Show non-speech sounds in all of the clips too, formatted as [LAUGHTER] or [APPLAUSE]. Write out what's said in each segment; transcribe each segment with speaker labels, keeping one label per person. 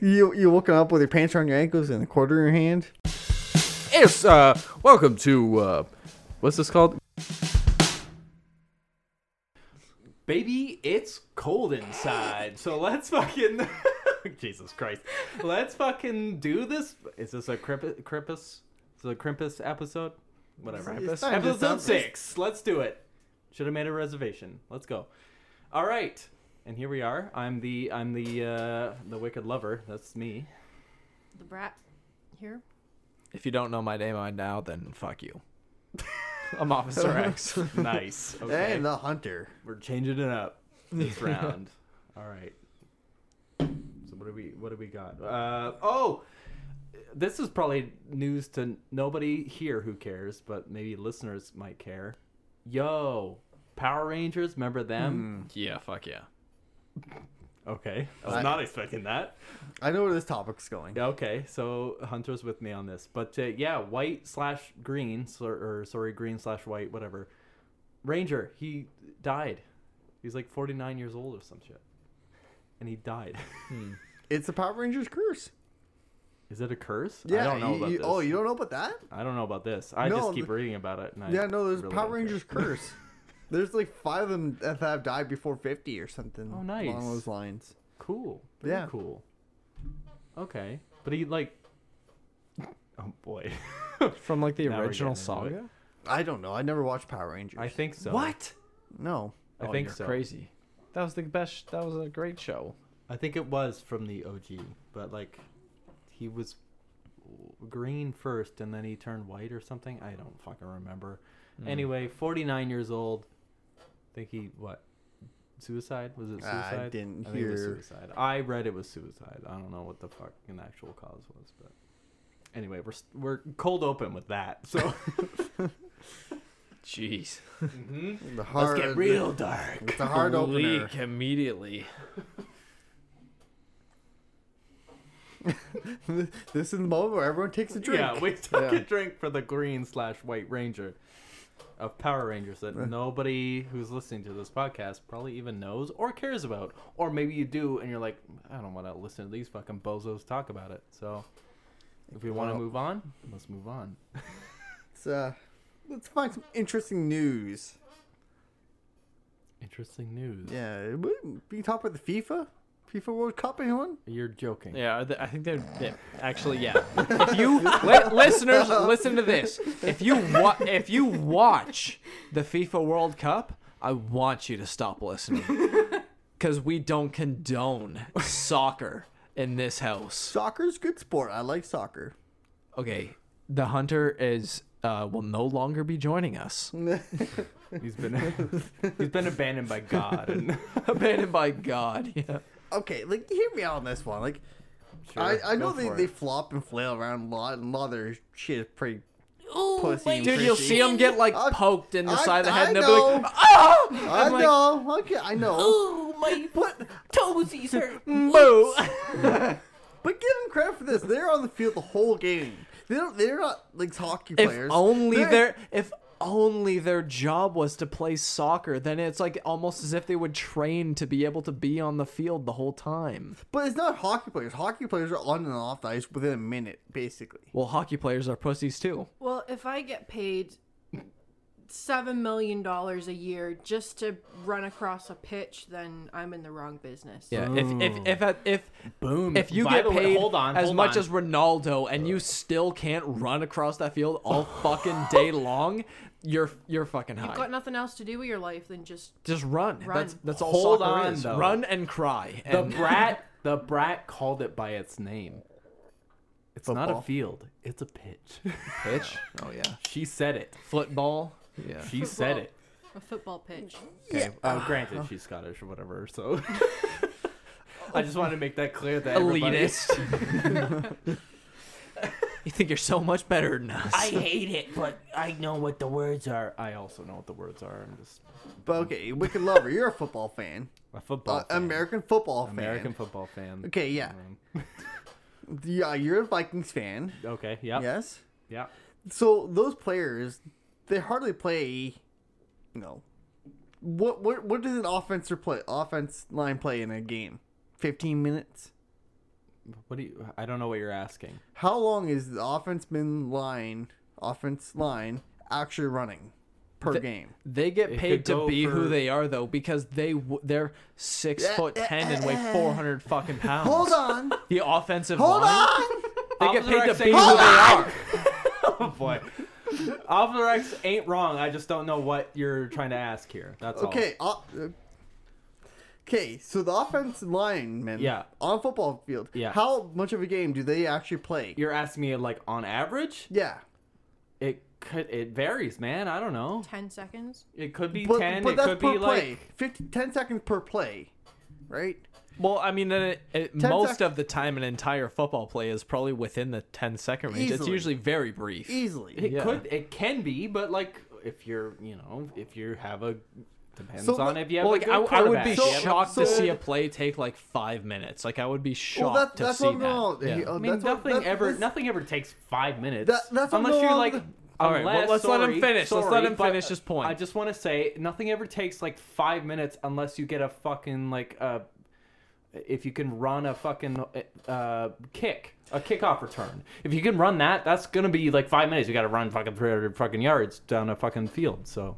Speaker 1: you you walking up with your pants around your ankles and a quarter in your hand.
Speaker 2: It's uh, welcome to uh, what's this called?
Speaker 3: Baby, it's cold inside, so let's fucking. [LAUGHS] Jesus Christ. Let's fucking do this. Is this a Krimpus? Krimpus? Is it a Krimpus episode? Whatever.
Speaker 1: It's not just
Speaker 3: Episode
Speaker 1: something.
Speaker 3: six. Let's do it. Should have made a reservation. Let's go. All right, and here we are. I'm the I'm the uh, the wicked lover. That's me.
Speaker 4: The brat here.
Speaker 2: If you don't know my name by now, then fuck [LAUGHS] you. I'm Officer X.
Speaker 3: [LAUGHS] Nice. Okay,
Speaker 1: And the hunter.
Speaker 3: we're changing it up
Speaker 2: [LAUGHS]
Speaker 3: this round. All right. So what do we what do we got? Uh, oh, this is probably news to nobody here who cares, but maybe listeners might care. Yo, Power Rangers, remember them?
Speaker 2: Hmm. yeah, fuck yeah.
Speaker 3: Okay, I was
Speaker 1: I-
Speaker 3: not expecting that.
Speaker 1: I know where this topic's going.
Speaker 3: Yeah, Okay, so Hunter's with me on this, but uh, yeah, white slash green, so, or sorry, green slash white, whatever. Ranger, he died. He's like forty nine years old or some shit, and he died. [LAUGHS]
Speaker 1: It's the Power Rangers curse.
Speaker 3: Is it a curse?
Speaker 1: Yeah.
Speaker 3: I don't know
Speaker 1: you-
Speaker 3: about
Speaker 1: you-
Speaker 3: this.
Speaker 1: Oh, you don't know about that?
Speaker 3: I don't know about this. I
Speaker 1: No,
Speaker 3: just keep
Speaker 1: the-
Speaker 3: reading about it. And I
Speaker 1: yeah. No, there's
Speaker 3: really
Speaker 1: Power
Speaker 3: don't care.
Speaker 1: Rangers curse.
Speaker 3: [LAUGHS]
Speaker 1: There's like five of them that have died before 50 or something.
Speaker 3: Oh, nice.
Speaker 1: Along those lines.
Speaker 3: Cool. Very
Speaker 1: Yeah.
Speaker 3: Cool. Okay, but he like. [LAUGHS] Oh boy.
Speaker 2: From like the
Speaker 3: Now we're
Speaker 2: original
Speaker 3: getting into it.
Speaker 2: saga.
Speaker 1: I don't know. I never watched Power Rangers.
Speaker 3: I think so.
Speaker 1: No.
Speaker 3: I
Speaker 2: Oh,
Speaker 3: think
Speaker 2: you're
Speaker 3: so.
Speaker 2: Crazy. That was the best. That was a great show.
Speaker 3: I think it was from the OG, but like, he was green first, and then he turned white or something. I don't fucking remember. Anyway, forty nine years old. I think he what? Suicide? Was it
Speaker 1: I
Speaker 3: suicide?
Speaker 1: didn't
Speaker 3: think it was
Speaker 1: hear-
Speaker 3: suicide. I read it was suicide. I don't know what the fucking actual cause was, but anyway, we're s- we're cold open with that. So [LAUGHS]
Speaker 2: Jeez.
Speaker 1: The hard,
Speaker 3: dark.
Speaker 1: It's a hard opener.
Speaker 2: Leak immediately.
Speaker 1: [LAUGHS] this is the moment where everyone takes a drink.
Speaker 3: Yeah, [LAUGHS] we took
Speaker 1: Yeah.
Speaker 3: a drink for the green slash white ranger of Power Rangers that nobody who's listening to this podcast probably even knows or cares about. Or maybe you do and you're like, I don't want to listen to these fucking bozos talk about it. So if we want to
Speaker 1: Well-
Speaker 3: move on, let's move on.
Speaker 1: Let's, uh, let's find some interesting news.
Speaker 3: Interesting news.
Speaker 1: Yeah, we we talk about the FIFA, FIFA World Cup. Anyone?
Speaker 3: You're joking.
Speaker 2: Yeah, I th- I think they're, they actually [LAUGHS] yeah. If you li- listeners listen to this, if you wa- if you watch the FIFA World Cup, I want you to
Speaker 1: [LAUGHS]
Speaker 2: stop listening because we don't condone soccer in this house.
Speaker 1: Soccer's good sport. I like soccer.
Speaker 2: Okay, the hunter is uh, will no longer be
Speaker 1: [LAUGHS]
Speaker 2: joining us.
Speaker 3: He's been [LAUGHS] he's been abandoned by God. [LAUGHS] And
Speaker 2: Abandoned by God. [LAUGHS] Yeah.
Speaker 1: okay, like hear me out on this one. Like
Speaker 3: Sure,
Speaker 1: I, I
Speaker 3: go
Speaker 1: know they,
Speaker 3: for
Speaker 1: they
Speaker 3: it.
Speaker 1: flop and flail around a lot, and a lot of their shit is pretty.
Speaker 4: Ooh,
Speaker 1: Pussy.
Speaker 4: wait,
Speaker 2: Oh Dude, you'll see him get like
Speaker 1: I-
Speaker 2: poked in the
Speaker 1: I-
Speaker 2: side of the head,
Speaker 1: I
Speaker 2: and they'll be
Speaker 1: know.
Speaker 2: like, "Oh!"
Speaker 1: I
Speaker 2: I'm like, Oh.
Speaker 1: know. Okay, I know.
Speaker 4: Ooh, my
Speaker 1: But
Speaker 4: toesies hurt.
Speaker 2: "Boo."
Speaker 1: but give them credit for this. They're on the field the whole game. They don't. They're not like hockey
Speaker 2: if
Speaker 1: players.
Speaker 2: only
Speaker 1: They're-
Speaker 2: their if only their job was to play soccer then it's like almost as if they would train to be able to be on the field the whole time
Speaker 1: But it's not hockey players. Hockey players are on and off the ice within a minute, basically.
Speaker 2: well hockey players are pussies too
Speaker 4: [LAUGHS] Well, if I get paid seven million dollars a year just to run across a pitch, then I'm in the wrong business.
Speaker 2: yeah if if if, if
Speaker 3: Boom.
Speaker 2: if you
Speaker 3: By
Speaker 2: get
Speaker 3: the way,
Speaker 2: paid
Speaker 3: hold on,
Speaker 2: as
Speaker 3: hold
Speaker 2: much
Speaker 3: on.
Speaker 2: as Ronaldo and you still can't run across that field
Speaker 1: [LAUGHS]
Speaker 2: all fucking day long, you're you're fucking high.
Speaker 4: You've got nothing else to do with your life than just
Speaker 2: Just run. That's that's all
Speaker 3: Hold
Speaker 2: soccer
Speaker 3: on,
Speaker 2: is.
Speaker 3: though.
Speaker 2: Run and cry.
Speaker 3: The
Speaker 2: And [LAUGHS]
Speaker 3: brat, the brat called it by its name. It's not a
Speaker 1: Football.
Speaker 3: field; it's a pitch. [LAUGHS]
Speaker 2: pitch. Oh yeah.
Speaker 3: she said it.
Speaker 2: Football. Yeah.
Speaker 3: She said
Speaker 4: Football.
Speaker 3: it.
Speaker 4: a football pitch.
Speaker 3: Okay. Uh, granted, she's Scottish or whatever. So [LAUGHS] I just wanted to make that clear. That everybody-
Speaker 2: elitist. [LAUGHS] you think you're so much better than us.
Speaker 3: hate it, but I know what the words are. I also know what the words are. I'm just
Speaker 1: But okay, Wicked Lover, you're a football fan.
Speaker 3: a football
Speaker 1: Uh,
Speaker 3: fan.
Speaker 1: American football fan.
Speaker 3: American football fan.
Speaker 1: Okay, yeah.
Speaker 3: Um,
Speaker 1: Yeah, you're a Vikings fan.
Speaker 3: okay. Yeah. Yeah.
Speaker 1: Yes. So those players, they hardly play. You know, what what what does an offensive play offense line play in a game? Fifteen minutes.
Speaker 3: What do you? I don't know what you're asking.
Speaker 1: How long is the offense been line offense line actually running per game?
Speaker 2: They get
Speaker 3: It
Speaker 2: paid
Speaker 3: could
Speaker 2: to
Speaker 3: go
Speaker 2: be who
Speaker 3: for-
Speaker 2: they are though, because they w- they're six
Speaker 1: Yeah,
Speaker 2: foot
Speaker 1: yeah,
Speaker 2: ten and weigh
Speaker 1: yeah.
Speaker 2: four hundred fucking pounds.
Speaker 1: Hold on.
Speaker 2: The offensive
Speaker 1: Hold
Speaker 3: [LAUGHS]
Speaker 2: line.
Speaker 1: on.
Speaker 2: They get
Speaker 3: Officer
Speaker 2: paid
Speaker 3: X
Speaker 2: to
Speaker 3: ain't
Speaker 2: be who
Speaker 3: wrong.
Speaker 2: they are.
Speaker 3: [LAUGHS] Oh boy. Officer X ain't wrong. I just don't know what you're trying to ask here. That's all.
Speaker 1: Okay. o- uh, Okay, so the offensive linemen
Speaker 3: Yeah.
Speaker 1: on football field,
Speaker 3: Yeah.
Speaker 1: how much of a game do they actually play?
Speaker 3: You're asking me like on average?
Speaker 1: yeah.
Speaker 3: It could. It varies, man. I don't know.
Speaker 4: Ten seconds.
Speaker 3: It could be
Speaker 1: But,
Speaker 3: ten.
Speaker 1: but
Speaker 3: it
Speaker 1: that's
Speaker 3: could
Speaker 1: per
Speaker 3: be
Speaker 1: play.
Speaker 3: like.
Speaker 1: 50, 10 seconds per play, right?
Speaker 2: Well, I mean, uh, it,
Speaker 1: Ten
Speaker 2: most
Speaker 1: sec-
Speaker 2: of the time, an entire football play is probably within the 10 second range. It's
Speaker 1: Easily.
Speaker 2: usually very brief.
Speaker 1: Easily.
Speaker 3: It
Speaker 2: Yeah.
Speaker 3: could. It can be, but like if you're, you know, if you have a depends
Speaker 1: So,
Speaker 3: on
Speaker 1: but-
Speaker 3: if you have
Speaker 2: Well,
Speaker 3: a
Speaker 2: like
Speaker 3: good
Speaker 2: I, I would be
Speaker 3: quarterback. You have a-
Speaker 2: shocked to
Speaker 1: so-
Speaker 2: see a play take like five minutes. Like I would be shocked
Speaker 1: Well, that,
Speaker 2: to
Speaker 1: that's
Speaker 2: see
Speaker 1: what I'm going
Speaker 2: that.
Speaker 1: on.
Speaker 2: Yeah.
Speaker 1: Uh,
Speaker 3: I mean,
Speaker 1: that's what-
Speaker 3: nothing
Speaker 1: that's-
Speaker 3: ever,
Speaker 1: that's-
Speaker 3: nothing ever takes five minutes.
Speaker 1: That- that's what I'm
Speaker 3: unless
Speaker 1: going
Speaker 3: you're
Speaker 1: on
Speaker 3: like.
Speaker 1: with-
Speaker 2: All right, well,
Speaker 3: unless-
Speaker 2: let's let him
Speaker 3: sorry,
Speaker 2: finish. Let's let
Speaker 3: sorry,
Speaker 2: him
Speaker 3: but
Speaker 2: finish his point.
Speaker 3: I just want to say, nothing ever takes like five minutes unless you get a fucking like uh, if you can run a fucking uh kick, a kickoff return. If you can run that, that's gonna be like five minutes. You got to run fucking three hundred fucking yards down a fucking field. So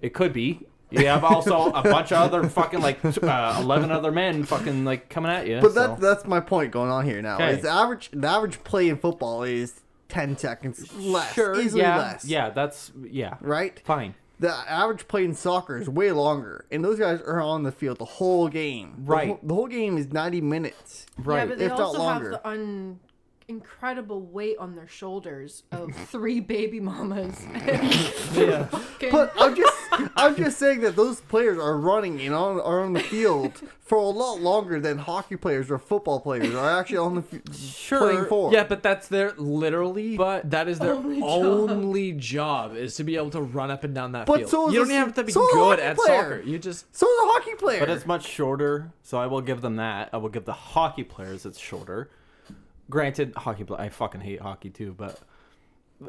Speaker 3: it could be. You have also a bunch of other fucking like uh, eleven other men fucking like coming at you.
Speaker 1: But that,
Speaker 3: so.
Speaker 1: that's my point going on here now.
Speaker 3: Okay.
Speaker 1: Is the average the average play in football is ten seconds less, easily
Speaker 3: yeah,
Speaker 1: less.
Speaker 3: Yeah, that's yeah.
Speaker 1: Right.
Speaker 3: Fine.
Speaker 1: The average play in soccer is way longer, and those guys are on the field the whole game. The
Speaker 3: Right.
Speaker 1: whole- The whole, game is ninety minutes.
Speaker 4: Yeah, but they
Speaker 1: If not
Speaker 4: also have
Speaker 1: longer.
Speaker 4: the un incredible weight on their shoulders
Speaker 3: [LAUGHS]
Speaker 4: of three baby mamas. [LAUGHS]
Speaker 3: Yeah.
Speaker 4: Fucking-
Speaker 1: But I'm just I'm just saying that those players are running and on are on the field for a lot longer than hockey players or football players are actually on the f- playing
Speaker 3: Sure.
Speaker 1: for.
Speaker 2: Yeah, but that's their literally. But
Speaker 3: But-
Speaker 2: that is their
Speaker 4: Only
Speaker 2: only job.
Speaker 4: job.
Speaker 2: is to be able to run up and down that
Speaker 1: But
Speaker 2: field.
Speaker 1: so is
Speaker 2: you don't
Speaker 1: this-
Speaker 2: even have to be
Speaker 1: so is a
Speaker 2: good
Speaker 1: hockey
Speaker 2: at
Speaker 1: player.
Speaker 2: soccer. You just
Speaker 1: So is a hockey player.
Speaker 3: [LAUGHS] But it's much shorter, so I will give them that. I will give the hockey players it's shorter. Granted, hockey pla I fucking hate hockey too, but uh,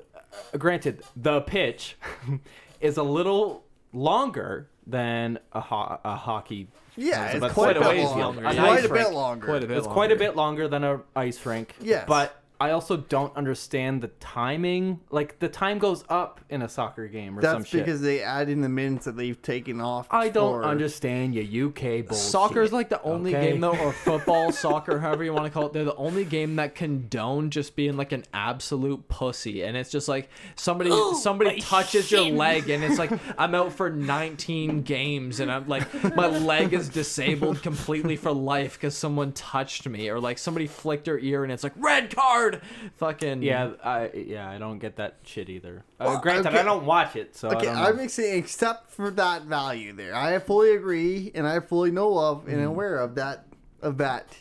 Speaker 3: granted, the pitch [LAUGHS] is a little longer than a, ho- a hockey. I
Speaker 1: yeah,
Speaker 3: was
Speaker 1: it's
Speaker 3: about to
Speaker 1: quite
Speaker 3: say
Speaker 1: a
Speaker 3: the
Speaker 1: bit
Speaker 3: ways
Speaker 1: longer.
Speaker 3: longer.
Speaker 1: It's
Speaker 3: Yeah.
Speaker 1: Quite a
Speaker 3: Ice
Speaker 1: bit
Speaker 3: rink.
Speaker 1: longer.
Speaker 2: quite a bit.
Speaker 3: It's quite a
Speaker 2: longer.
Speaker 3: bit longer than an ice rink.
Speaker 1: Yes.
Speaker 3: But I also don't understand the timing. Like the time goes up in a soccer game or some
Speaker 1: That's
Speaker 3: shit.
Speaker 1: because they add in the minutes that they've taken off.
Speaker 3: I don't
Speaker 1: for-
Speaker 3: understand your UK bullshit.
Speaker 2: Soccer is like the only
Speaker 3: okay?
Speaker 2: game though,
Speaker 3: [LAUGHS]
Speaker 2: or football, soccer, however you want to call it. They're the only game that condone just being like an absolute pussy, and it's just like somebody somebody touches your leg, and it's like I'm out for 19 games, and I'm like my leg is disabled completely for life because someone touched me, or like somebody flicked her ear, and it's like red card, fucking
Speaker 3: Yeah, I yeah, I don't get that shit either.
Speaker 1: Well,
Speaker 3: uh, granted,
Speaker 1: okay.
Speaker 3: I don't watch it, so
Speaker 1: Okay,
Speaker 3: I don't
Speaker 1: I'm
Speaker 3: know.
Speaker 1: saying except for that value there. I fully agree, and I fully know of
Speaker 3: Mm-hmm.
Speaker 1: and aware of that of that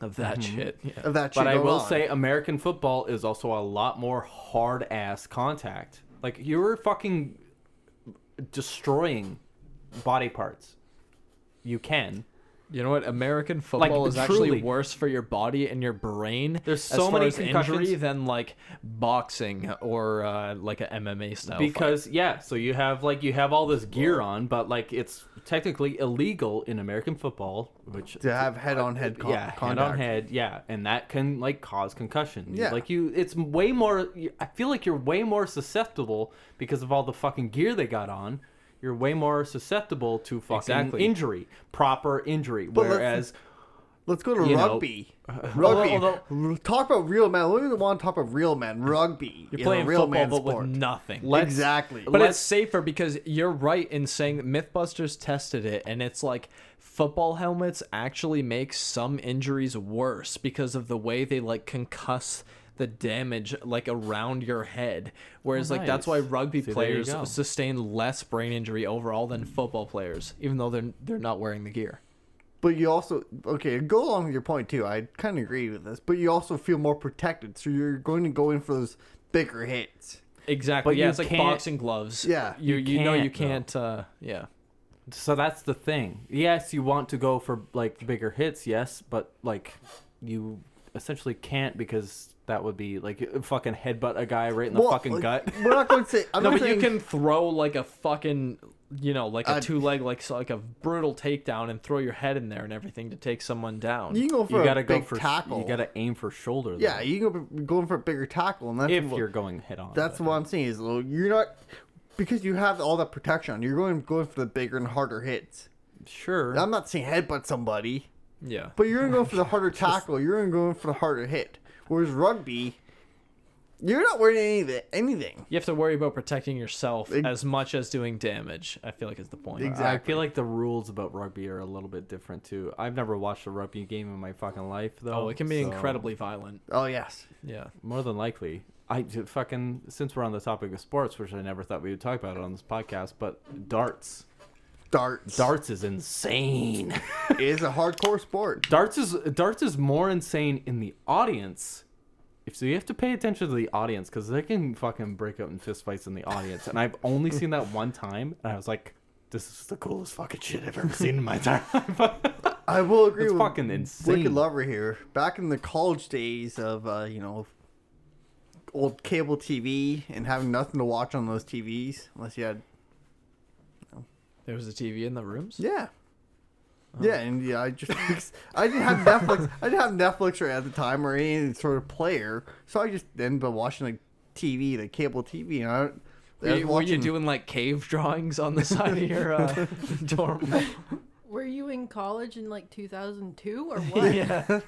Speaker 2: of that
Speaker 3: Mm-hmm.
Speaker 2: shit. Yeah.
Speaker 1: of that.
Speaker 3: But
Speaker 1: shit
Speaker 3: I
Speaker 1: going
Speaker 3: will
Speaker 1: on.
Speaker 3: say, American football is also a lot more hard ass contact. Like you were fucking destroying body parts. You can.
Speaker 2: You know what? American football is actually
Speaker 3: truly.
Speaker 2: worse for your body and your brain.
Speaker 3: There's
Speaker 2: as
Speaker 3: so
Speaker 2: far
Speaker 3: many
Speaker 2: as injury
Speaker 3: concussions.
Speaker 2: than like boxing or uh, like a MMA style.
Speaker 3: because yeah so you have like you have all this gear on but like it's technically illegal in american football which
Speaker 1: to have head-on-head con-
Speaker 3: Uh, yeah head
Speaker 1: contact.
Speaker 3: on head yeah and that can like cause concussion
Speaker 1: Yeah.
Speaker 3: like you it's way more you- i feel like you're way more susceptible because of all the fucking gear they got on you're way more susceptible to fucking
Speaker 2: Exactly.
Speaker 3: injury proper injury
Speaker 1: let's-
Speaker 3: whereas
Speaker 1: Let's go to
Speaker 3: you know,
Speaker 1: rugby.
Speaker 3: [LAUGHS]
Speaker 1: rugby.
Speaker 2: although-
Speaker 1: R- talk about real men. We don't want to talk about real men. Rugby.
Speaker 2: you're
Speaker 1: is
Speaker 2: playing
Speaker 1: a real
Speaker 2: football
Speaker 1: man
Speaker 2: but
Speaker 1: sport.
Speaker 2: with nothing.
Speaker 3: Let's-
Speaker 1: exactly.
Speaker 2: but
Speaker 3: let's-
Speaker 2: it's safer because you're right in saying that MythBusters tested it, and it's like football helmets actually make some injuries worse because of the way they like concuss the damage like around your head. Whereas like that's why
Speaker 3: nice.
Speaker 2: rugby
Speaker 3: See, there you
Speaker 2: players
Speaker 3: go.
Speaker 2: sustain less brain injury overall than football players, even though they're they're not wearing the gear.
Speaker 1: But you also okay, go along with your point too. I kind of agree with this, but you also feel more protected, so you're going to go in for those bigger hits.
Speaker 2: Exactly.
Speaker 3: But
Speaker 2: yeah,
Speaker 3: you
Speaker 2: it's like
Speaker 3: can't-
Speaker 2: boxing gloves.
Speaker 1: Yeah.
Speaker 2: You
Speaker 3: You
Speaker 2: you know you
Speaker 3: can't,
Speaker 2: can't uh yeah.
Speaker 3: So that's the thing. Yes, you want to go for like bigger hits, yes, but like you essentially can't because that would be like fucking headbutt a guy right in the
Speaker 1: Well,
Speaker 3: fucking
Speaker 1: like,
Speaker 3: gut. [LAUGHS]
Speaker 1: We're not going to say. I'm
Speaker 2: No,
Speaker 1: not
Speaker 2: but you
Speaker 1: saying-
Speaker 2: can throw like a fucking you know, like a
Speaker 1: I'd-
Speaker 2: two leg, like so- like a brutal takedown, and throw your head in there and everything to take someone down.
Speaker 1: You can go for
Speaker 3: you
Speaker 1: a
Speaker 3: gotta go
Speaker 1: big
Speaker 3: for
Speaker 1: tackle.
Speaker 3: You gotta aim for shoulder. Though,
Speaker 1: yeah, you can go going for a bigger tackle, and that's
Speaker 3: if
Speaker 1: what,
Speaker 3: you're going head on.
Speaker 1: that's
Speaker 3: but-
Speaker 1: what I'm saying is well, you're not because you have all that protection. on, You're going going for the bigger and harder hits.
Speaker 3: Sure.
Speaker 1: I'm not saying headbutt somebody,
Speaker 2: yeah,
Speaker 1: but you're gonna go for the
Speaker 3: [LAUGHS]
Speaker 1: harder tackle. You're gonna go for the harder hit. Whereas rugby, you're not wearing any of the, anything.
Speaker 2: you have to worry about protecting yourself
Speaker 1: Ex-
Speaker 2: as much as doing damage. I feel like is the point.
Speaker 1: Ex-
Speaker 3: I
Speaker 1: Exactly.
Speaker 3: feel like the rules about rugby are a little bit different too. I've never watched a rugby game in my fucking life though.
Speaker 2: Oh, it can be
Speaker 3: so-
Speaker 2: incredibly violent.
Speaker 1: Oh yes,
Speaker 2: Yeah,
Speaker 3: More than likely. I j- fucking since we're on the topic of sports, which I never thought we would talk about it on this podcast, but darts.
Speaker 1: darts.
Speaker 3: Darts is insane. [LAUGHS]
Speaker 1: is a hardcore sport.
Speaker 3: darts is darts is more insane in the audience. If so, you have to pay attention to the audience because they can fucking break out in fistfights in the audience. And I've only seen that one time, and I was like, "This is the coolest fucking shit I've ever seen in my entire life."
Speaker 1: I will agree
Speaker 3: it's
Speaker 1: with
Speaker 3: fucking
Speaker 1: Wicked
Speaker 3: insane.
Speaker 1: Lover here. Back in the college days of uh, you know old cable TV and having nothing to watch on those TVs unless you had
Speaker 2: there was a TV in the rooms.
Speaker 1: yeah. Yeah, and yeah, I just [LAUGHS] I didn't have Netflix. I didn't have Netflix or at the time or any sort of player, so I just ended up watching like TV, like cable TV, and I, I
Speaker 2: Were
Speaker 1: was
Speaker 2: you, were you
Speaker 1: [LAUGHS] watching-
Speaker 2: doing like cave drawings on the side of
Speaker 1: [LAUGHS]
Speaker 2: your uh, dorm? room?
Speaker 4: Were you in college in like 2002
Speaker 3: [LAUGHS]
Speaker 4: or what?
Speaker 2: yeah,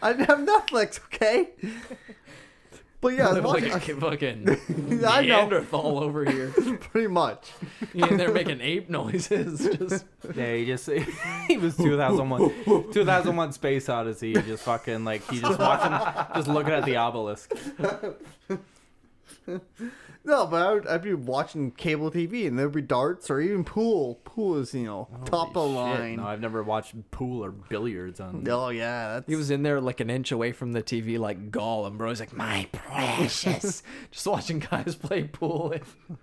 Speaker 1: I didn't have Netflix,
Speaker 2: [LAUGHS]
Speaker 1: okay. But yeah, I was
Speaker 2: Look like
Speaker 1: watching.
Speaker 2: a ki- fucking
Speaker 1: [LAUGHS] I know.
Speaker 2: Neanderthal over here.
Speaker 1: [LAUGHS] pretty much.
Speaker 2: Yeah, they're making ape noises. [LAUGHS] Just
Speaker 3: Yeah, he just [LAUGHS] he was 2001, 2001 Space Odyssey. He just fucking like he just watching, just looking at the obelisk.
Speaker 1: No, but I would, I'd be watching cable TV and there'd be darts or even pool. Pool is, you know, top of the
Speaker 3: Holy shit,
Speaker 1: line.
Speaker 3: No, I've never watched pool or billiards on.
Speaker 1: Oh, yeah. That's,
Speaker 2: He
Speaker 1: [LAUGHS]
Speaker 2: was in there like an inch away from the TV, like Gollum, bro. He's like, my [LAUGHS] precious. Just watching guys play pool in-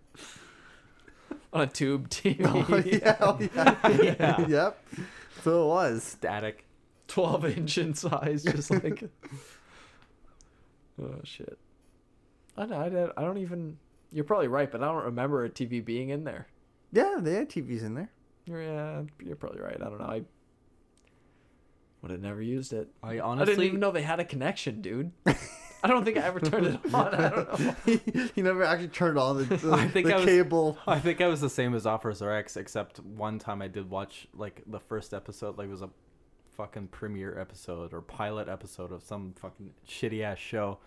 Speaker 2: [LAUGHS] on a tube [LAUGHS] TV.
Speaker 1: Oh, yeah.
Speaker 3: [LAUGHS]
Speaker 1: Oh, yeah.
Speaker 3: Yeah.
Speaker 1: yep. So it was.
Speaker 3: Static.
Speaker 2: 12 inch in size. Just [LAUGHS] like. oh, shit. I don't, I, don't, I don't even. You're probably right, but I don't remember a TV being in there.
Speaker 1: Yeah, they had TVs in there. [LAUGHS]
Speaker 2: You're, yeah, you're probably right. I don't know. I would have never used it.
Speaker 3: I
Speaker 2: I didn't
Speaker 3: honestly
Speaker 2: even know they had a connection, dude. [LAUGHS] I don't think I ever turned [LAUGHS] it on. I don't know.
Speaker 1: he never actually turned on the, the,
Speaker 3: [LAUGHS] I think
Speaker 1: the
Speaker 3: I was- [LAUGHS]
Speaker 1: cable.
Speaker 3: [LAUGHS]
Speaker 1: [LAUGHS]
Speaker 3: I think I was the same as Officer X, except one time I did watch like the first episode, like it was a fucking premiere episode or pilot episode of some fucking shitty ass show.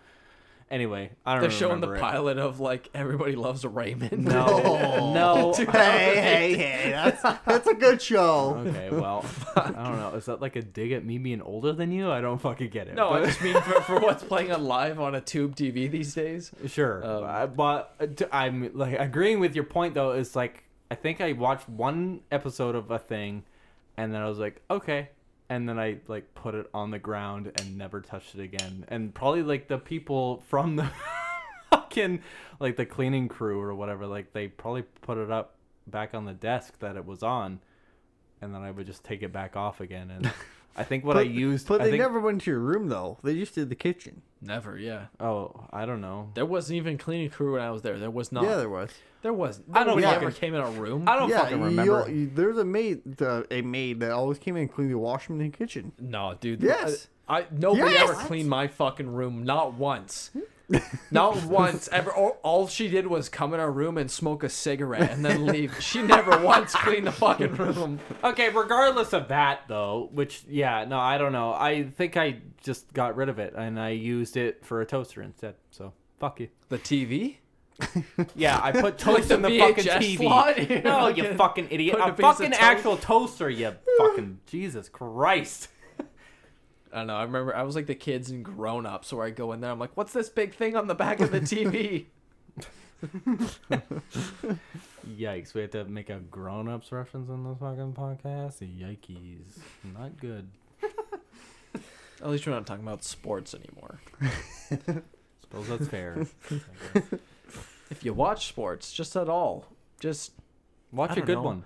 Speaker 3: Anyway, I don't
Speaker 2: They're showing the
Speaker 3: remember it.
Speaker 2: pilot of like everybody loves Raymond.
Speaker 3: No, no.
Speaker 1: Hey, hey, hey. That's, that's a good
Speaker 3: [LAUGHS]
Speaker 1: show.
Speaker 3: Okay, well, I don't know. Is that like a dig at me being older than you? I don't fucking get it.
Speaker 2: [LAUGHS] no, I
Speaker 3: but-
Speaker 2: just mean for, for what's playing on live on a tube TV these days.
Speaker 3: Sure,
Speaker 2: Um,
Speaker 3: I- but uh, t- I'm like agreeing with your point though. Is like I think I watched one episode of a thing, and then I was like, okay, and then I like put it on the ground and never touched it again. And probably like the people from the [LAUGHS] fucking like the cleaning crew or whatever, like they probably put it up back on the desk that it was on, and then I would just take it back off again.
Speaker 1: [LAUGHS]
Speaker 3: And I think what I used,
Speaker 1: But
Speaker 3: I
Speaker 1: they
Speaker 3: think-
Speaker 1: never went to your room, though. They just did the kitchen.
Speaker 2: Never, yeah.
Speaker 3: Oh, I don't know.
Speaker 2: There wasn't even cleaning crew when I was there. There was not.
Speaker 1: Yeah, there was.
Speaker 2: there wasn't.
Speaker 3: I don't
Speaker 2: Nobody ever
Speaker 3: fucking-
Speaker 2: came in our room.
Speaker 3: I don't
Speaker 1: yeah,
Speaker 3: fucking
Speaker 1: you-
Speaker 3: remember.
Speaker 1: you- there's a maid, uh, a maid that always came in and cleaned the washroom and the kitchen.
Speaker 2: No, dude.
Speaker 1: Yes.
Speaker 2: I, I nobody
Speaker 1: Yes. Hmm?
Speaker 2: ever cleaned my fucking room. Not once. [LAUGHS] Not once. Ever. All, all she did was come in our room and smoke a cigarette and then leave. She never once cleaned the fucking room.
Speaker 3: Okay, regardless of that though, which yeah, no, I don't know. I think I just got rid of it and I used it for a toaster instead. So fuck you.
Speaker 2: [LAUGHS] The TV.
Speaker 3: Yeah, I [LAUGHS] put toast
Speaker 2: the
Speaker 3: in the fucking
Speaker 2: VHS
Speaker 3: TV.
Speaker 2: slot?
Speaker 3: [LAUGHS]
Speaker 2: You're
Speaker 3: No,
Speaker 2: like
Speaker 3: you
Speaker 2: a-
Speaker 3: fucking idiot.
Speaker 2: putting a
Speaker 3: A
Speaker 2: piece of
Speaker 3: fucking
Speaker 2: toast-
Speaker 3: actual toaster, you fucking Jesus Christ.
Speaker 2: I don't know. I remember I was like the kids and grown ups where I go in there. I'm like, what's this big thing on the back of
Speaker 3: [LAUGHS]
Speaker 2: the TV?
Speaker 3: Yikes, we have to make a grown ups reference on this fucking podcast. Yikes. Not good.
Speaker 2: At least we're not talking about sports anymore.
Speaker 3: Suppose that's [LAUGHS] fair.
Speaker 2: If you watch sports, just at all, just I
Speaker 3: Watch a
Speaker 2: don't
Speaker 3: good
Speaker 2: know.
Speaker 3: one.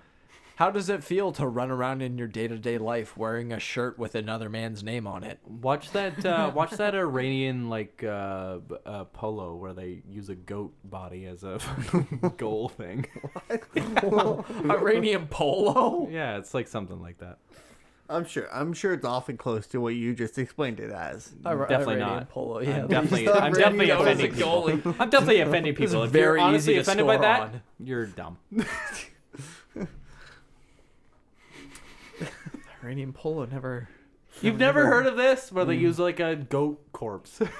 Speaker 2: How does it feel to run around in your day to day life wearing a shirt with another man's name on [LAUGHS] it?
Speaker 3: Watch that. Uh, watch that Iranian like uh, b- uh, polo where they use a goat body as a [LAUGHS] goal thing.
Speaker 2: Iranian polo?
Speaker 3: Yeah, it's like something like that.
Speaker 1: I'm sure. I'm sure it's awfully close to what you just explained it as.
Speaker 2: Ira-
Speaker 3: Definitely
Speaker 2: [LAUGHS] Iranian
Speaker 3: not.
Speaker 2: Polo, yeah.
Speaker 3: I'm definitely,
Speaker 1: Stop
Speaker 3: I'm
Speaker 1: Randy
Speaker 3: definitely
Speaker 1: Orton.
Speaker 3: offending people. [LAUGHS] I'm definitely offending people. If
Speaker 2: very
Speaker 3: you're honestly
Speaker 2: easy to
Speaker 3: offended by
Speaker 2: score
Speaker 3: that,
Speaker 2: on.
Speaker 3: you're
Speaker 2: [LAUGHS]
Speaker 3: dumb.
Speaker 2: Iranian polo never.
Speaker 3: You've never heard of this where they
Speaker 2: Mm.
Speaker 3: use like a goat corpse.
Speaker 2: [LAUGHS]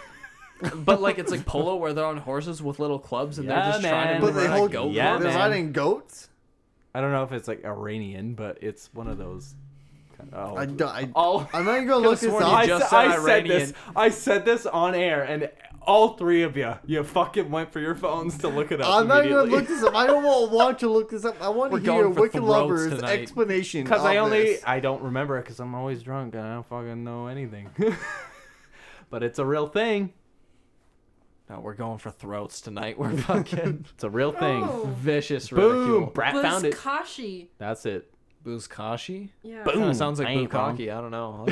Speaker 3: [LAUGHS]
Speaker 2: But like it's like polo where they're on horses with little clubs and
Speaker 3: Yeah,
Speaker 2: they're just trying
Speaker 3: man.
Speaker 2: to
Speaker 1: But
Speaker 3: But
Speaker 1: they
Speaker 2: run a
Speaker 1: hold.
Speaker 2: goat.
Speaker 3: yeah,
Speaker 1: they're
Speaker 3: man.
Speaker 1: riding goats.
Speaker 3: I don't know if it's like Iranian, but it's one of those. Kind of, oh.
Speaker 1: I, don't- I, [LAUGHS]
Speaker 3: All-
Speaker 1: I'm not even gonna look this
Speaker 2: sworn
Speaker 1: up.
Speaker 2: you
Speaker 3: I,
Speaker 2: just
Speaker 3: s- I
Speaker 2: said
Speaker 3: said this.
Speaker 2: Iranian.
Speaker 3: I said this on air, and all three of you, you fucking went for your phones to look it up.
Speaker 1: I'm not gonna
Speaker 3: immediately. [LAUGHS]
Speaker 1: look this up. I don't want, want to look this up. I want to
Speaker 2: We're
Speaker 1: hear
Speaker 2: going for
Speaker 1: Wicked
Speaker 2: throats
Speaker 1: Lover's
Speaker 2: tonight.
Speaker 1: explanation.
Speaker 3: Because I
Speaker 1: of
Speaker 3: only
Speaker 1: this.
Speaker 3: I don't remember it because I'm always drunk and I don't fucking know anything. [LAUGHS] but it's a real thing.
Speaker 2: No, we're going for throats tonight.
Speaker 3: [LAUGHS]
Speaker 2: We're fucking
Speaker 3: It's a real thing.
Speaker 4: Oh.
Speaker 2: vicious ridicule.
Speaker 3: Boom! Brat found it.
Speaker 4: Buzkashi.
Speaker 3: That's it.
Speaker 2: Buzkashi?
Speaker 4: Yeah.
Speaker 3: Boom.
Speaker 2: Kinda sounds like
Speaker 3: I ain't wrong.
Speaker 2: Bukaki. I don't know. I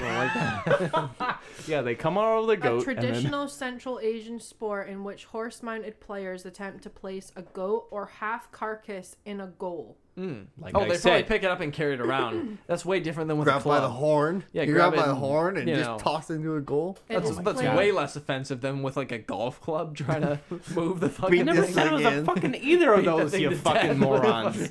Speaker 2: don't like that.
Speaker 3: Yeah, they come all over the goat.
Speaker 4: A
Speaker 3: and then-
Speaker 4: traditional Central Asian sport in which horse-mounted players attempt to place a goat or half carcass in a goal.
Speaker 3: [LAUGHS] like
Speaker 2: oh,
Speaker 3: I
Speaker 2: they probably
Speaker 3: said,
Speaker 2: pick it up and carry
Speaker 3: [LAUGHS]
Speaker 2: it around. That's way different than with a
Speaker 1: grab by
Speaker 2: club.
Speaker 1: the horn.
Speaker 2: Yeah,
Speaker 1: you grab
Speaker 2: grab
Speaker 1: by
Speaker 2: it
Speaker 1: the
Speaker 2: and,
Speaker 1: horn and
Speaker 2: you
Speaker 1: just
Speaker 2: know.
Speaker 1: toss into a goal.
Speaker 4: It
Speaker 2: That's,
Speaker 4: is
Speaker 2: that's
Speaker 4: played-
Speaker 2: way less offensive than with like a
Speaker 3: [LAUGHS]
Speaker 2: golf club trying to move the
Speaker 1: Beat
Speaker 2: fucking
Speaker 3: I never
Speaker 1: this
Speaker 3: said it was a
Speaker 1: again.
Speaker 3: fucking
Speaker 2: [LAUGHS]
Speaker 3: either of
Speaker 2: Beat that
Speaker 3: those.
Speaker 2: thing
Speaker 3: You
Speaker 2: to
Speaker 3: fucking
Speaker 2: death. [LAUGHS]
Speaker 3: morons.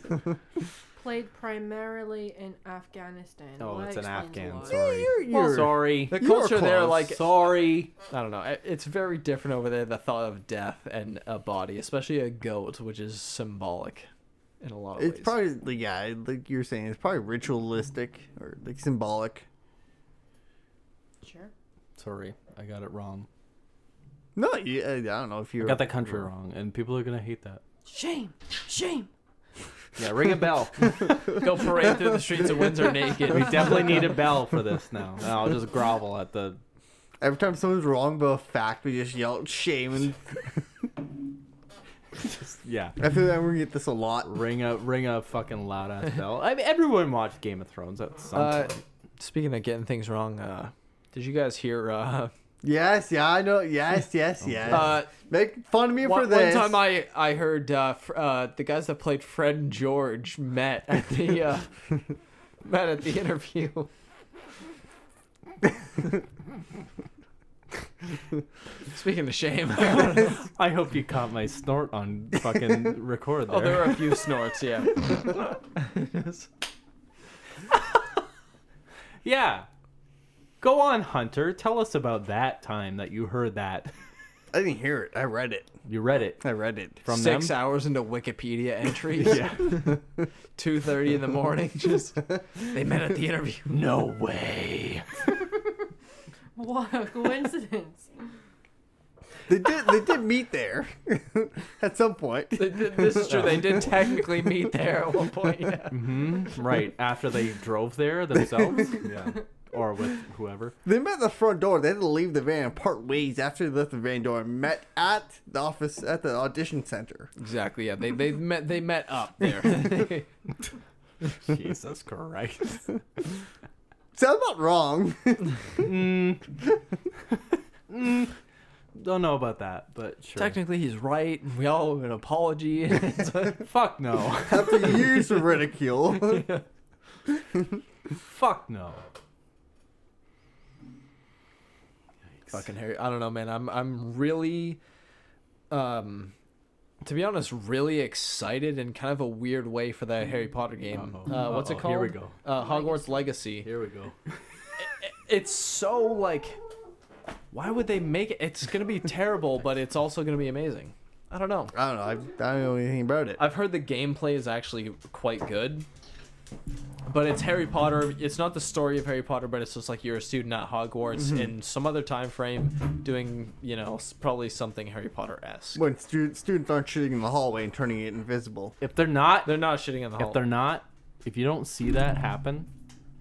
Speaker 4: Played primarily in Afghanistan.
Speaker 3: Oh,
Speaker 4: Well, that
Speaker 3: it's an
Speaker 4: explains a
Speaker 3: Afghan.
Speaker 4: lot.
Speaker 3: Sorry.
Speaker 1: you're-
Speaker 3: Sorry.
Speaker 2: The
Speaker 1: You were
Speaker 2: culture there,
Speaker 1: close.
Speaker 2: like
Speaker 3: Sorry.
Speaker 2: I don't know, I- it's very different over there. The thought of death and a body, especially a goat, which is symbolic in a lot of
Speaker 1: It's
Speaker 2: ways.
Speaker 1: probably yeah, like you're saying, it's probably ritualistic or like symbolic.
Speaker 4: Sure.
Speaker 3: Sorry, I got it wrong.
Speaker 1: No, you, uh, I don't know if
Speaker 3: I
Speaker 1: you're
Speaker 3: got the country wrong, and people are gonna hate that.
Speaker 4: Shame. Shame.
Speaker 3: Yeah, ring a
Speaker 2: [LAUGHS]
Speaker 3: bell.
Speaker 2: Go parade through the streets of Windsor naked. [LAUGHS]
Speaker 3: we definitely need a bell for this now. And I'll just grovel at the
Speaker 1: Every time someone's wrong about a fact, we just yell shame, and
Speaker 3: yeah.
Speaker 1: I feel like we're gonna get this a lot.
Speaker 3: Ring a ring a fucking loud ass bell. I mean, everyone watched Game of Thrones at some
Speaker 2: Uh,
Speaker 3: point.
Speaker 2: speaking of getting things wrong, uh, did you guys hear? Uh,
Speaker 1: Yes, yeah, I know.
Speaker 2: [LAUGHS]
Speaker 1: Yes, yes, yes.
Speaker 2: uh,
Speaker 1: Make fun of me for
Speaker 2: one, one
Speaker 1: this.
Speaker 2: time I I heard uh, fr- uh, the guys that played Fred and George met at the [LAUGHS] uh, met at the interview. [LAUGHS] Speaking of shame,
Speaker 3: [LAUGHS] I hope you caught my snort on
Speaker 2: [LAUGHS]
Speaker 3: fucking record there.
Speaker 2: [LAUGHS] oh, there were a few snorts. [LAUGHS] Yeah,
Speaker 3: [LAUGHS] Yeah. Go on, Hunter. Tell us about that time that you heard that.
Speaker 1: I didn't hear it. I read it.
Speaker 3: You read it
Speaker 1: I read it.
Speaker 3: from
Speaker 2: six
Speaker 3: them.
Speaker 2: hours into Wikipedia entries.
Speaker 3: [LAUGHS] Yeah.
Speaker 2: [LAUGHS] two thirty in the morning. [LAUGHS] Just they met at the interview.
Speaker 3: No way.
Speaker 4: What a [LAUGHS] coincidence.
Speaker 1: They did. They did meet there [LAUGHS] at some point.
Speaker 2: Th- th- This is true. They [LAUGHS] did technically meet there at one point. Yeah.
Speaker 3: hmm [LAUGHS] Right after they drove there themselves. [LAUGHS] yeah. Or with whoever.
Speaker 1: They met at the front door. They had to leave the van and part ways after they left the van door and met at the office at the audition center.
Speaker 2: Exactly. Yeah. They they met they met [LAUGHS] up there.
Speaker 3: Jesus [LAUGHS] Christ.
Speaker 1: So I'm not wrong. [LAUGHS]
Speaker 3: Mm. Mm. Don't know about that, but sure.
Speaker 2: Technically, he's right. and We all owe an apology. [LAUGHS] It's like,
Speaker 3: Fuck no.
Speaker 1: After years of
Speaker 2: [LAUGHS]
Speaker 1: ridicule.
Speaker 3: [LAUGHS] Fuck no.
Speaker 2: Fucking Harry. I don't know, man. I'm I'm really, um, to be honest, really excited in kind of a weird way for that Harry Potter game.
Speaker 3: Uh-oh.
Speaker 2: Uh, what's it
Speaker 3: Uh-oh.
Speaker 2: called?
Speaker 3: Here we go.
Speaker 2: Uh, Hogwarts Legacy.
Speaker 3: Here we go.
Speaker 2: it's so like why would they make it it's gonna be terrible but it's also gonna be amazing i don't know
Speaker 1: I don't know. I, I don't know anything about it.
Speaker 2: i've heard the gameplay is actually quite good but it's harry potter it's not the story of harry potter but it's just like you're a student at hogwarts
Speaker 3: Mm-hmm.
Speaker 2: in some other time frame doing you know s- probably something harry potter-esque
Speaker 1: When stu- students aren't shooting in the hallway and turning it invisible.
Speaker 3: If they're not,
Speaker 2: they're not shitting on the
Speaker 3: if they're
Speaker 2: hall
Speaker 3: not, if you don't see that happen,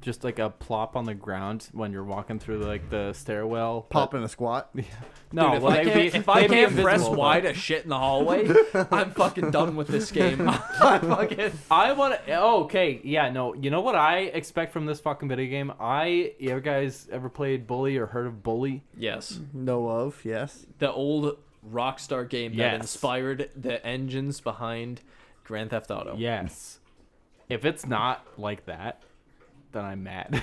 Speaker 3: just like a plop on the ground when you're walking through like the stairwell.
Speaker 1: Pop in a squat.
Speaker 3: No,
Speaker 2: Dude, if
Speaker 3: well,
Speaker 2: I
Speaker 3: they'd
Speaker 2: can't,
Speaker 3: be,
Speaker 2: if I
Speaker 3: they'd be
Speaker 2: can't press
Speaker 3: invisible, but-
Speaker 2: Y to shit in
Speaker 3: [LAUGHS]
Speaker 2: the hallway, I'm fucking done with this game. [LAUGHS] I fucking
Speaker 3: [LAUGHS] I want to. Oh, okay, yeah, no. You know what I expect from this fucking video game? I you guys ever played Bully or heard of Bully?
Speaker 2: yes,
Speaker 1: No of, yes.
Speaker 2: the old Rockstar game that
Speaker 3: Yes.
Speaker 2: inspired the engines behind Grand Theft Auto.
Speaker 3: Yes. If it's not like that, then I'm mad.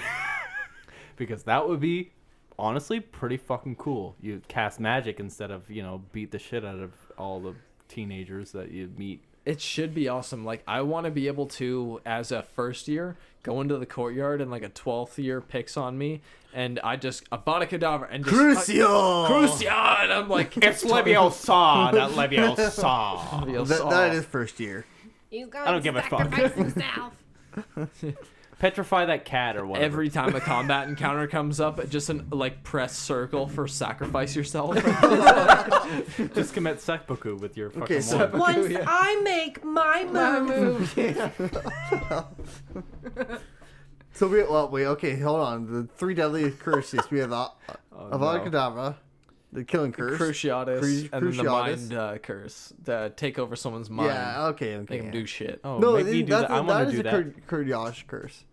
Speaker 3: [LAUGHS] because that would be honestly pretty fucking cool. You cast magic instead of, you know, beat the shit out of all the teenagers that you meet.
Speaker 2: It should be awesome. Like I want to be able to, as a first year, go into the courtyard and like a twelfth year picks on me, and I just Avada Kedavra and just [LAUGHS]
Speaker 1: Crucio!
Speaker 2: Crucio, and
Speaker 1: [LAUGHS]
Speaker 2: I'm like [LAUGHS]
Speaker 3: It's [LAUGHS] Leviosa, not Leviosa.
Speaker 1: [LAUGHS] That, that is first year.
Speaker 4: He's going
Speaker 3: I don't give a fuck.
Speaker 4: himself.
Speaker 3: Petrify that cat or whatever.
Speaker 2: Every time a combat encounter comes up, just an like press circle for
Speaker 1: [LAUGHS]
Speaker 2: sacrifice yourself. That's
Speaker 3: Just commit seppuku with your fucking
Speaker 1: Okay, so- [LAUGHS]
Speaker 3: wand.
Speaker 4: [LAUGHS] Once I make my move,
Speaker 1: So we well wait okay hold on the three deadly curses we have the Avada
Speaker 3: no.
Speaker 1: Kedavra, the killing curse.
Speaker 2: Cruciatus,
Speaker 1: Cru-
Speaker 2: and then
Speaker 1: Cruciatus.
Speaker 2: the mind uh, curse, the take over someone's mind,
Speaker 1: Yeah. Okay. Okay.
Speaker 2: make them do shit.
Speaker 3: Oh,
Speaker 1: No,
Speaker 3: make me do
Speaker 1: that's
Speaker 3: that.
Speaker 1: a,
Speaker 3: I want
Speaker 1: that
Speaker 3: to
Speaker 1: is
Speaker 3: do
Speaker 1: a
Speaker 3: that.
Speaker 1: Cur- Kurdish curse.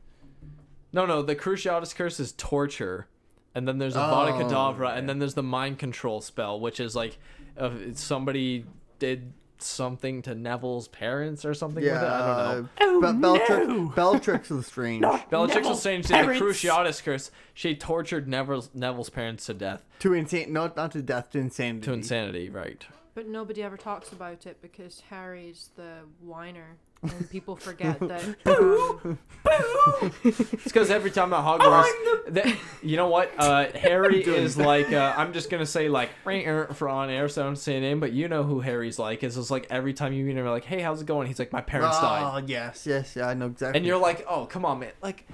Speaker 2: No, no, the Cruciatus curse is torture, and then there's Avada
Speaker 1: Oh,
Speaker 2: Kedavra, and then there's the mind control spell, which is like uh, somebody did something to Neville's parents or something with it. I don't know.
Speaker 1: Uh, Be- Bellatrix, Bellatrix is strange.
Speaker 2: Bellatrix
Speaker 3: Neville's
Speaker 2: Lestrange did the
Speaker 3: parents.
Speaker 2: Cruciatus curse. She tortured Neville's, Neville's parents to death,
Speaker 1: To insane, not not to death, to insanity.
Speaker 2: to insanity, right?
Speaker 4: [LAUGHS] but nobody ever talks about it because Harry's the whiner, and people forget that.
Speaker 3: [LAUGHS]
Speaker 4: [LAUGHS] um,
Speaker 2: It's because every time at Hogwarts,
Speaker 1: Oh,
Speaker 2: th- you know what?
Speaker 1: [LAUGHS]
Speaker 2: Uh, Harry is like, uh, I'm just going to say, like, "Ring, er," for on air, so I don't say a name, but you know who Harry's like. It's just like every time you meet him, you're like, hey, how's it going? He's like, my parents died.
Speaker 1: Oh yes, yes, yeah, I know exactly.
Speaker 2: And you're like, oh, come on, man. Like,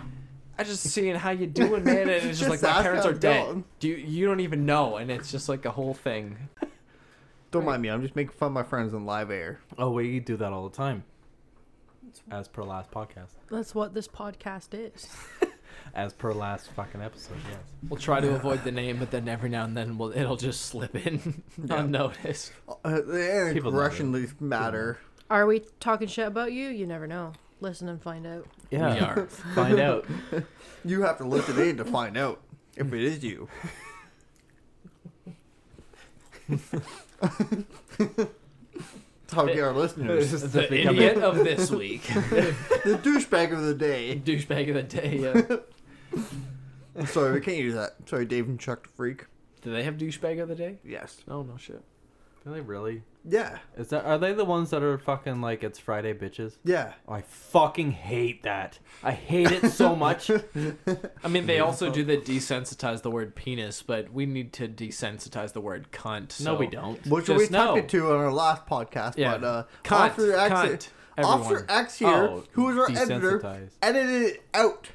Speaker 2: I just seeing how you doing, man. And it's just like,
Speaker 1: Just
Speaker 2: my
Speaker 1: ask
Speaker 2: parents
Speaker 1: how
Speaker 2: are
Speaker 1: it's
Speaker 2: dead.
Speaker 1: going.
Speaker 2: Do you, you don't even know. And it's just like a whole thing.
Speaker 1: don't mind me. I'm just making fun of my friends on live air.
Speaker 3: Oh, we do that all the time. As per last podcast.
Speaker 4: that's what this podcast is.
Speaker 3: As per last fucking episode, yes.
Speaker 2: We'll try to avoid the name, but then every now and then we'll, it'll just slip in [LAUGHS] unnoticed.
Speaker 1: Uh, the
Speaker 3: People love
Speaker 1: aggression leaves matter.
Speaker 4: Are we talking shit about you? You never know. Listen and find out.
Speaker 2: We are.
Speaker 3: Find out.
Speaker 1: [LAUGHS] You have to listen in to find out if it is you. That's how we get our listeners.
Speaker 2: [LAUGHS] The idiot of this week.
Speaker 1: the douchebag of the
Speaker 2: [LAUGHS]
Speaker 1: day.
Speaker 2: douchebag of the day. [LAUGHS] Yeah. Do
Speaker 1: Sorry, we can't use that. Sorry, Dave and Chuck the Freak.
Speaker 2: they have douchebag of the day?
Speaker 1: Yes.
Speaker 2: No, no shit.
Speaker 3: Are they really?
Speaker 1: Yeah.
Speaker 3: Is that are they the ones that are fucking like it's Friday bitches?
Speaker 1: Yeah.
Speaker 3: Oh, I fucking hate that. I hate it so
Speaker 1: [LAUGHS]
Speaker 3: much.
Speaker 2: I mean, they also do the desensitize the word penis, but we need to desensitize the word cunt. So.
Speaker 3: no, we don't.
Speaker 1: Which we
Speaker 2: Just no.
Speaker 1: attempted to on our last podcast,
Speaker 2: Yeah.
Speaker 1: but uh,
Speaker 2: Cunt,
Speaker 1: Officer X,
Speaker 2: cunt,
Speaker 1: Officer
Speaker 2: everyone.
Speaker 1: X here,
Speaker 3: Oh,
Speaker 1: who is our editor,
Speaker 3: desensitized.
Speaker 1: edited it out.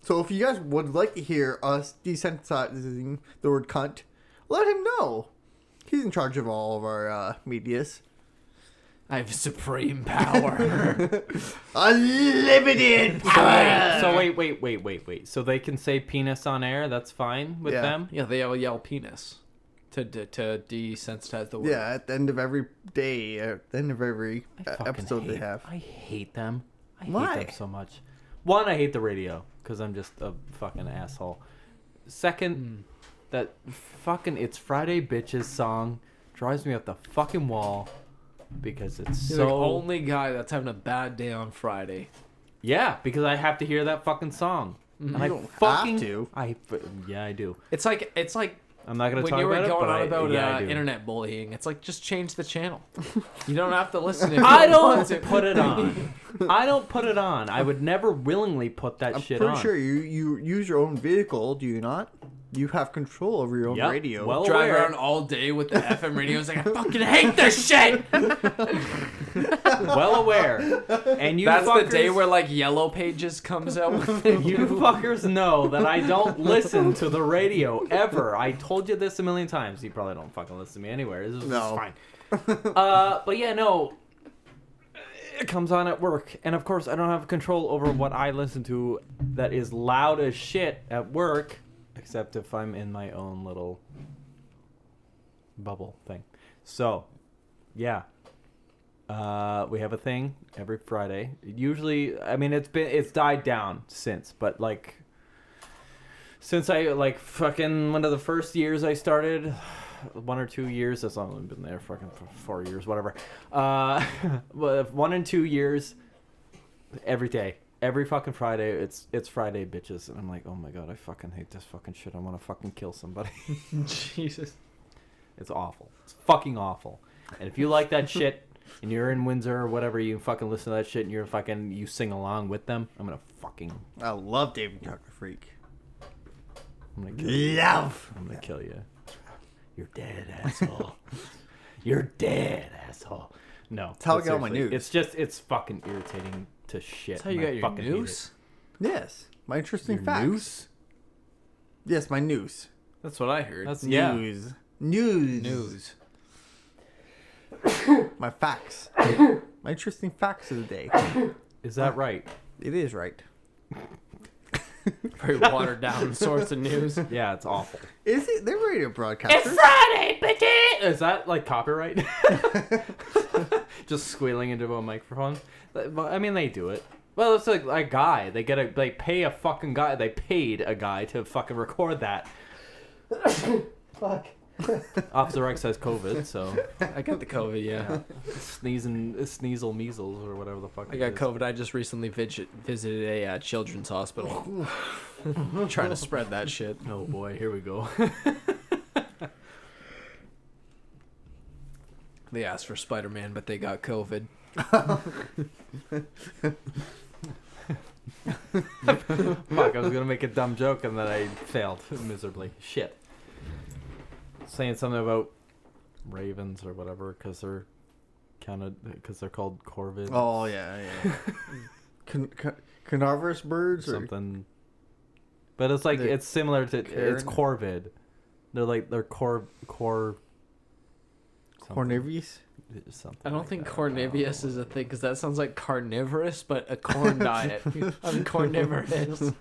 Speaker 1: So if you guys would like to hear us desensitizing the word cunt, let him know. He's in charge of all of our uh, medias.
Speaker 2: I have supreme power.
Speaker 3: [LAUGHS]
Speaker 1: Unlimited
Speaker 3: So
Speaker 1: power.
Speaker 3: wait, so wait, wait, wait, wait, wait. So they can say penis on air. That's fine with
Speaker 1: Yeah.
Speaker 3: them.
Speaker 2: yeah, they all yell penis to to, to desensitize the word.
Speaker 1: Yeah, at the end of every day, at the end of every uh,
Speaker 3: Fucking
Speaker 1: episode they
Speaker 3: hate-
Speaker 1: have.
Speaker 3: I hate them. I
Speaker 1: Why?
Speaker 3: hate them so much. One, I hate the radio because I'm just a fucking asshole. Second,
Speaker 2: Hmm.
Speaker 3: that fucking it's Friday bitches song drives me up the fucking wall because it's
Speaker 2: You're the
Speaker 3: so
Speaker 2: only guy that's having a bad day on Friday.
Speaker 3: yeah because I have to hear that fucking song.
Speaker 2: Mm-hmm.
Speaker 3: And I
Speaker 1: don't have
Speaker 3: fucking
Speaker 1: to.
Speaker 3: I f- yeah I do.
Speaker 2: It's like it's like
Speaker 3: I'm not gonna
Speaker 2: when
Speaker 3: talk
Speaker 2: you were
Speaker 3: about
Speaker 2: going on
Speaker 3: it. but
Speaker 2: about
Speaker 3: I, yeah,
Speaker 2: uh,
Speaker 3: I do.
Speaker 2: internet bullying. It's like just change the channel. you don't have to listen. If
Speaker 3: I
Speaker 2: [LAUGHS] you want to.
Speaker 3: don't put it
Speaker 2: [LAUGHS]
Speaker 3: on. I don't put it on. I would never willingly put that
Speaker 1: I'm
Speaker 3: shit
Speaker 1: pretty
Speaker 3: on.
Speaker 1: sure you, you use your own vehicle, do you not? You have control over your own
Speaker 3: Yep,
Speaker 1: radio.
Speaker 3: well-
Speaker 2: drive
Speaker 3: aware.
Speaker 2: around all day with the FM radio. It's like, I fucking hate this
Speaker 3: [LAUGHS]
Speaker 2: shit.
Speaker 3: Well aware. And you
Speaker 2: That's the
Speaker 3: fuckers-
Speaker 2: day where like Yellow Pages comes out. With it.
Speaker 3: [LAUGHS] You fuckers know that I don't listen to the radio ever. I told you this a million times. You probably [LAUGHS] don't fucking listen to me anywhere. This is this is
Speaker 1: No.
Speaker 3: fine. Uh, but yeah, no. it comes on at work, and of course I don't have control over what I listen to that is loud as shit at work, except if I'm in my own little bubble thing. So, yeah. Uh, we have a thing every Friday. Usually, I mean, it's been it's died down since, but like since I like fucking one of the first years I started, one or two years. That's only been there fucking for four years, whatever. Uh, [LAUGHS] well, if one and two years, every day, every fucking Friday. It's it's Friday, bitches, and I'm like, oh my god, I fucking hate this fucking shit. I want to fucking kill somebody. [LAUGHS]
Speaker 2: Jesus.
Speaker 3: It's awful. It's fucking awful. And if you like that shit and you're in Windsor or whatever, you fucking listen to that shit and you're fucking you sing along with them. I'm gonna fucking
Speaker 1: I love David Tucker Freak.
Speaker 3: I'm gonna kill you.
Speaker 1: Love.
Speaker 3: I'm gonna kill you. You're dead, asshole. [LAUGHS] you're dead, asshole. No.
Speaker 1: That's how I
Speaker 3: but
Speaker 1: get all my
Speaker 3: seriously,
Speaker 1: news.
Speaker 3: It's just it's fucking irritating to shit.
Speaker 2: That's how you
Speaker 3: and I
Speaker 2: got your
Speaker 3: fucking hate it.
Speaker 2: news?
Speaker 1: Yes. My interesting
Speaker 3: Your
Speaker 1: facts.
Speaker 3: news?
Speaker 1: Yes, my news.
Speaker 2: That's what I heard.
Speaker 3: That's yeah.
Speaker 1: News. News.
Speaker 2: news.
Speaker 1: [COUGHS] My facts. my interesting facts of the day.
Speaker 3: Is that right?
Speaker 1: It is right.
Speaker 2: Very
Speaker 3: [LAUGHS]
Speaker 2: watered down source of news.
Speaker 3: Yeah, it's awful.
Speaker 1: Is it? They're radio broadcasters.
Speaker 3: Friday, bitch. [LAUGHS] Is that like copyright? [LAUGHS] Just squealing into a microphone. But- but, I mean, they do it. Well, it's like a guy. They get a. They pay a fucking guy. They paid a guy to fucking record that. Fuck. Officer Rex has COVID, so
Speaker 2: I got the COVID, yeah.
Speaker 3: sneezing, sneasel measles or whatever the fuck.
Speaker 2: I
Speaker 3: it
Speaker 2: got
Speaker 3: is.
Speaker 2: COVID. I just recently vid- visited a uh,
Speaker 3: [LAUGHS]
Speaker 2: children's hospital. Trying to spread that shit.
Speaker 3: Oh boy, here we go.
Speaker 2: [LAUGHS] They asked for Spider Man, but they got COVID.
Speaker 3: [LAUGHS] Fuck, I was gonna make a dumb joke and then I failed [LAUGHS] miserably. Shit. Saying something about ravens or whatever because they're counted because they're called corvids.
Speaker 1: Oh yeah, yeah. Can, can, carnivorous birds or
Speaker 3: something. But it's like
Speaker 1: They're
Speaker 3: it's similar to it's corvid. They're like they're cor cor. something-
Speaker 1: cornivorous?
Speaker 3: Something
Speaker 2: I don't
Speaker 3: like
Speaker 2: think
Speaker 3: that.
Speaker 2: cornivorous is a thing because that sounds like carnivorous, but
Speaker 3: [LAUGHS]
Speaker 2: a corn diet. I'm cornivorous.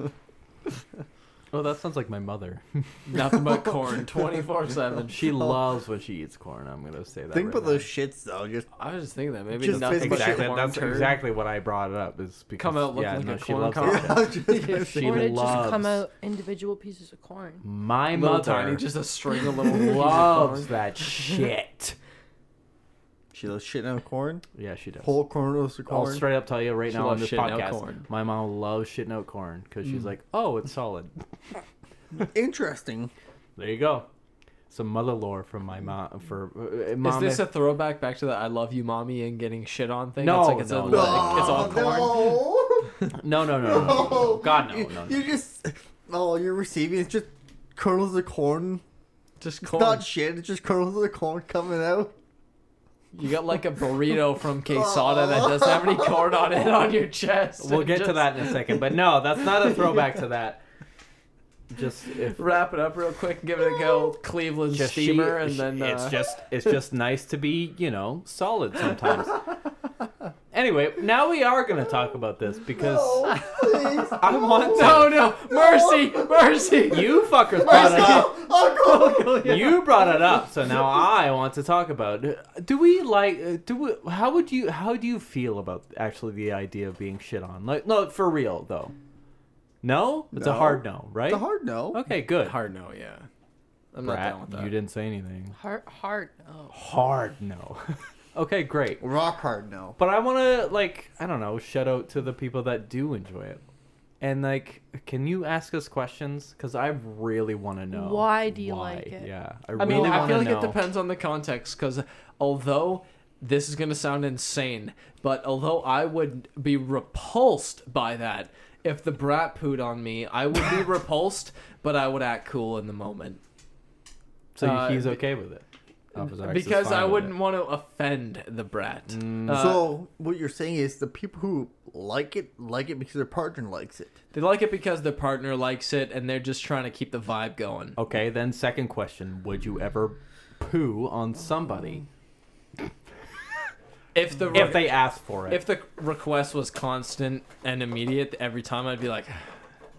Speaker 3: Oh, that sounds like my mother.
Speaker 2: Nothing but corn 24
Speaker 1: [LAUGHS]
Speaker 2: 7.
Speaker 3: She loves when she eats corn. I'm gonna say that.
Speaker 1: Oh. Think
Speaker 3: right
Speaker 1: about
Speaker 3: now.
Speaker 1: those shits though. Just
Speaker 2: I was just thinking that maybe
Speaker 1: Just
Speaker 2: nothing but
Speaker 1: basically-
Speaker 3: Exactly.
Speaker 2: corn
Speaker 3: That's
Speaker 2: turd.
Speaker 3: exactly what I brought it up. Is because
Speaker 2: Come out looking
Speaker 3: yeah,
Speaker 2: like
Speaker 3: no,
Speaker 2: a
Speaker 3: she
Speaker 2: corn
Speaker 3: loves
Speaker 2: cob.
Speaker 3: that
Speaker 1: [LAUGHS]
Speaker 3: shit.
Speaker 1: I was just gonna say-
Speaker 3: [LAUGHS] She
Speaker 4: or did just come
Speaker 3: loves-
Speaker 4: out individual pieces of corn.
Speaker 3: My
Speaker 2: little
Speaker 3: mother
Speaker 2: tiny, [LAUGHS] just a string
Speaker 3: [LAUGHS]
Speaker 2: of little pieces of corn.
Speaker 3: loves that shit.
Speaker 1: she loves shitting on corn.
Speaker 3: Yeah, she does.
Speaker 1: Whole corn roasted
Speaker 3: I'll
Speaker 1: corn.
Speaker 3: straight up tell you right
Speaker 2: She
Speaker 3: now on
Speaker 2: loves
Speaker 3: this
Speaker 2: shitting out
Speaker 3: podcast,
Speaker 2: corn.
Speaker 3: my mom loves shitting out corn because she's like, "Oh, it's solid."
Speaker 1: Interesting.
Speaker 3: There you go. Some mother lore from my mom. For uh, mom,
Speaker 2: Is this a throwback back to the "I love you, mommy" and getting shit on thing?
Speaker 3: No,
Speaker 2: it's like it's,
Speaker 3: no,
Speaker 2: a,
Speaker 3: no.
Speaker 2: like, it's all
Speaker 1: Oh,
Speaker 2: corn.
Speaker 1: No.
Speaker 3: no, no, no, no, no, no. God, [LAUGHS] no, no,
Speaker 1: You
Speaker 3: no.
Speaker 1: you just oh, you're receiving it's just kernels of corn.
Speaker 2: Just
Speaker 1: It's
Speaker 2: corn.
Speaker 1: not shit. It's just kernels of corn coming out.
Speaker 2: You got like a burrito
Speaker 3: [LAUGHS]
Speaker 2: from Quesada that doesn't have any corn on it on your chest.
Speaker 3: We'll
Speaker 2: and
Speaker 3: get to
Speaker 2: just
Speaker 3: that in a second, but no, that's not a throwback to that. Just if
Speaker 2: Wrap it up real quick and give it a go. Cleveland
Speaker 3: just she-
Speaker 2: steamer, and
Speaker 3: she-
Speaker 2: then uh,
Speaker 3: it's just it's [LAUGHS] just nice to be you know solid sometimes. anyway, now we are gonna talk about this because
Speaker 1: Oh, [LAUGHS]
Speaker 3: [LAUGHS]
Speaker 1: please.
Speaker 3: I want to.
Speaker 2: no, no, mercy, mercy.
Speaker 3: You fuckers brought it up.
Speaker 1: Oh,
Speaker 3: [LAUGHS]
Speaker 1: God.
Speaker 3: You brought it up, so now I want to talk about. Do we like? uh, Do we, how would you? How do you feel about actually the idea of being shit on? Like, no, for real though. No, it's a
Speaker 1: No.
Speaker 3: hard no, right?
Speaker 1: It's a hard no.
Speaker 3: Okay, good.
Speaker 2: Hard no, yeah. I'm not
Speaker 3: Brat,
Speaker 2: down with that.
Speaker 3: you didn't say anything.
Speaker 4: Hard, hard. Oh.
Speaker 3: Hard no. [LAUGHS] okay, great.
Speaker 1: Rock hard no.
Speaker 3: But I want to like I don't know shout out to the people that do enjoy it, and like can you ask us questions? Because I really want to know
Speaker 4: Why do you like it?
Speaker 3: Yeah,
Speaker 2: I mean,
Speaker 3: really
Speaker 2: I
Speaker 3: wanna
Speaker 2: feel like
Speaker 3: know.
Speaker 2: it depends on the context because although this is going to sound insane, but although I would be repulsed by that, if the brat pooed on me, I would
Speaker 3: [LAUGHS]
Speaker 2: be repulsed, but I would act cool in the moment.
Speaker 3: So
Speaker 2: Uh,
Speaker 3: he's okay with it. Officer X is
Speaker 2: because
Speaker 3: fine Mm.
Speaker 2: I
Speaker 3: with
Speaker 2: wouldn't
Speaker 3: it.
Speaker 2: want to offend the brat. Uh,
Speaker 1: so what you're saying is the people who like it like it because their partner likes it.
Speaker 2: they like it because their partner likes it and they're just trying to keep the vibe going.
Speaker 3: Okay, then second question: Would you ever poo on somebody?
Speaker 2: if the
Speaker 3: if they ask for it.
Speaker 2: if the request was constant and immediate every time, I'd be like,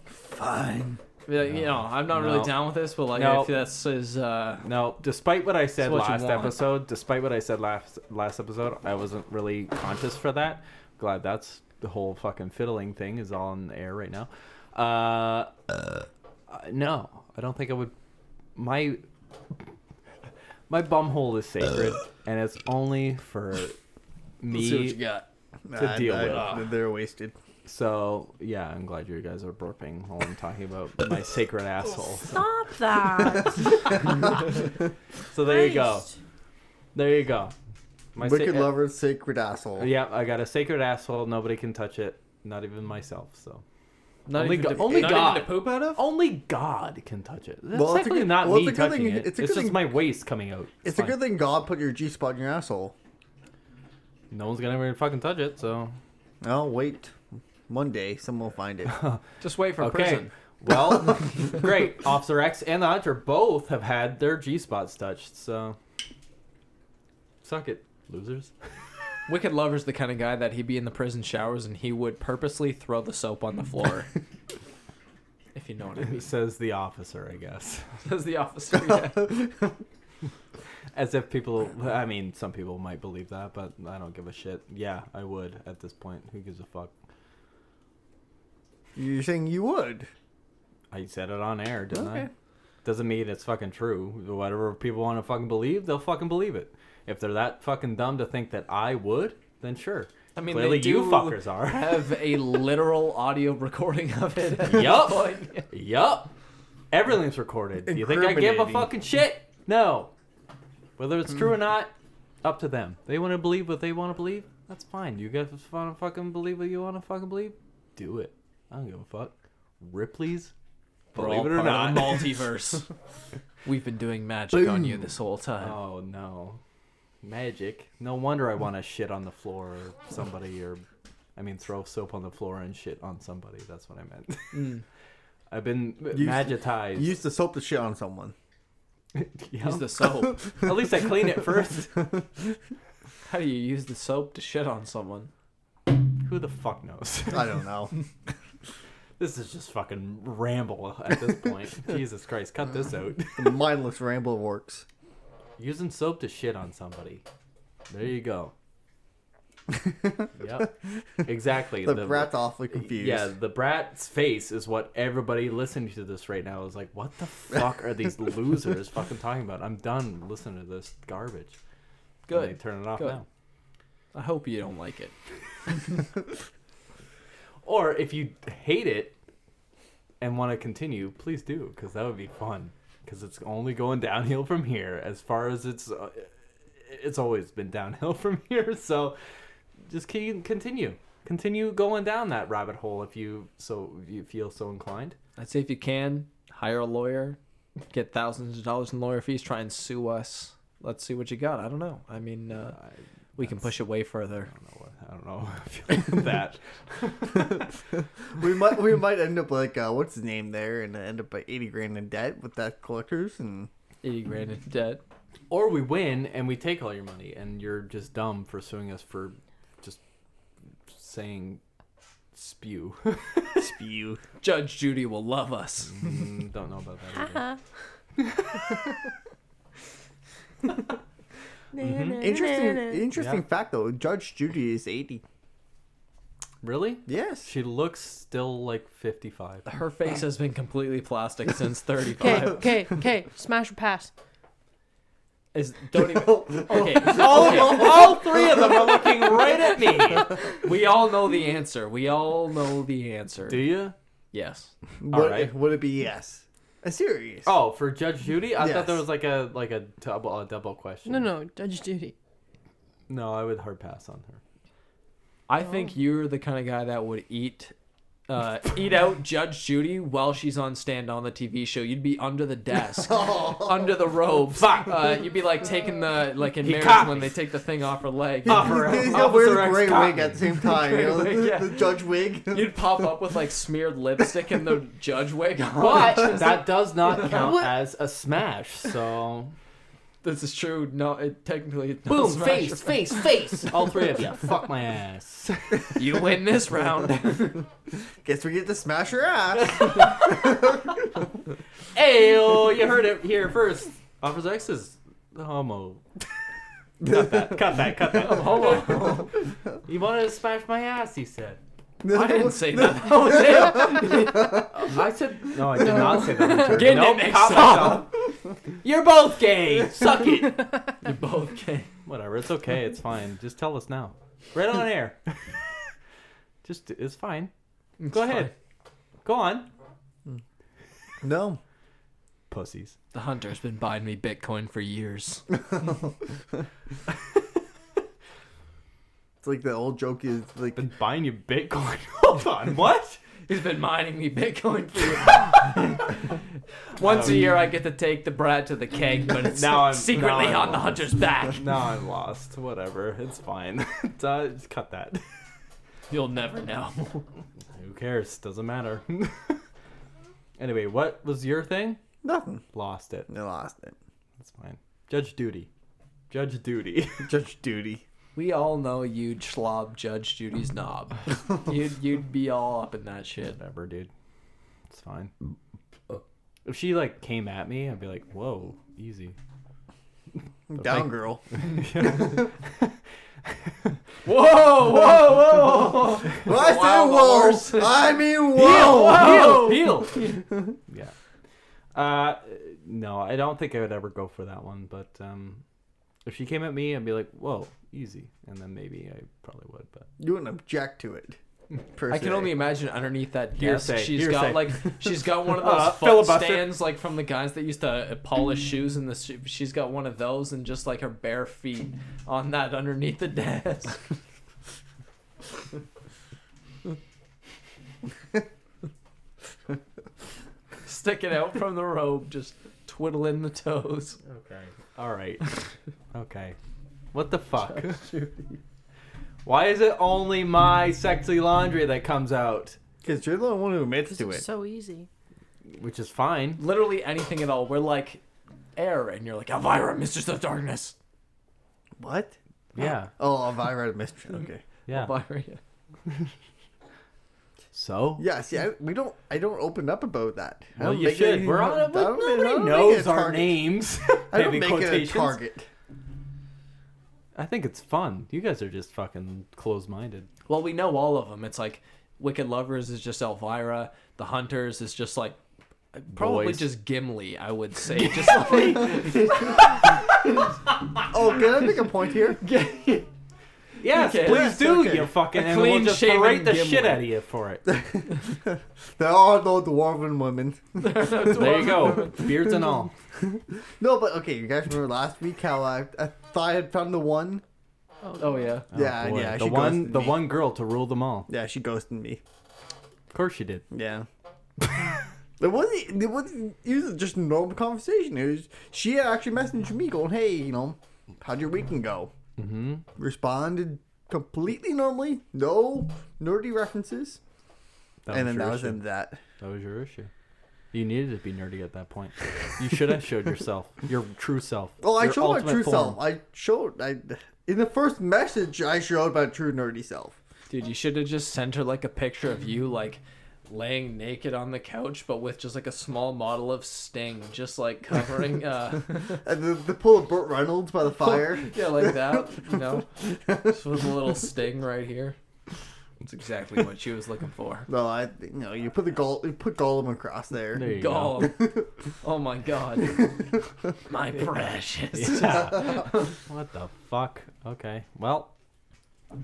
Speaker 1: Fine.
Speaker 2: be like, you know, I'm not
Speaker 3: No.
Speaker 2: really down with this, but like,
Speaker 3: No.
Speaker 2: if this is uh,
Speaker 3: no, despite what I said
Speaker 2: It's what you
Speaker 3: last
Speaker 2: want.
Speaker 3: episode, despite what I said last last episode, I wasn't really conscious for that. Glad that's the whole fucking fiddling thing is all in the air right now. Uh, uh, no, I don't think I would. My my bumhole is sacred, and it's only for
Speaker 2: let's see what you
Speaker 3: me.
Speaker 2: got.
Speaker 3: To deal with. Ah.
Speaker 1: They're wasted.
Speaker 3: So yeah, I'm glad you guys are burping while I'm talking about
Speaker 2: [LAUGHS]
Speaker 3: my sacred asshole. [LAUGHS]
Speaker 4: Stop that.
Speaker 3: So there you go. There you go. My
Speaker 1: Wicked
Speaker 3: sa-
Speaker 1: lover, sacred asshole.
Speaker 3: uh, Yeah, I got a sacred asshole. Nobody can touch it. Not even myself. So
Speaker 2: Not
Speaker 3: Only
Speaker 2: even
Speaker 3: go-
Speaker 2: to-
Speaker 3: only
Speaker 2: not
Speaker 3: God.
Speaker 2: even to poop out of.
Speaker 3: only God can touch it. That's
Speaker 1: Well, it's a
Speaker 3: technically
Speaker 1: good-
Speaker 3: not
Speaker 1: well, it's
Speaker 3: me
Speaker 1: a good
Speaker 3: touching
Speaker 1: thing-
Speaker 3: it.
Speaker 1: it's
Speaker 3: It's,
Speaker 1: a good
Speaker 3: just
Speaker 1: thing-
Speaker 3: my waste coming out.
Speaker 1: It's a
Speaker 3: fine.
Speaker 1: good thing God put your G spot in your asshole.
Speaker 3: No one's gonna ever fucking touch it. So
Speaker 1: Oh wait, one day someone will find
Speaker 3: [LAUGHS]
Speaker 1: it.
Speaker 2: Just wait for
Speaker 3: okay.
Speaker 2: prison.
Speaker 3: [LAUGHS] Well, great. Officer X and the Hunter both have had their G spots touched. So suck it, losers. [LAUGHS]
Speaker 2: Wicked Lover's the kind of guy that he'd be in the prison showers and he would purposely throw the soap on the [LAUGHS] floor. if you know what I [LAUGHS] mean.
Speaker 3: Says the officer, I guess. [LAUGHS]
Speaker 2: Says the officer. yeah. [LAUGHS]
Speaker 3: As if people, I mean, some people might believe that, but I don't give a shit. Yeah, I would at this point. Who gives a fuck?
Speaker 1: You're saying you would.
Speaker 3: I said it on air, didn't I?
Speaker 1: Okay.
Speaker 3: Doesn't mean it's fucking true. Whatever people want to fucking believe, they'll fucking believe it. If they're that fucking dumb to think that I would, then sure.
Speaker 2: I mean,
Speaker 3: Clearly
Speaker 2: they do
Speaker 3: you fuckers are. [LAUGHS]
Speaker 2: have a literal audio recording of [LAUGHS] it.
Speaker 3: yup. yup. Everything's recorded. Do you think I give a
Speaker 1: Incriminating.
Speaker 3: fucking shit? No. Whether it's
Speaker 2: Hmm.
Speaker 3: true or not, up to them. They want to believe what they want to believe. That's fine. You guys want to fucking believe what you want to fucking believe? Do it. I don't give a fuck. Ripley's.
Speaker 2: We're
Speaker 3: Believe
Speaker 2: all
Speaker 3: it or
Speaker 2: part of the
Speaker 3: not.
Speaker 2: multiverse. [LAUGHS] We've been doing magic on you this whole time.
Speaker 3: Oh no. Magic. No wonder I want to shit on the floor or somebody or I mean throw soap on the floor and shit on somebody. That's what I meant.
Speaker 2: Mm.
Speaker 3: [LAUGHS] I've been magitized.
Speaker 1: You
Speaker 3: [LAUGHS]
Speaker 1: used the soap to shit on someone.
Speaker 3: Yeah.
Speaker 2: Use the [LAUGHS] soap.
Speaker 3: At least I clean
Speaker 2: [LAUGHS]
Speaker 3: it first.
Speaker 2: How do you use the soap to shit on someone?
Speaker 3: Who the fuck knows? [LAUGHS]
Speaker 1: I don't know.
Speaker 3: This is just fucking ramble at this
Speaker 2: [LAUGHS]
Speaker 3: point. Jesus Christ, cut this out. [LAUGHS]
Speaker 1: the mindless ramble works.
Speaker 3: Using soap to shit on somebody. There you
Speaker 2: [LAUGHS]
Speaker 3: go. yep. Exactly.
Speaker 1: The, brat's awfully confused.
Speaker 3: Yeah, the brat's face is what everybody listening to this right now is like, what the fuck are
Speaker 2: [LAUGHS]
Speaker 3: these losers fucking talking about? I'm done listening to this garbage. And
Speaker 2: Good.
Speaker 3: they turn it off
Speaker 2: Good.
Speaker 3: now.
Speaker 2: I hope you don't like it.
Speaker 3: Or if you hate it and want to continue, please do, because that would be fun. Because it's only going downhill from here as far as it's. Uh, it's always been downhill [LAUGHS] from here, so just keep, continue. Continue going down that rabbit hole if you so if you feel so inclined.
Speaker 2: I'd say if you can, hire a lawyer, get thousands of dollars in lawyer fees, try and sue us. Let's see what you got. I don't know. I mean, uh,
Speaker 3: I-
Speaker 2: we can push it way further.
Speaker 3: I don't know. [LAUGHS] what- I don't know. I feel like that.
Speaker 1: we might we might end up like uh, what's his name there, and end up at eighty grand in debt with that collectors and
Speaker 2: 80 grand [LAUGHS] in debt.
Speaker 3: [LAUGHS] Or we win and we take all your money, and you're just dumb for suing us for just saying spew. [LAUGHS]
Speaker 1: spew.
Speaker 2: Judge Judy will love us.
Speaker 3: Mm, Don't know about that. Either. [LAUGHS] Mm-hmm.
Speaker 4: [LAUGHS]
Speaker 1: Interesting interesting
Speaker 3: Yeah.
Speaker 1: fact though. Judge Judy is eighty.
Speaker 3: Really?
Speaker 1: Yes.
Speaker 3: She looks still like 55.
Speaker 2: Her face has been completely plastic [LAUGHS] since 35.
Speaker 4: Okay, okay, okay. Smash or pass.
Speaker 2: Is,
Speaker 3: [LAUGHS]
Speaker 2: don't even. Okay.
Speaker 3: All, all three of them are looking right at me.
Speaker 2: We all know the answer. We all know the answer.
Speaker 3: Do you?
Speaker 2: Yes.
Speaker 1: [LAUGHS] Would,
Speaker 3: right.
Speaker 1: would it be yes? A serious.
Speaker 3: Oh, for Judge Judy? I thought there
Speaker 1: Yes.
Speaker 3: was like a like a double a double question.
Speaker 4: No, no, Judge Judy.
Speaker 3: No, I would hard pass on her. [LAUGHS]
Speaker 2: I think you're the kind of guy that would eat [LAUGHS] uh, eat out Judge Judy while she's on stand on the TV show. You'd be under the [LAUGHS] desk,
Speaker 3: Oh.
Speaker 1: [LAUGHS]
Speaker 2: under the robe. Uh, you'd be like taking the like in
Speaker 3: He
Speaker 2: marriage
Speaker 3: caught
Speaker 2: when
Speaker 3: me.
Speaker 2: they take the thing [LAUGHS] off her leg.
Speaker 3: Offer
Speaker 1: He's
Speaker 3: him.
Speaker 1: gonna wear
Speaker 3: Officer
Speaker 1: the
Speaker 3: X
Speaker 1: gray
Speaker 3: caught
Speaker 1: wig
Speaker 3: me.
Speaker 1: at the same time. You know,
Speaker 2: Gray wig,
Speaker 1: the, [LAUGHS]
Speaker 2: yeah.
Speaker 1: the judge wig. [LAUGHS]
Speaker 2: You'd pop up with like smeared lipstick and the judge wig on.
Speaker 3: [LAUGHS] But that does not count as a smash, so
Speaker 2: This is true. No, it technically it's not
Speaker 3: Boom!
Speaker 2: Smash
Speaker 3: Face,
Speaker 2: Bros.
Speaker 3: face,
Speaker 4: [LAUGHS]
Speaker 3: face! All three of you. Fuck my ass. [LAUGHS]
Speaker 2: You win this [LAUGHS] round.
Speaker 1: Guess we get to smash her
Speaker 3: [LAUGHS]
Speaker 1: ass.
Speaker 3: Ayo! You heard it here first. Officer X is homo. cut that! Cut that! Cut that! I'm [LAUGHS] homo. you wanted to smash my ass? He said.
Speaker 1: [LAUGHS]
Speaker 2: I didn't say that.
Speaker 3: [LAUGHS] Oh, damn. I said no. I did not say [LAUGHS] that.
Speaker 2: Getting
Speaker 3: Nope,
Speaker 2: it mixed
Speaker 3: caught
Speaker 2: up.
Speaker 3: myself. You're both gay. Suck it. You're
Speaker 2: [LAUGHS]
Speaker 3: both gay. [LAUGHS] Whatever. It's okay. It's fine. Just tell us now. Right on [LAUGHS] air. Just it's fine. Go ahead. Go on.
Speaker 1: no.
Speaker 3: Pussies.
Speaker 2: The hunter's been buying me Bitcoin for years.
Speaker 1: It's like the old joke is like
Speaker 3: Been buying you Bitcoin. [LAUGHS] Hold on. What?
Speaker 2: He's been mining me Bitcoin for years.
Speaker 3: [LAUGHS]
Speaker 2: Once a year, I get to take the brat to the keg, but it's
Speaker 3: Um, Now I'm-
Speaker 2: secretly
Speaker 3: now I'm
Speaker 2: on the
Speaker 3: lost. [LAUGHS]
Speaker 2: hunter's back.
Speaker 3: No, I'm lost. Whatever. It's fine. [LAUGHS] Duh, just cut that. [LAUGHS]
Speaker 2: You'll never know.
Speaker 3: Who cares? Doesn't matter. [LAUGHS] anyway, what was your thing?
Speaker 1: nothing.
Speaker 3: Lost it.
Speaker 1: They lost it.
Speaker 3: That's fine. Judge Duty. Judge Duty. [LAUGHS]
Speaker 1: Judge Duty.
Speaker 2: We all know you'd schlob Judge Judy's
Speaker 3: [LAUGHS]
Speaker 2: knob. You'd you'd be all up in that shit.
Speaker 3: Whatever, dude. It's fine. If she like came at me, I'd be like, "Whoa, easy."
Speaker 1: Down girl.
Speaker 2: Whoa,
Speaker 3: [LAUGHS]
Speaker 2: whoa, whoa!
Speaker 1: Well, I
Speaker 2: Wow,
Speaker 1: say
Speaker 2: the
Speaker 1: whoa. [LAUGHS] I mean whoa.
Speaker 3: Heel, heel. [LAUGHS] yeah. Uh, no, I don't think I would ever go for that one. But um, if she came at me, I'd be like, "Whoa, easy," and then maybe I probably would. But
Speaker 1: You wouldn't object to it. [LAUGHS] per
Speaker 2: I can
Speaker 1: se.
Speaker 2: only imagine underneath that desk
Speaker 3: Hearsay,
Speaker 2: she's
Speaker 3: hearsay.
Speaker 2: got like she's got
Speaker 3: [LAUGHS]
Speaker 2: one of those
Speaker 3: Uh,
Speaker 2: foot
Speaker 3: filibuster.
Speaker 2: stands like from the guys that used to
Speaker 3: [CLEARS THROAT]
Speaker 2: polish shoes and the sh- she's got one of those and just like her bare feet on that underneath the desk. Sticking out from the robe, just twiddling the toes.
Speaker 3: Okay. All right. [LAUGHS] okay. What the [LAUGHS] fuck? Why is it only my sexy laundry that comes out?
Speaker 1: Because you're the one who admits to it.
Speaker 4: so easy.
Speaker 3: Which is fine.
Speaker 2: Literally anything at all. We're like air, and you're like Elvira, Mistress of Darkness.
Speaker 1: What?
Speaker 3: Yeah.
Speaker 1: Oh, Elvira
Speaker 3: [LAUGHS]
Speaker 1: Mistress. Okay.
Speaker 3: Yeah.
Speaker 2: Elvira.
Speaker 3: So?
Speaker 1: Yeah, see, I, we don't. I don't open up about that. I
Speaker 3: Well,
Speaker 1: don't
Speaker 3: you
Speaker 1: make
Speaker 3: should.
Speaker 1: it-
Speaker 3: We're on
Speaker 1: I
Speaker 3: it.
Speaker 1: don't- I
Speaker 3: Nobody
Speaker 1: don't make it
Speaker 3: knows
Speaker 1: a
Speaker 3: our
Speaker 1: target.
Speaker 3: names.
Speaker 1: I don't
Speaker 3: [LAUGHS] Maybe
Speaker 1: make it a
Speaker 3: quotations.
Speaker 1: target.
Speaker 3: I think it's fun. You guys are just fucking closed [LAUGHS] minded.
Speaker 2: Well, we know all of them. It's like Wicked Lovers is just Elvira. The Hunters is just like probably
Speaker 3: Boys.
Speaker 2: just Gimli. I [LAUGHS] would say just [LAUGHS] like
Speaker 1: Oh, can I make a point
Speaker 3: [LAUGHS]
Speaker 1: here?
Speaker 3: Yes,
Speaker 2: Okay.
Speaker 3: please
Speaker 1: Yes,
Speaker 3: do,
Speaker 1: okay.
Speaker 3: you fucking.
Speaker 2: A
Speaker 3: And we'll just
Speaker 2: clean-shaven
Speaker 3: berate the
Speaker 2: Gimli.
Speaker 3: shit out of you for it.
Speaker 1: There are no oh, dwarven women.
Speaker 3: there you [LAUGHS] go. Beards and all.
Speaker 1: [LAUGHS] No, but okay, you guys remember last week how I, I thought I had found the one?
Speaker 2: oh yeah.
Speaker 1: [LAUGHS] yeah,
Speaker 3: Boy,
Speaker 1: yeah.
Speaker 3: The
Speaker 1: she
Speaker 3: one,
Speaker 1: ghosted
Speaker 3: the
Speaker 1: me.
Speaker 3: one girl to rule them all.
Speaker 1: Yeah, she ghosted me.
Speaker 3: Of course you did.
Speaker 1: [LAUGHS] Yeah. it wasn't. It wasn't. It was just a normal conversation. It was. She had actually messaged me going, "Hey, you know, how'd your weekend go?" Mm-hmm. Responded completely normally. No nerdy references.
Speaker 3: That
Speaker 1: and then
Speaker 3: your
Speaker 1: that was
Speaker 3: issue.
Speaker 1: the end of that.
Speaker 3: That was your issue. You needed to be nerdy at
Speaker 1: [LAUGHS]
Speaker 3: that point. You should have showed yourself, your true self.
Speaker 1: Well, I
Speaker 3: your
Speaker 1: showed my
Speaker 3: ultimate
Speaker 1: true
Speaker 3: form.
Speaker 1: self. I showed. I in the first message I showed my true nerdy self.
Speaker 2: Dude, you should have just sent her like a picture of you like laying naked on the couch, but with just like a small model of Sting, just [LAUGHS] like covering. uh
Speaker 1: And the, the pull of Burt Reynolds by the fire.
Speaker 2: Yeah, like that. You know, just with a little Sting right here. That's exactly what she was looking for.
Speaker 1: no, I. No, you put the goal. You put Golem across there.
Speaker 3: There you go.
Speaker 2: Gollum. Oh my [LAUGHS] god. My
Speaker 3: [LAUGHS]
Speaker 2: precious.
Speaker 3: Yeah. what the fuck? Okay. Well,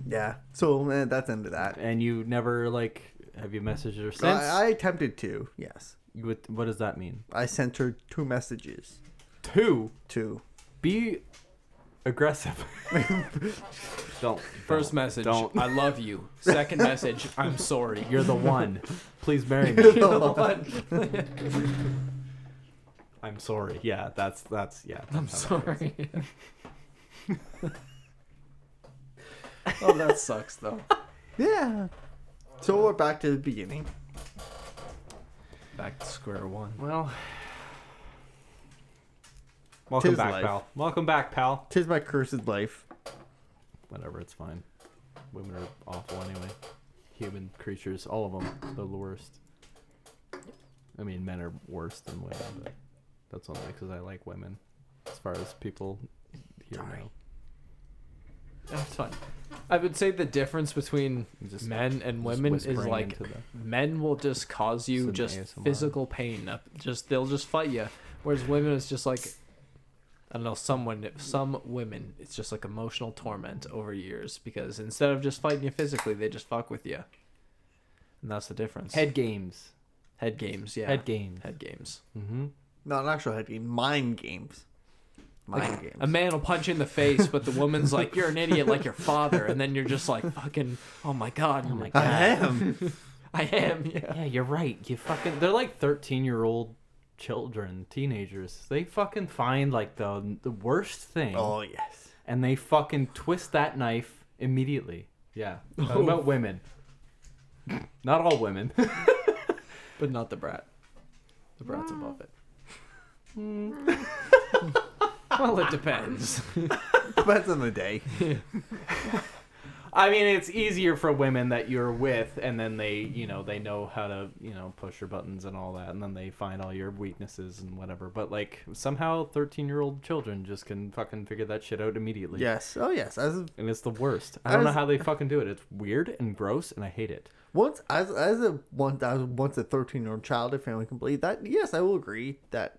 Speaker 1: Yeah. So eh, that's the end of that.
Speaker 3: and you never like have you messaged her since?
Speaker 1: I, I attempted to. Yes.
Speaker 3: You would- what does that mean?
Speaker 1: I sent her two messages.
Speaker 3: Two.
Speaker 1: Two.
Speaker 3: Be aggressive. [LAUGHS] don't.
Speaker 2: First
Speaker 3: don't.
Speaker 2: message,
Speaker 3: Don't.
Speaker 2: I love you. Second message, I'm sorry.
Speaker 3: [LAUGHS] You're the one. Please marry me.
Speaker 2: [LAUGHS] You're the one.
Speaker 3: I'm sorry. Yeah, that's that's yeah. [LAUGHS]
Speaker 2: I'm
Speaker 3: that's how that works.
Speaker 2: sorry. oh, that sucks though.
Speaker 1: Yeah. So we're back to the beginning.
Speaker 2: Back to square one.
Speaker 3: Well, Welcome
Speaker 1: Tis
Speaker 3: back,
Speaker 1: life.
Speaker 3: pal. Welcome back, pal.
Speaker 1: Tis my cursed life.
Speaker 3: Whatever, it's fine. Women are awful anyway. Human creatures, all of them, they're the worst. I mean, men are worse than women, but that's only because I like women. As far as people here know,
Speaker 2: That's fine. I would say the difference between
Speaker 3: I'm just-
Speaker 2: men and
Speaker 3: just
Speaker 2: women is
Speaker 3: whispering
Speaker 2: like
Speaker 3: into the-
Speaker 2: men will just cause you
Speaker 3: Some
Speaker 2: just
Speaker 3: ASMR.
Speaker 2: physical pain. uh, Just they'll just fight you. Whereas women is just like I don't know. Someone, some women, it's just like emotional torment over years because instead of just fighting you physically, they just fuck with you, and that's the difference.
Speaker 3: head games.
Speaker 2: head games, yeah.
Speaker 3: Head games.
Speaker 2: Head games.
Speaker 3: Mm-hmm.
Speaker 1: Not an actual head game. Mind games. Mind games.
Speaker 2: A man will punch you in the face, but the woman's like, "You're an idiot, like your father," and then you're just like, "Fucking, oh my god, oh my
Speaker 1: I
Speaker 2: god,
Speaker 1: am.
Speaker 2: [LAUGHS] I am." Yeah.
Speaker 3: Yeah, you're right. You fucking they're like 13-year-old children, teenagers. They fucking find like the the worst thing
Speaker 1: oh yes.
Speaker 3: and they fucking twist that knife immediately. Yeah. Talk about women. Not all women. [LAUGHS]
Speaker 2: but not the brat. The brat's above it.
Speaker 1: Hmm.
Speaker 2: [LAUGHS] well, it depends.
Speaker 1: Depends on the day.
Speaker 3: I mean, it's easier for women that you're with and then they, you know, they know how to, you know, push your buttons and all that and then they find all your weaknesses and whatever. But like somehow 13-year-old children just can fucking figure that shit out immediately.
Speaker 1: Yes. Oh yes. As
Speaker 3: and it's the worst. I don't know
Speaker 1: As-
Speaker 3: how they fucking do it. It's weird and gross, and I hate it.
Speaker 1: once as as a once I was once a thirteen year old child, if anyone can believe that, yes, I will agree that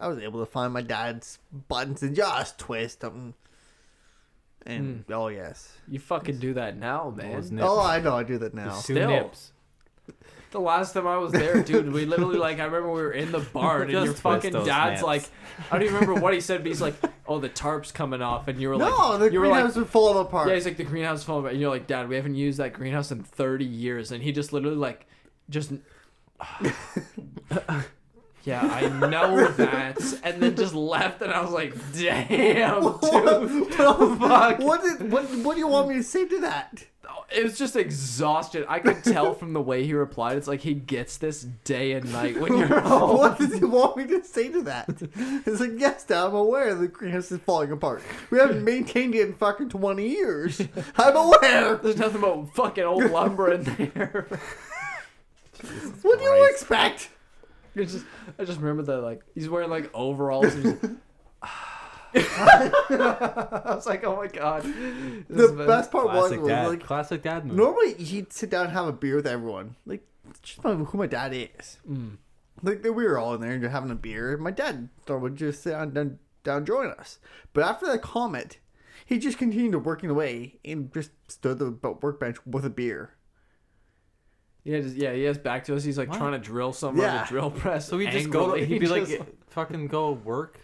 Speaker 1: I was able to find my dad's buttons and just twist them. And oh yes.
Speaker 2: You fucking do that now, man.
Speaker 3: Those nips.
Speaker 1: Oh, I know. I do that now.
Speaker 3: Those two
Speaker 2: Still.
Speaker 3: nips.
Speaker 2: The last time I was there, dude, we literally like I remember we were in the barn and
Speaker 3: Just
Speaker 2: your
Speaker 3: twist
Speaker 2: fucking
Speaker 3: those
Speaker 2: dad's
Speaker 3: naps.
Speaker 2: like, I don't even remember what he said, but he's like, "Oh, the tarp's coming off," and you were
Speaker 1: No,
Speaker 2: like,
Speaker 1: the
Speaker 2: you were like,
Speaker 1: greenhouse would fall apart.
Speaker 2: Yeah, he's like the greenhouse full of it. And you're like, Dad, we haven't used that greenhouse in 30 years, and he just literally like, just. [SIGHS] yeah, I
Speaker 1: [LAUGHS]
Speaker 2: know that, and then just left, and I was like, Damn,
Speaker 1: [LAUGHS]
Speaker 2: dude, fuck.
Speaker 1: What, did, what what do you want me to say to that?
Speaker 2: It was just exhaustion. I could tell from the way he replied. It's like he gets this day and night when [LAUGHS] you're
Speaker 1: [LAUGHS]
Speaker 2: home.
Speaker 1: What did you want me to say to that? It's like, yes, Dad, I'm aware the greenhouse is falling apart. We
Speaker 2: [LAUGHS]
Speaker 1: haven't maintained it in fucking 20 years. I'm
Speaker 2: [LAUGHS]
Speaker 1: aware.
Speaker 2: There's nothing but fucking old lumber in there.
Speaker 1: What do you
Speaker 3: Christ.
Speaker 1: expect?
Speaker 2: [LAUGHS] It's just, I just remember that like he's wearing like overalls. And
Speaker 1: [LAUGHS]
Speaker 2: he's like, "Ah." [LAUGHS] I was like, oh my god. This
Speaker 1: The
Speaker 2: is-
Speaker 1: best part was,
Speaker 3: Classic
Speaker 1: was
Speaker 3: dad.
Speaker 1: like,
Speaker 3: Classic dad move.
Speaker 1: normally he'd sit down and have a beer with everyone. Like, just not who my dad is. Like, we were all in there and just having a beer. My dad would just sit down, down, down join us. But after that comment, he just continued working away and just stood at the bu- workbench with a beer.
Speaker 2: Yeah, just, yeah. He has back to us. He's like trying to drill something on
Speaker 1: Yeah.
Speaker 2: the drill press.
Speaker 3: So we just [LAUGHS]
Speaker 1: [LAUGHS]
Speaker 3: go.
Speaker 2: angrily.
Speaker 3: He'd be like,
Speaker 2: Just
Speaker 3: fucking go work.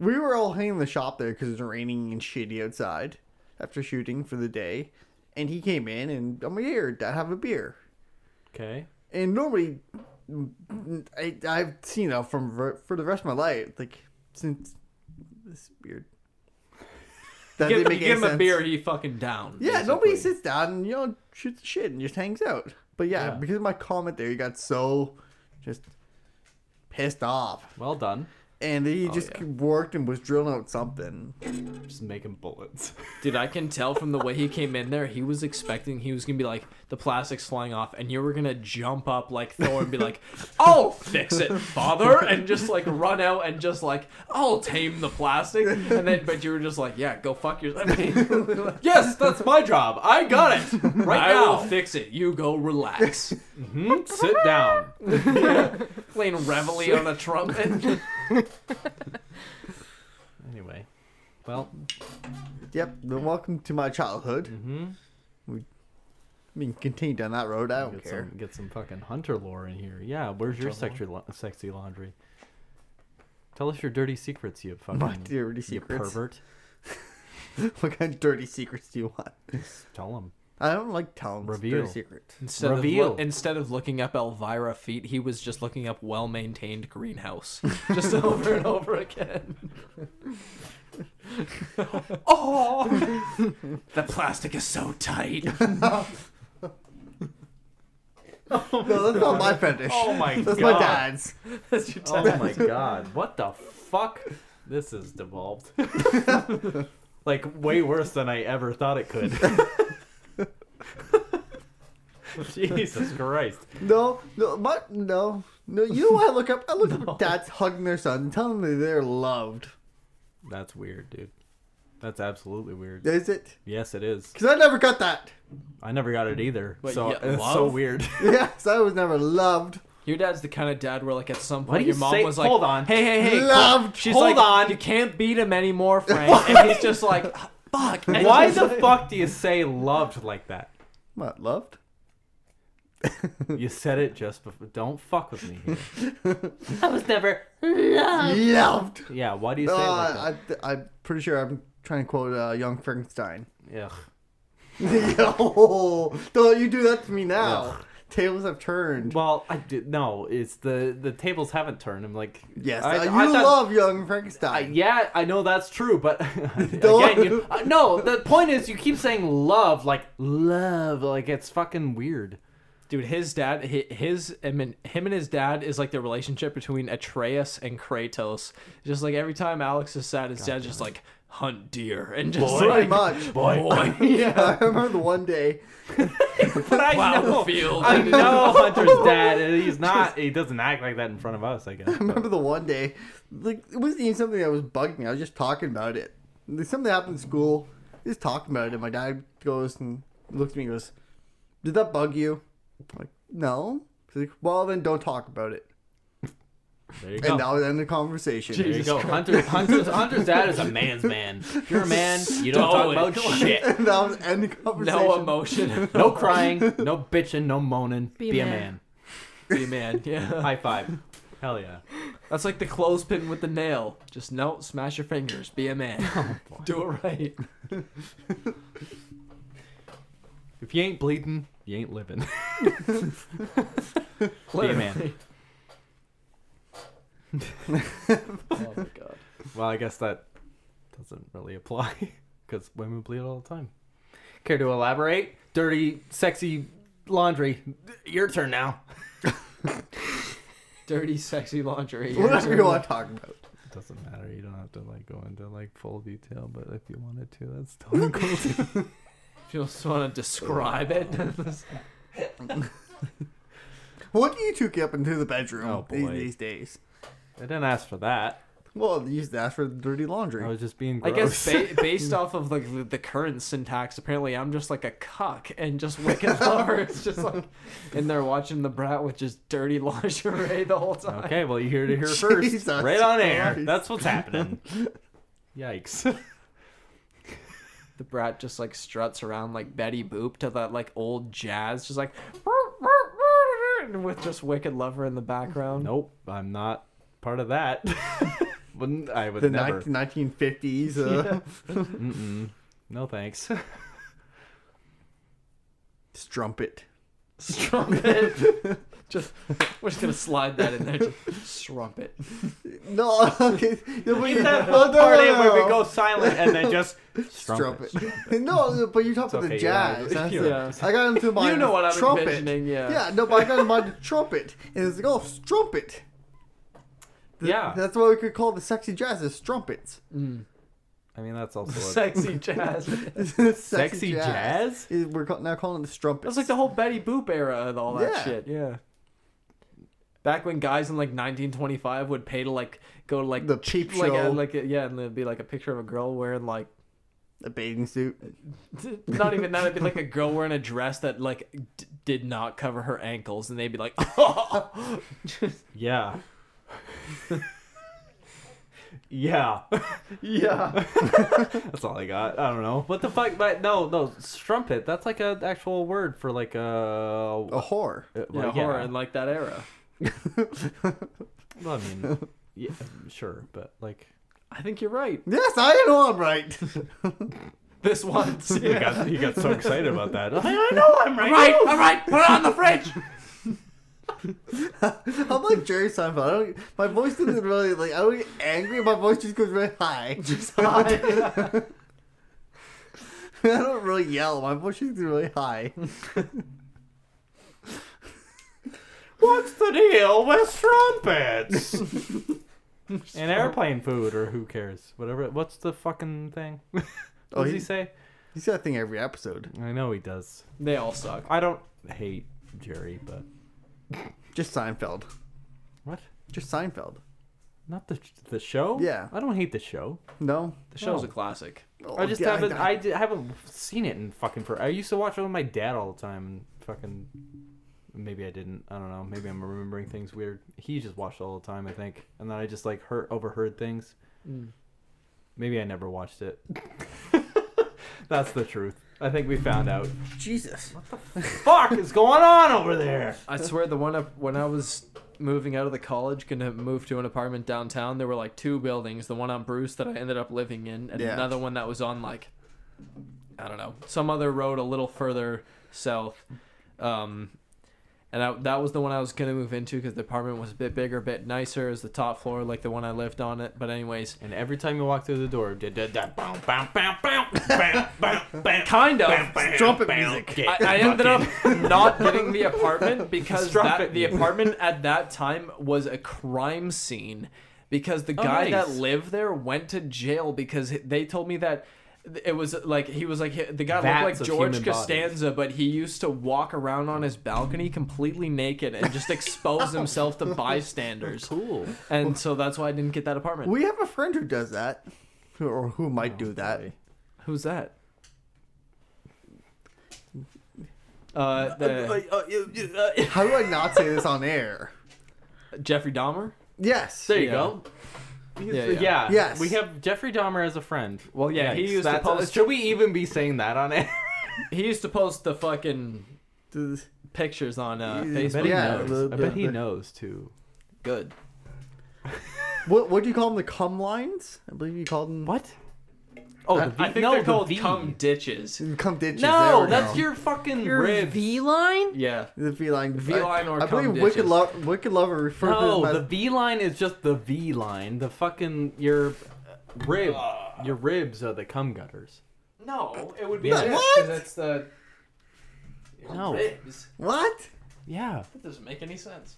Speaker 1: We were all hanging in the shop there because it was raining and shitty outside after shooting for the day. And he came in and I'm like, here, Dad, have a beer.
Speaker 3: Okay.
Speaker 1: And normally, I, I've seen that from ver- for the rest of my life. Like since this is weird.
Speaker 2: [LAUGHS]
Speaker 1: That
Speaker 2: give,
Speaker 1: didn't
Speaker 2: you
Speaker 1: make
Speaker 2: give
Speaker 1: any
Speaker 2: him a
Speaker 1: sense.
Speaker 2: beer. He fucking down.
Speaker 1: Yeah, nobody
Speaker 2: basically.
Speaker 1: sits down and you know shoots the shit and just hangs out. But yeah,
Speaker 3: Yeah.
Speaker 1: because of my comment there, he got so just pissed off,
Speaker 3: Well done.
Speaker 1: and he just
Speaker 2: Oh, yeah.
Speaker 1: worked and was drilling out something.
Speaker 3: Just making bullets. [LAUGHS]
Speaker 2: Dude, I can tell from the way he came in there. He was expecting he was gonna be like the plastics flying off, and you were gonna jump up like Thor and
Speaker 3: [LAUGHS]
Speaker 2: be like, "I'll fix it, father," and just like run out and just like, "I'll tame the plastic," and then but you were just like, "Yeah, go fuck yourself." I
Speaker 3: [LAUGHS]
Speaker 2: mean, like,
Speaker 3: yes, that's my job. I got
Speaker 1: [LAUGHS]
Speaker 3: it right
Speaker 2: I will
Speaker 3: now.
Speaker 2: fix it. You go relax.
Speaker 3: Hmm? Sit down.
Speaker 2: Playing reveille on a trumpet.
Speaker 3: Anyway, well,
Speaker 1: Yep. Then welcome to my childhood.
Speaker 2: Mm.
Speaker 3: mhm.
Speaker 1: I mean, continue down that road. I don't
Speaker 3: get
Speaker 1: care.
Speaker 3: some get some fucking hunter lore in here. Yeah, where's your sexy la- sexy laundry? Tell us your dirty secrets, you fucking
Speaker 1: [LAUGHS] My dirty
Speaker 3: you
Speaker 1: secrets.
Speaker 3: pervert.
Speaker 1: [LAUGHS] What kind of dirty secrets do you want?
Speaker 3: Tell them.
Speaker 1: I don't like telling
Speaker 3: Reveal.
Speaker 1: dirty secrets.
Speaker 2: Instead
Speaker 3: Reveal.
Speaker 2: of loo- instead of looking up Elvira feet, he was just looking up well maintained greenhouse, [LAUGHS] just over and
Speaker 3: [LAUGHS]
Speaker 2: over again. oh, the plastic is so tight.
Speaker 1: [LAUGHS]
Speaker 3: [LAUGHS]
Speaker 1: No, that's not my fetish.
Speaker 3: Oh my
Speaker 1: [LAUGHS] that's my
Speaker 3: God.
Speaker 1: dad's.
Speaker 2: That's your
Speaker 3: Oh
Speaker 2: dad.
Speaker 3: my god. What the fuck? This is devolved. like way worse than I ever thought it could. [LAUGHS] Jesus Christ.
Speaker 1: No, no, but no, no. You know what I look up? I
Speaker 3: [LAUGHS]
Speaker 1: look up dads hugging their son, telling them they're loved.
Speaker 3: That's weird, dude. That's absolutely weird.
Speaker 1: Is it?
Speaker 3: Yes, it is.
Speaker 1: Because I never got that. [LAUGHS]
Speaker 3: I never got it either.
Speaker 2: But
Speaker 3: so
Speaker 2: yet
Speaker 3: [LAUGHS] it's so
Speaker 2: love?
Speaker 3: weird.
Speaker 1: Yes, I was never loved.
Speaker 2: Your dad's the kind of dad where, like, at some
Speaker 3: What do
Speaker 2: point,
Speaker 3: you
Speaker 2: your mom
Speaker 3: say-
Speaker 2: was like,
Speaker 3: hold on.
Speaker 2: hey, hey, hey,
Speaker 1: Loved.
Speaker 2: hold- She's
Speaker 3: Hold
Speaker 2: like,
Speaker 3: on.
Speaker 2: you can't beat
Speaker 3: [LAUGHS]
Speaker 2: him anymore, Frank." and he's just like, "Fuck." And
Speaker 3: Why
Speaker 2: he's
Speaker 3: the fuck do you say loved like that?
Speaker 1: Not loved.
Speaker 3: You said it just before. Don't fuck with me. Here. I was never.
Speaker 1: Loved.
Speaker 3: Yeah, why do you say it like that?
Speaker 1: Uh, I, I'm pretty sure I'm trying to quote uh, Young Frankenstein. [LAUGHS]
Speaker 3: Ugh.
Speaker 1: Yo, don't you do that to me now. Tables have turned.
Speaker 3: Well, I did no. It's the the tables haven't turned. I'm like,
Speaker 1: yes,
Speaker 3: I,
Speaker 1: uh, you
Speaker 3: I thought-
Speaker 1: love Young
Speaker 3: I-
Speaker 1: Frankenstein.
Speaker 3: yeah, I know that's true, but [LAUGHS] again,
Speaker 1: [LAUGHS] Don't. [LAUGHS]
Speaker 3: you, uh, no. The point is, you keep saying love, like love, like it's fucking weird.
Speaker 2: Dude, his dad, hi- his I mean, him and his dad is like the relationship between Atreus and Kratos. Just like every time Alex is sad, his dad's just like hunt deer and just
Speaker 1: Pretty
Speaker 2: like
Speaker 1: much.
Speaker 2: boy,
Speaker 3: [LAUGHS]
Speaker 2: [LAUGHS]
Speaker 1: Yeah, [LAUGHS] I remember the one day.
Speaker 3: But I
Speaker 2: plow the
Speaker 3: know,
Speaker 2: field.
Speaker 3: I [LAUGHS]
Speaker 2: and-
Speaker 3: know Hunter's dad. and He's not. He doesn't act like that in front of us. I guess.
Speaker 1: I remember the one day, like it wasn't even something that was bugging me. I was just talking about it. Like, Something happened in school, just talking about it. And my dad goes and looks at me and goes, "Did that bug you?" I'm like, no. He's like, "Well, then don't talk about it."
Speaker 3: There you
Speaker 1: And
Speaker 3: go.
Speaker 1: that was the end of the conversation.
Speaker 3: There
Speaker 1: [LAUGHS]
Speaker 3: you go. Hunter, Hunter's, Hunter's dad is a man's man. If you're a man, you don't talk
Speaker 2: Stoic.
Speaker 3: about shit.
Speaker 1: that was the end of the conversation.
Speaker 2: no
Speaker 3: [LAUGHS]
Speaker 2: emotion.
Speaker 3: No crying, no bitching, no moaning. Be, a man.
Speaker 2: Be a man. Yeah,
Speaker 3: High five. Hell yeah.
Speaker 2: that's like the clothespin with the nail. Just no, smash your fingers. Be a man.
Speaker 3: Oh,
Speaker 2: Do it right.
Speaker 3: If you ain't bleeding, you ain't living. [LAUGHS] Be a man.
Speaker 2: oh my god.
Speaker 3: Well, I guess that doesn't really apply [LAUGHS] because women bleed all the time. Care to elaborate? Dirty, sexy laundry. Your turn now.
Speaker 2: Dirty, sexy lingerie.
Speaker 1: Whatever you want to talk about.
Speaker 3: Doesn't matter. You don't have to like go into like full detail, but if you wanted to, that's totally cool.
Speaker 2: If you just want to describe it. [LAUGHS]
Speaker 1: What do you two get up into the bedroom
Speaker 3: Oh,
Speaker 1: these,
Speaker 3: boy.
Speaker 1: these days?
Speaker 3: [LAUGHS] I didn't ask for that.
Speaker 1: Well, you used to ask for the dirty laundry.
Speaker 3: I was just being
Speaker 2: I
Speaker 3: gross.
Speaker 2: guess ba-
Speaker 3: [LAUGHS]
Speaker 2: based off of like the, the current syntax, apparently I'm just like a cuck and just wicked [LAUGHS] lover. It's just like in there watching the brat with just dirty [LAUGHS] lingerie the whole
Speaker 3: [LAUGHS]
Speaker 2: time.
Speaker 3: Okay, well you heard it here first,
Speaker 1: Jesus
Speaker 3: right on air.
Speaker 1: Christ.
Speaker 3: That's what's [LAUGHS] happening. Yikes! [LAUGHS]
Speaker 2: The brat just like struts around like Betty Boop to that like old jazz, just like and with just wicked lover in the background.
Speaker 3: Nope, I'm not part of that. [LAUGHS] Wouldn't I would
Speaker 1: the
Speaker 3: never.
Speaker 1: 19, 1950s.
Speaker 3: [LAUGHS]
Speaker 1: Uh,
Speaker 3: Mm-mm. No thanks. [LAUGHS]
Speaker 1: Strumpet.
Speaker 3: [LAUGHS]
Speaker 2: Strumpet. just we're just gonna slide that in there. Just strumpet.
Speaker 1: No, [LAUGHS] okay.
Speaker 3: Is
Speaker 1: [LAUGHS]
Speaker 3: that
Speaker 1: no,
Speaker 3: whole
Speaker 1: no,
Speaker 3: part
Speaker 1: no,
Speaker 3: in where
Speaker 1: no.
Speaker 3: we go silent and then just
Speaker 1: Strumpet. [LAUGHS] no, but you talk about the
Speaker 3: okay, you're right.
Speaker 1: jazz. That's
Speaker 3: You're
Speaker 1: it.
Speaker 2: right.
Speaker 1: I got into my
Speaker 2: [LAUGHS] You know what I'm
Speaker 1: trumpet.
Speaker 2: envisioning, yeah.
Speaker 1: Yeah, no, but I got into
Speaker 2: [LAUGHS]
Speaker 1: my trumpet. And it's like, oh, strumpet.
Speaker 2: Ah.
Speaker 3: Yeah,
Speaker 1: That's what we could call the sexy jazz is strumpets. [LAUGHS]
Speaker 3: I mean that's also a [LAUGHS]
Speaker 2: Sexy jazz.
Speaker 1: sexy,
Speaker 3: sexy jazz.
Speaker 1: Is- We're call- now calling it the strumpets.
Speaker 2: That's like the whole Betty Boop era and all that
Speaker 1: Yeah.
Speaker 2: shit. Yeah. Back when guys in like 1925 would pay to like go to like
Speaker 1: The peep
Speaker 2: like,
Speaker 1: show.
Speaker 2: uh, like uh, yeah, and there'd be like a picture of a girl wearing like [LAUGHS]
Speaker 1: a bathing suit.
Speaker 2: not even that. It'd be like a girl wearing a dress that like d- did not cover her ankles, and they'd be like, [LAUGHS] oh,
Speaker 3: Yeah. [LAUGHS] yeah.
Speaker 1: Yeah.
Speaker 3: That's all I got. I don't know. What the fuck? But no, no, strumpet. That's like an actual word for like a.
Speaker 1: A whore.
Speaker 2: yeah, horror in like that era.
Speaker 3: Well, I mean, [LAUGHS] yeah, sure, but like
Speaker 2: I think you're right.
Speaker 1: Yes, I know I'm
Speaker 3: [LAUGHS]
Speaker 1: right.
Speaker 2: This one, too.
Speaker 3: you got, you got so excited about that. I, I know I'm right.
Speaker 2: right, all right, put it on the fridge.
Speaker 1: I'm like Jerry Seinfeld. I don't, my voice doesn't really like. I don't get angry. My voice just goes really
Speaker 3: [LAUGHS]
Speaker 1: high. Just [LAUGHS] high. [LAUGHS] I don't really yell. My voice is really
Speaker 3: [LAUGHS]
Speaker 1: high. [LAUGHS]
Speaker 3: What's the deal with trumpets? and airplane food or who cares? Whatever. What's the fucking thing? [LAUGHS] what
Speaker 1: Oh,
Speaker 3: does he
Speaker 1: he-
Speaker 3: say?
Speaker 1: He's got that thing every episode.
Speaker 3: I know he does.
Speaker 2: They all suck.
Speaker 3: I don't hate Jerry, but
Speaker 1: Just Seinfeld.
Speaker 3: what?
Speaker 1: Just Seinfeld.
Speaker 3: Not the the show.
Speaker 1: Yeah.
Speaker 3: I don't hate the show.
Speaker 1: No.
Speaker 2: The show's
Speaker 3: No.
Speaker 2: a classic.
Speaker 1: Oh,
Speaker 3: I just
Speaker 1: yeah,
Speaker 3: haven't. I, di- haven't seen it in fucking forever. I used to watch it with my dad all the time, and fucking. Maybe I didn't. I don't know. Maybe I'm remembering things weird. He just watched it all the time, I think, and then I just like heard overheard things. Maybe I never watched it. [LAUGHS] That's the truth. I think we found out.
Speaker 1: Jesus.
Speaker 3: Fuck is going on over there.
Speaker 2: I swear the one up when I was moving out of the college, gonna move to an apartment downtown. There were like two buildings. The one on Bruce that I ended up living in, and
Speaker 1: Yeah.
Speaker 2: another one that was on like, I don't know, some other road a little further south. Um, and I, that was the one I was gonna move into because the apartment was a bit bigger, a bit nicer. It was the top floor, like the one I lived on it. But anyways,
Speaker 3: And every time you walk through the door, da da da, bow, bow, bow, bow, bow, bow, bow,
Speaker 2: kind of.
Speaker 3: bow, bow,
Speaker 1: Trumpet
Speaker 3: bow,
Speaker 1: music.
Speaker 3: get
Speaker 2: I, I ended up
Speaker 3: [LAUGHS]
Speaker 2: not getting the apartment because
Speaker 3: Strumpet
Speaker 2: that, the
Speaker 3: music.
Speaker 2: apartment at that time was a crime scene because the
Speaker 3: Oh,
Speaker 2: guy that
Speaker 3: nice.
Speaker 2: lived there went to jail because h- they told me that it was like he was like he- the guy
Speaker 3: Vats
Speaker 2: looked like
Speaker 3: of
Speaker 2: George
Speaker 3: human bodies.
Speaker 2: Costanza, but he used to walk around on his balcony completely naked and
Speaker 3: [LAUGHS]
Speaker 2: just expose himself to bystanders.
Speaker 3: Cool.
Speaker 2: And so that's why I didn't get that apartment.
Speaker 1: We have a friend who does that, who- or who might do that.
Speaker 2: Who's that? Uh, the,
Speaker 1: How do I not say this on air?
Speaker 2: Jeffrey Dahmer.
Speaker 1: Yes.
Speaker 3: There you
Speaker 2: Yeah.
Speaker 3: go.
Speaker 2: Yeah,
Speaker 3: yeah.
Speaker 2: yeah.
Speaker 1: Yes.
Speaker 3: We have Jeffrey Dahmer as a friend.
Speaker 2: Well, yeah, he
Speaker 3: Yikes.
Speaker 2: used to
Speaker 3: That's-
Speaker 2: post-
Speaker 3: Should we even be saying that on air?
Speaker 2: He used to post the fucking pictures on uh,
Speaker 3: [LAUGHS]
Speaker 2: Facebook.
Speaker 1: he Yeah,
Speaker 2: knows.
Speaker 1: the-
Speaker 3: I bet he
Speaker 1: the-
Speaker 3: knows too.
Speaker 2: Good.
Speaker 1: What what do you call them? The cum lines? I believe you called them.
Speaker 3: What? Oh, the v-
Speaker 2: I think
Speaker 3: no,
Speaker 2: they're
Speaker 3: the
Speaker 2: called
Speaker 3: V.
Speaker 2: cum ditches.
Speaker 1: Cum ditches. there
Speaker 3: No,
Speaker 1: we
Speaker 3: that's
Speaker 1: go.
Speaker 3: your fucking
Speaker 4: Your
Speaker 3: ribs.
Speaker 4: V line?
Speaker 2: Yeah.
Speaker 1: The V line.
Speaker 2: V-line or
Speaker 1: I
Speaker 2: cum
Speaker 1: believe
Speaker 2: ditches.
Speaker 1: Wicked, Lo- Wicked Lover referred to
Speaker 3: No,
Speaker 1: them
Speaker 3: the
Speaker 1: as
Speaker 3: V line is just the V line. The fucking your rib,
Speaker 1: Ah.
Speaker 3: your ribs are the cum gutters.
Speaker 2: No, it would be
Speaker 3: Yeah.
Speaker 1: this, 'cause
Speaker 2: That's the
Speaker 3: No.
Speaker 2: ribs.
Speaker 1: What?
Speaker 3: Yeah.
Speaker 2: That doesn't make any sense.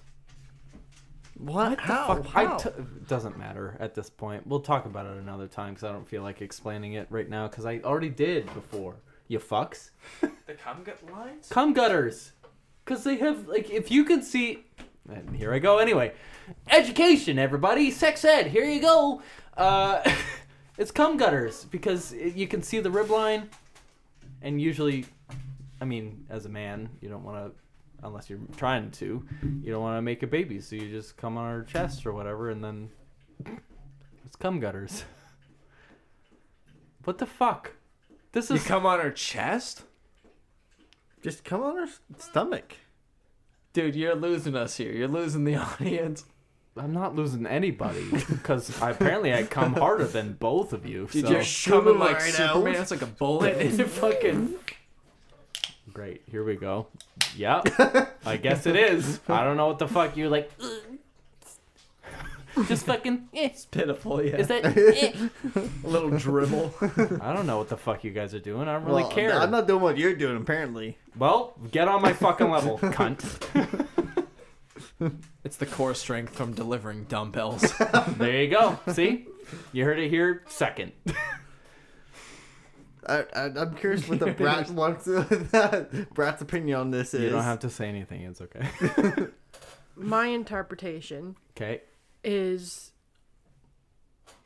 Speaker 1: What? How?
Speaker 3: Fuck,
Speaker 1: How?
Speaker 3: I t- doesn't matter at this point. We'll talk about it another time because I don't feel like explaining it right now because I already did before. You fucks.
Speaker 2: The cum gut lines.
Speaker 3: Cum gutters. Because they have, like, if you can see. And here I go anyway. Education, everybody. Sex ed. Here you go. Uh, [LAUGHS] it's cum gutters because it- you can see the rib line. And usually, I mean, as a man, you don't want to, unless you're trying to, you don't want to make a baby. So you just come on her chest or whatever, and then it's cum gutters. [LAUGHS] What the fuck? This
Speaker 2: You
Speaker 3: is
Speaker 2: come on her chest,
Speaker 1: Just come on her s- stomach.
Speaker 2: dude. You're losing us here. You're losing the [LAUGHS] audience.
Speaker 3: I'm not losing anybody because apparently I come harder than both of you.
Speaker 2: Dude,
Speaker 3: so
Speaker 2: you're coming like
Speaker 1: right out.
Speaker 2: Superman. It's like a bullet. It's fucking.
Speaker 3: great. Here we go. Yep. I guess it is. I don't know what the fuck you're like. [LAUGHS] Just fucking. Eh, [LAUGHS]
Speaker 2: It's [LAUGHS] pitiful. Yeah.
Speaker 3: is that? Eh.
Speaker 2: a little dribble?
Speaker 3: [LAUGHS] I don't know what the fuck you guys are doing. I don't really
Speaker 1: Well,
Speaker 3: care.
Speaker 1: I'm not doing what you're doing, apparently.
Speaker 3: Well, get on my [LAUGHS] fucking level, cunt.
Speaker 2: it's the core strength from delivering dumbbells.
Speaker 3: There you go. See, you heard it here second.
Speaker 1: I, I, I'm curious
Speaker 3: [LAUGHS]
Speaker 1: what the brat wants. [LAUGHS] Brat's opinion on this is.
Speaker 3: You don't have to say anything. It's okay.
Speaker 4: [LAUGHS]
Speaker 3: [LAUGHS]
Speaker 4: My interpretation
Speaker 3: Okay.
Speaker 4: is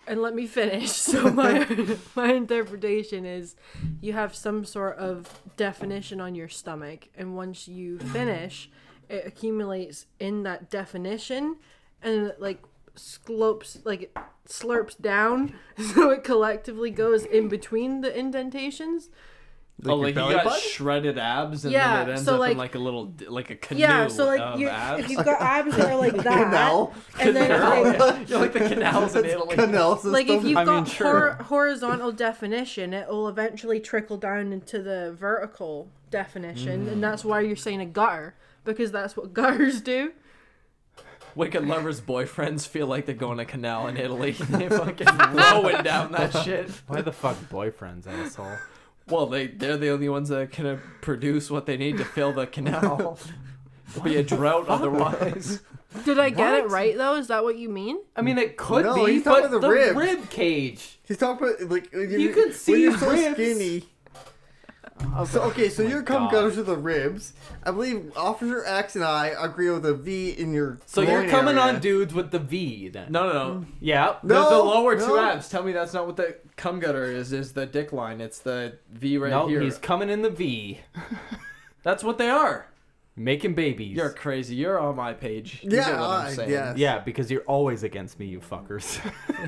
Speaker 4: and let me finish. [LAUGHS] So my my interpretation is you have some sort of definition on your stomach and once you finish it accumulates in that definition and it like slopes like it slurps down [LAUGHS] so it collectively goes in between the indentations
Speaker 2: oh, like
Speaker 1: belly
Speaker 2: you got
Speaker 1: button?
Speaker 2: shredded abs, and
Speaker 4: Yeah,
Speaker 2: then it ends
Speaker 4: so
Speaker 2: up
Speaker 4: like-
Speaker 2: in like a little, d- like a canoe
Speaker 4: yeah so like
Speaker 2: of
Speaker 4: you,
Speaker 2: abs.
Speaker 4: if
Speaker 2: [LAUGHS]
Speaker 4: you've got abs that are like that
Speaker 1: [LAUGHS] Canal.
Speaker 4: and then like,
Speaker 2: You're like [LAUGHS] the canals in Italy.
Speaker 1: Canal system.
Speaker 4: like if you've
Speaker 3: I mean,
Speaker 4: got
Speaker 3: sure.
Speaker 4: hor- horizontal definition it will eventually trickle down into the vertical definition and that's why you're saying a gutter because that's what [LAUGHS] gutters do
Speaker 2: Wicked lovers' boyfriends feel like they're going to canal in Italy. [LAUGHS] they fucking blowing down that shit.
Speaker 3: Why the fuck boyfriends, asshole?
Speaker 2: Well, they they're the only ones that can uh, produce what they need to fill the canal. It'll be a drought otherwise.
Speaker 4: Did I get it
Speaker 1: What?
Speaker 4: right though? Is that what you mean?
Speaker 3: I mean, it could
Speaker 1: No,
Speaker 3: be,
Speaker 1: he's talking
Speaker 3: but the,
Speaker 1: about the
Speaker 3: rib.
Speaker 1: ribs.
Speaker 3: cage.
Speaker 1: He's talking about like when
Speaker 3: You can see
Speaker 1: when you're
Speaker 3: his
Speaker 1: so
Speaker 3: ribs.
Speaker 1: skinny. So okay, so
Speaker 3: Oh, my
Speaker 1: your cum
Speaker 3: God.
Speaker 1: goes to the ribs. I believe Officer X and I agree with a V in your.
Speaker 3: So you're
Speaker 1: groin
Speaker 3: coming
Speaker 1: area.
Speaker 3: on dudes with the V then.
Speaker 2: No, no, no.
Speaker 3: Yeah.
Speaker 2: The, the
Speaker 1: No,
Speaker 2: lower two
Speaker 1: no.
Speaker 2: abs. Tell me that's not what the cum gutter is. Is the dick line? It's the V right
Speaker 3: no,
Speaker 2: here.
Speaker 3: he's coming in the V,
Speaker 2: That's what they are.
Speaker 3: making babies.
Speaker 2: You're crazy. You're on my page. You
Speaker 1: Yeah,
Speaker 2: know what I'm
Speaker 1: I-
Speaker 2: saying.
Speaker 1: yeah.
Speaker 3: yeah, because you're always against me, you
Speaker 2: [LAUGHS]
Speaker 3: fuckers.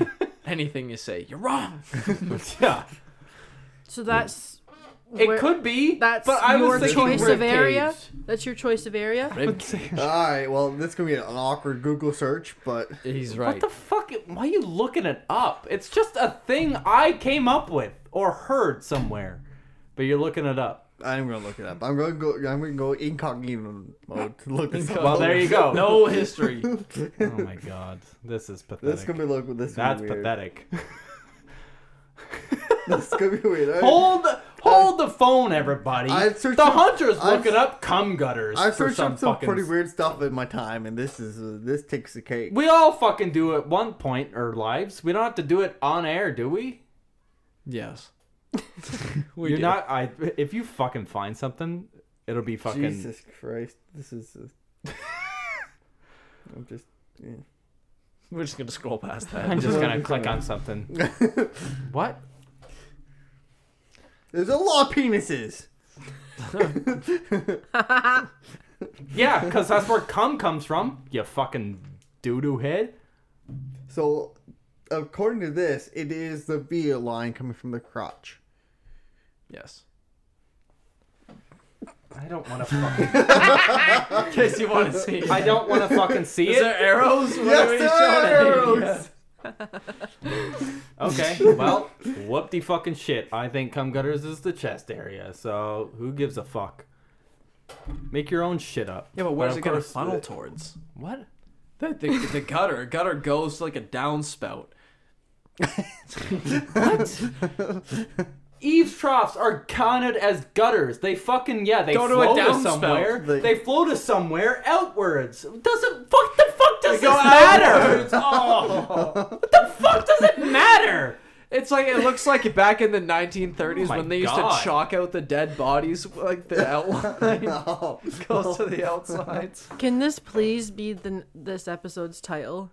Speaker 3: [LAUGHS]
Speaker 2: Anything you say, you're wrong.
Speaker 3: yeah.
Speaker 4: So that's
Speaker 3: It
Speaker 4: where-
Speaker 3: could be.
Speaker 4: That's
Speaker 3: but I
Speaker 4: your
Speaker 3: was thinking
Speaker 4: choice
Speaker 3: rib
Speaker 4: of area.
Speaker 3: cage.
Speaker 4: That's your choice of area.
Speaker 2: Rib-
Speaker 1: All right, well, this is gonna be an awkward Google search, but
Speaker 2: he's right.
Speaker 3: What the fuck? Why are you looking it up? It's just a thing I came up with or heard somewhere. But you're looking it
Speaker 2: [LAUGHS]
Speaker 3: up.
Speaker 1: I'm gonna look it up. I'm gonna go. I'm gonna go incognito mode to look this up.
Speaker 3: Well, there
Speaker 1: [LAUGHS]
Speaker 3: you go.
Speaker 2: No history.
Speaker 3: Oh my god. This is pathetic.
Speaker 1: This is gonna be look. This is gonna
Speaker 3: Oh, That's
Speaker 1: be weird.
Speaker 3: pathetic.
Speaker 1: This is gonna be
Speaker 3: [LAUGHS]
Speaker 1: weird. I-
Speaker 3: Hold the hold the phone, everybody.
Speaker 1: I've searched
Speaker 3: the
Speaker 1: up-
Speaker 3: hunter's
Speaker 1: I've-
Speaker 3: looking up cum gutters
Speaker 1: I've
Speaker 3: for
Speaker 1: searched
Speaker 3: some
Speaker 1: up some
Speaker 3: fucking.
Speaker 1: pretty weird stuff in my time, and this is uh, this takes the cake.
Speaker 3: We all fucking do it one point in our lives. We don't have to do it on air, do we? [LAUGHS]
Speaker 2: yes.
Speaker 3: You're not. I. If you fucking find something, it'll be fucking.
Speaker 1: Jesus Christ, this is. uh, [LAUGHS] I'm just. Yeah.
Speaker 2: We're just gonna scroll past
Speaker 3: I'm
Speaker 2: that.
Speaker 3: just
Speaker 1: [LAUGHS]
Speaker 3: gonna click on something. what?
Speaker 1: There's a lot of penises.
Speaker 3: Yeah, because that's where cum comes from. You fucking doo doo head.
Speaker 1: So, according to this, it is the V line coming from the crotch. [LAUGHS]
Speaker 2: yes.
Speaker 3: I don't want to fucking.
Speaker 2: In case you want to see.
Speaker 3: I don't want to fucking see
Speaker 2: [LAUGHS] Is there
Speaker 3: it.
Speaker 2: arrows? What are we showing?
Speaker 1: Yes,
Speaker 3: Okay. Well, whoop de fucking shit. I think cum gutters is the chest area. So who gives a fuck? Make your own shit up.
Speaker 2: Yeah, but where's
Speaker 3: of
Speaker 2: it gonna
Speaker 3: course- uh,
Speaker 2: [LAUGHS] funnel towards?
Speaker 3: What?
Speaker 2: The, the, the gutter. A gutter goes like a downspout.
Speaker 3: Eaves troughs are counted as gutters. They fucking yeah. They
Speaker 2: Go to a
Speaker 3: flow to,
Speaker 2: downspout.
Speaker 3: somewhere.
Speaker 1: They-
Speaker 3: They flow to somewhere outwards. Doesn't fuck the fuck does this matter?
Speaker 2: outwards. [LAUGHS]
Speaker 3: Oh, what the fuck does it matter?
Speaker 2: It's like it looks like back in the 1930s
Speaker 3: [LAUGHS] Oh my
Speaker 2: when they used
Speaker 3: God.
Speaker 2: to chalk out the dead bodies,
Speaker 3: [LAUGHS]
Speaker 2: like the outline
Speaker 1: No.
Speaker 2: goes to the outsides.
Speaker 4: Can this please be the this episode's title?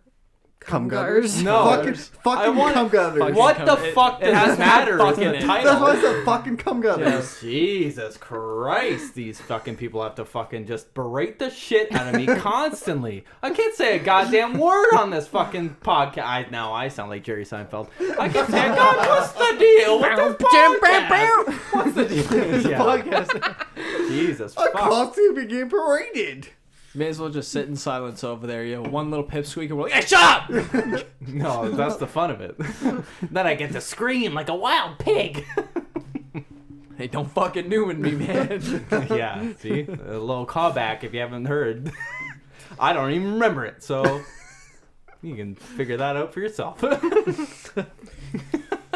Speaker 1: Cum
Speaker 4: gutters.
Speaker 3: No.
Speaker 1: Fucking,
Speaker 2: Gutters.
Speaker 3: I
Speaker 1: fucking
Speaker 3: want-
Speaker 1: cum gutters.
Speaker 2: fucking
Speaker 3: What
Speaker 2: cum-
Speaker 3: the
Speaker 2: it-
Speaker 3: fuck
Speaker 2: it
Speaker 3: does
Speaker 2: has
Speaker 3: it matter?
Speaker 2: fuck
Speaker 3: Is
Speaker 2: in
Speaker 3: the
Speaker 2: it.
Speaker 1: That's why
Speaker 3: title.
Speaker 1: it's the fucking cum gutters.
Speaker 3: [LAUGHS] Jesus Christ, these fucking people have to fucking just berate the shit out of me constantly. I can't say a goddamn word on this fucking podcast. I now I sound like Jerry Seinfeld. I can't say a god. What's the deal with this podcast? What's the deal
Speaker 1: [LAUGHS]
Speaker 3: with this podcast? Jesus
Speaker 1: I
Speaker 3: fuck.
Speaker 1: constantly being paraded.
Speaker 2: May as well just sit in silence over there. You have one little pipsqueak and we're like, hey, shut up!
Speaker 3: No, that's the fun of it. [LAUGHS] then I get to scream like a wild pig.
Speaker 2: hey, don't fucking Newman me, man.
Speaker 3: [LAUGHS] yeah, see? A little callback if you haven't heard. [LAUGHS] I don't even remember it, [LAUGHS] so you can figure that out for yourself. [LAUGHS]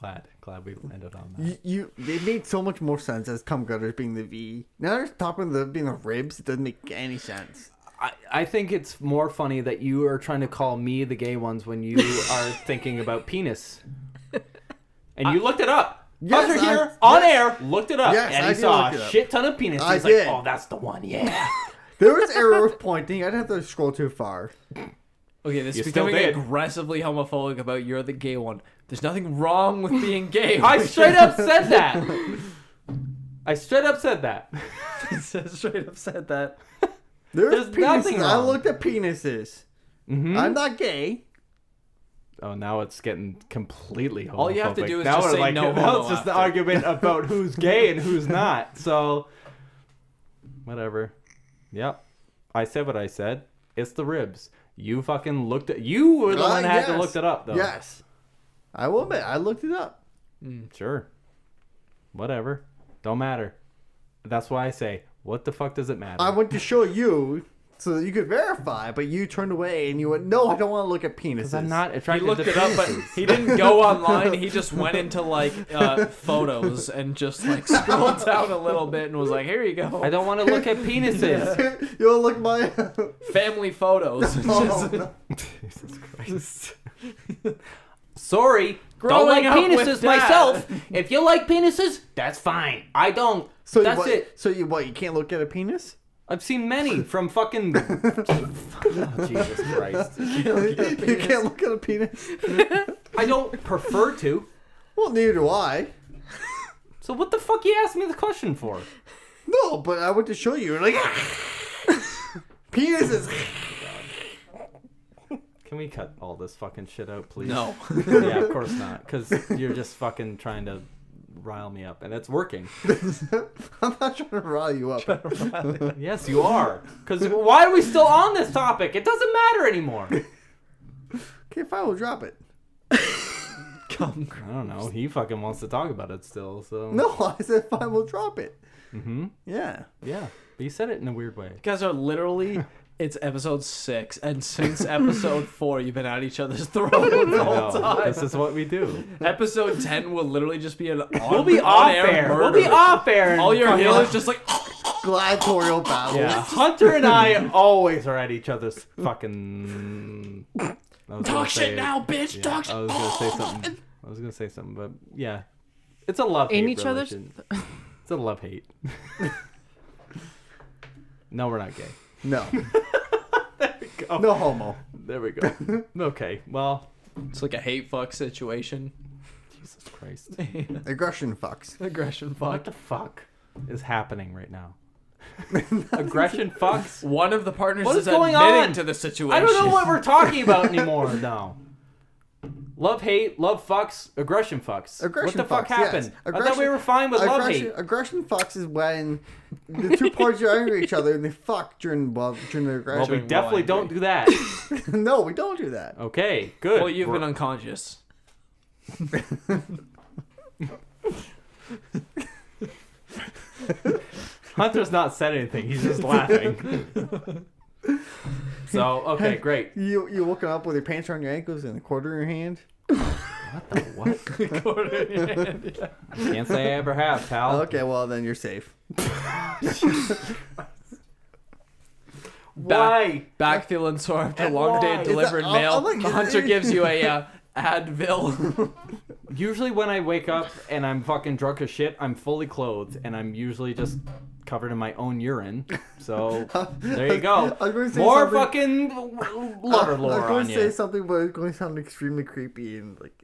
Speaker 3: glad, glad we landed on that.
Speaker 1: You, you, it made so much more sense as cum gutters being the V. Now they're talking about the being the ribs. It doesn't make any sense.
Speaker 3: I, I think it's more funny that you are trying to call me the gay ones when you [LAUGHS] are thinking about penis. And you looked it up.
Speaker 1: Yes,
Speaker 3: Buzzer
Speaker 1: I-
Speaker 3: here on
Speaker 1: yes.
Speaker 3: air looked it up
Speaker 1: Yes,
Speaker 3: and
Speaker 1: I
Speaker 3: he
Speaker 1: did
Speaker 3: saw
Speaker 1: look it
Speaker 3: a
Speaker 1: up.
Speaker 3: shit ton of penis.
Speaker 1: I
Speaker 3: He's
Speaker 1: did.
Speaker 3: like, oh, that's the one, yeah.
Speaker 1: There was arrows pointing. I didn't have to scroll too far.
Speaker 2: Okay, this
Speaker 3: You
Speaker 2: is
Speaker 3: still
Speaker 2: becoming
Speaker 3: did.
Speaker 2: aggressively homophobic about you're the gay one. There's nothing wrong with
Speaker 3: [LAUGHS]
Speaker 2: being gay.
Speaker 3: I straight up said that. I straight up said that.
Speaker 2: [LAUGHS] straight up said that.
Speaker 1: There's,
Speaker 3: There's
Speaker 1: penises.
Speaker 3: nothing
Speaker 1: I
Speaker 3: wrong. Mm-hmm.
Speaker 1: looked at penises. I'm not gay.
Speaker 3: Oh, now it's getting completely homophobic.
Speaker 2: All you have to do is
Speaker 3: now
Speaker 2: just
Speaker 3: we're
Speaker 2: say
Speaker 3: like,
Speaker 2: no
Speaker 3: now
Speaker 2: homo
Speaker 3: it's just the
Speaker 2: after.
Speaker 3: argument
Speaker 2: [LAUGHS]
Speaker 3: about who's gay and who's not. So, whatever. Yep. I said what I said. It's the ribs. You fucking looked at. You were the
Speaker 1: Uh,
Speaker 3: one that had to
Speaker 1: yes.
Speaker 3: looked it up, though.
Speaker 1: Yes. I will admit, I looked it up.
Speaker 3: Sure. Whatever. Don't matter. That's why I say, what the fuck does it matter?
Speaker 1: I went to show you so that you could verify, but you turned away and you went, "No, I don't want to look at penises."
Speaker 3: Because I'm not
Speaker 2: He
Speaker 3: attracted
Speaker 2: looked
Speaker 3: to
Speaker 2: it up, but
Speaker 3: penises.
Speaker 2: he didn't go online.
Speaker 3: [LAUGHS]
Speaker 2: He just went into like uh, photos and just like [LAUGHS] scrolled down a little bit and was like, "Here you go,
Speaker 3: I don't want to look at
Speaker 2: [LAUGHS]
Speaker 1: [LAUGHS]
Speaker 3: penises.
Speaker 1: you want look my?
Speaker 3: [LAUGHS]
Speaker 2: family photos." It's
Speaker 1: Oh,
Speaker 2: just-
Speaker 1: no.
Speaker 3: Sorry,
Speaker 2: Growing
Speaker 3: don't like
Speaker 2: up with
Speaker 3: penises
Speaker 2: that.
Speaker 3: myself. If you like penises, that's fine. I don't.
Speaker 1: So
Speaker 3: that's
Speaker 1: what,
Speaker 3: it.
Speaker 1: So you what? You can't look at a
Speaker 3: [LAUGHS]
Speaker 1: penis?
Speaker 3: I've seen many from
Speaker 2: [LAUGHS]
Speaker 3: fucking. [LAUGHS] oh, Jesus
Speaker 1: [LAUGHS]
Speaker 3: Christ!
Speaker 1: you can't look at a penis.
Speaker 3: I don't prefer to.
Speaker 1: Well, neither do I.
Speaker 3: So what the fuck you asked me the question for?
Speaker 1: No, but I went to show you. and Like [LAUGHS] penises. [LAUGHS]
Speaker 3: Can we cut all this fucking shit out, please? [LAUGHS]
Speaker 2: no,
Speaker 3: yeah, of course not. Because you're just fucking trying to rile me up, and it's
Speaker 2: [LAUGHS]
Speaker 3: working.
Speaker 1: I'm not trying to rile you up.
Speaker 3: Yes, you are. Because why are we still on this topic? It doesn't matter anymore.
Speaker 1: [LAUGHS] Okay, fine, we'll drop it.
Speaker 2: come.
Speaker 3: I don't know. He fucking wants to talk about it still. So
Speaker 1: No, [LAUGHS] I said fine, we'll drop it.
Speaker 3: Mm-hmm.
Speaker 1: Yeah.
Speaker 3: Yeah, but you said it in a weird way.
Speaker 2: You guys are literally. It's episode six, and since
Speaker 3: [LAUGHS]
Speaker 2: episode four, you've been at each other's throat the whole
Speaker 3: No,
Speaker 2: time.
Speaker 3: This is what we do.
Speaker 2: Episode ten will literally just be an on,
Speaker 3: [LAUGHS] We'll be off
Speaker 2: on-air
Speaker 3: air. We'll
Speaker 2: murder.
Speaker 3: be off air.
Speaker 2: All your heel
Speaker 3: heels.
Speaker 2: is just like. "Oh,
Speaker 1: Gladiatorial battle.
Speaker 2: [LAUGHS]
Speaker 3: Yeah, Hunter and I always are at each [LAUGHS] other's fucking. I was gonna
Speaker 2: Talk shit
Speaker 3: say-
Speaker 2: now, bitch.
Speaker 3: yeah,
Speaker 2: Talk shit.
Speaker 3: I was gonna [LAUGHS] say something. I was gonna say something, but yeah, it's a love
Speaker 4: In
Speaker 3: hate
Speaker 4: each other's-
Speaker 3: It's a love [LAUGHS] hate. no, we're not gay. [LAUGHS]
Speaker 1: No.
Speaker 3: go.
Speaker 1: No homo.
Speaker 3: There we go. [LAUGHS] okay, well,
Speaker 2: It's like a hate
Speaker 3: [LAUGHS]
Speaker 2: fuck situation.
Speaker 3: Jesus Christ,
Speaker 1: Aggression fucks.
Speaker 2: Aggression
Speaker 3: what
Speaker 2: fuck.
Speaker 3: the fuck is happening
Speaker 1: [LAUGHS]
Speaker 3: right now? Aggression fucks.
Speaker 2: One of the partners
Speaker 3: What
Speaker 2: is,
Speaker 3: is going
Speaker 2: admitting
Speaker 3: on?
Speaker 2: to the situation.
Speaker 3: I don't know what we're talking about anymore. No. Love hate, love fucks, aggression fucks. what
Speaker 1: Aggression
Speaker 3: the fuck
Speaker 1: fucks,
Speaker 3: happened?
Speaker 1: yes.
Speaker 3: I thought we
Speaker 1: Aggression-
Speaker 3: were fine with love
Speaker 1: Aggression,
Speaker 3: hate.
Speaker 1: aggression fucks is when the two parties are angry at each other and they fuck during well, during the
Speaker 3: Well, we
Speaker 1: aggression.
Speaker 2: Doing well,
Speaker 3: definitely
Speaker 2: I
Speaker 3: don't
Speaker 2: agree.
Speaker 3: do that.
Speaker 1: [LAUGHS]
Speaker 2: [LAUGHS]
Speaker 1: no, we don't do that.
Speaker 3: Oh. Okay, good.
Speaker 2: [LAUGHS] Well, you've
Speaker 3: We're-
Speaker 2: been unconscious.
Speaker 3: [LAUGHS] Hunter's not said anything. He's just laughing.
Speaker 1: [LAUGHS]
Speaker 3: so okay, great.
Speaker 2: [LAUGHS]
Speaker 1: You you woken up with your pants around your ankles and a quarter in your hand.
Speaker 3: What the what? Can't say I ever have, pal.
Speaker 1: Okay, well then you're safe.
Speaker 3: Why?
Speaker 2: Back feeling sore after a long day
Speaker 3: why?
Speaker 2: of delivered
Speaker 1: Is that-
Speaker 2: mail.
Speaker 1: I'm like-
Speaker 3: [LAUGHS]
Speaker 2: the hunter gives you a uh, Advil. [LAUGHS]
Speaker 3: Usually when I wake up and I'm fucking drunk as shit, I'm fully clothed and I'm usually just covered in my own urine. So there you go.
Speaker 1: [LAUGHS] I was going to say
Speaker 3: More
Speaker 1: something-
Speaker 3: fucking lover
Speaker 1: [LAUGHS] I
Speaker 3: lore
Speaker 1: was
Speaker 3: on
Speaker 1: going to say
Speaker 3: you.
Speaker 1: something, but it's going to sound extremely creepy and like.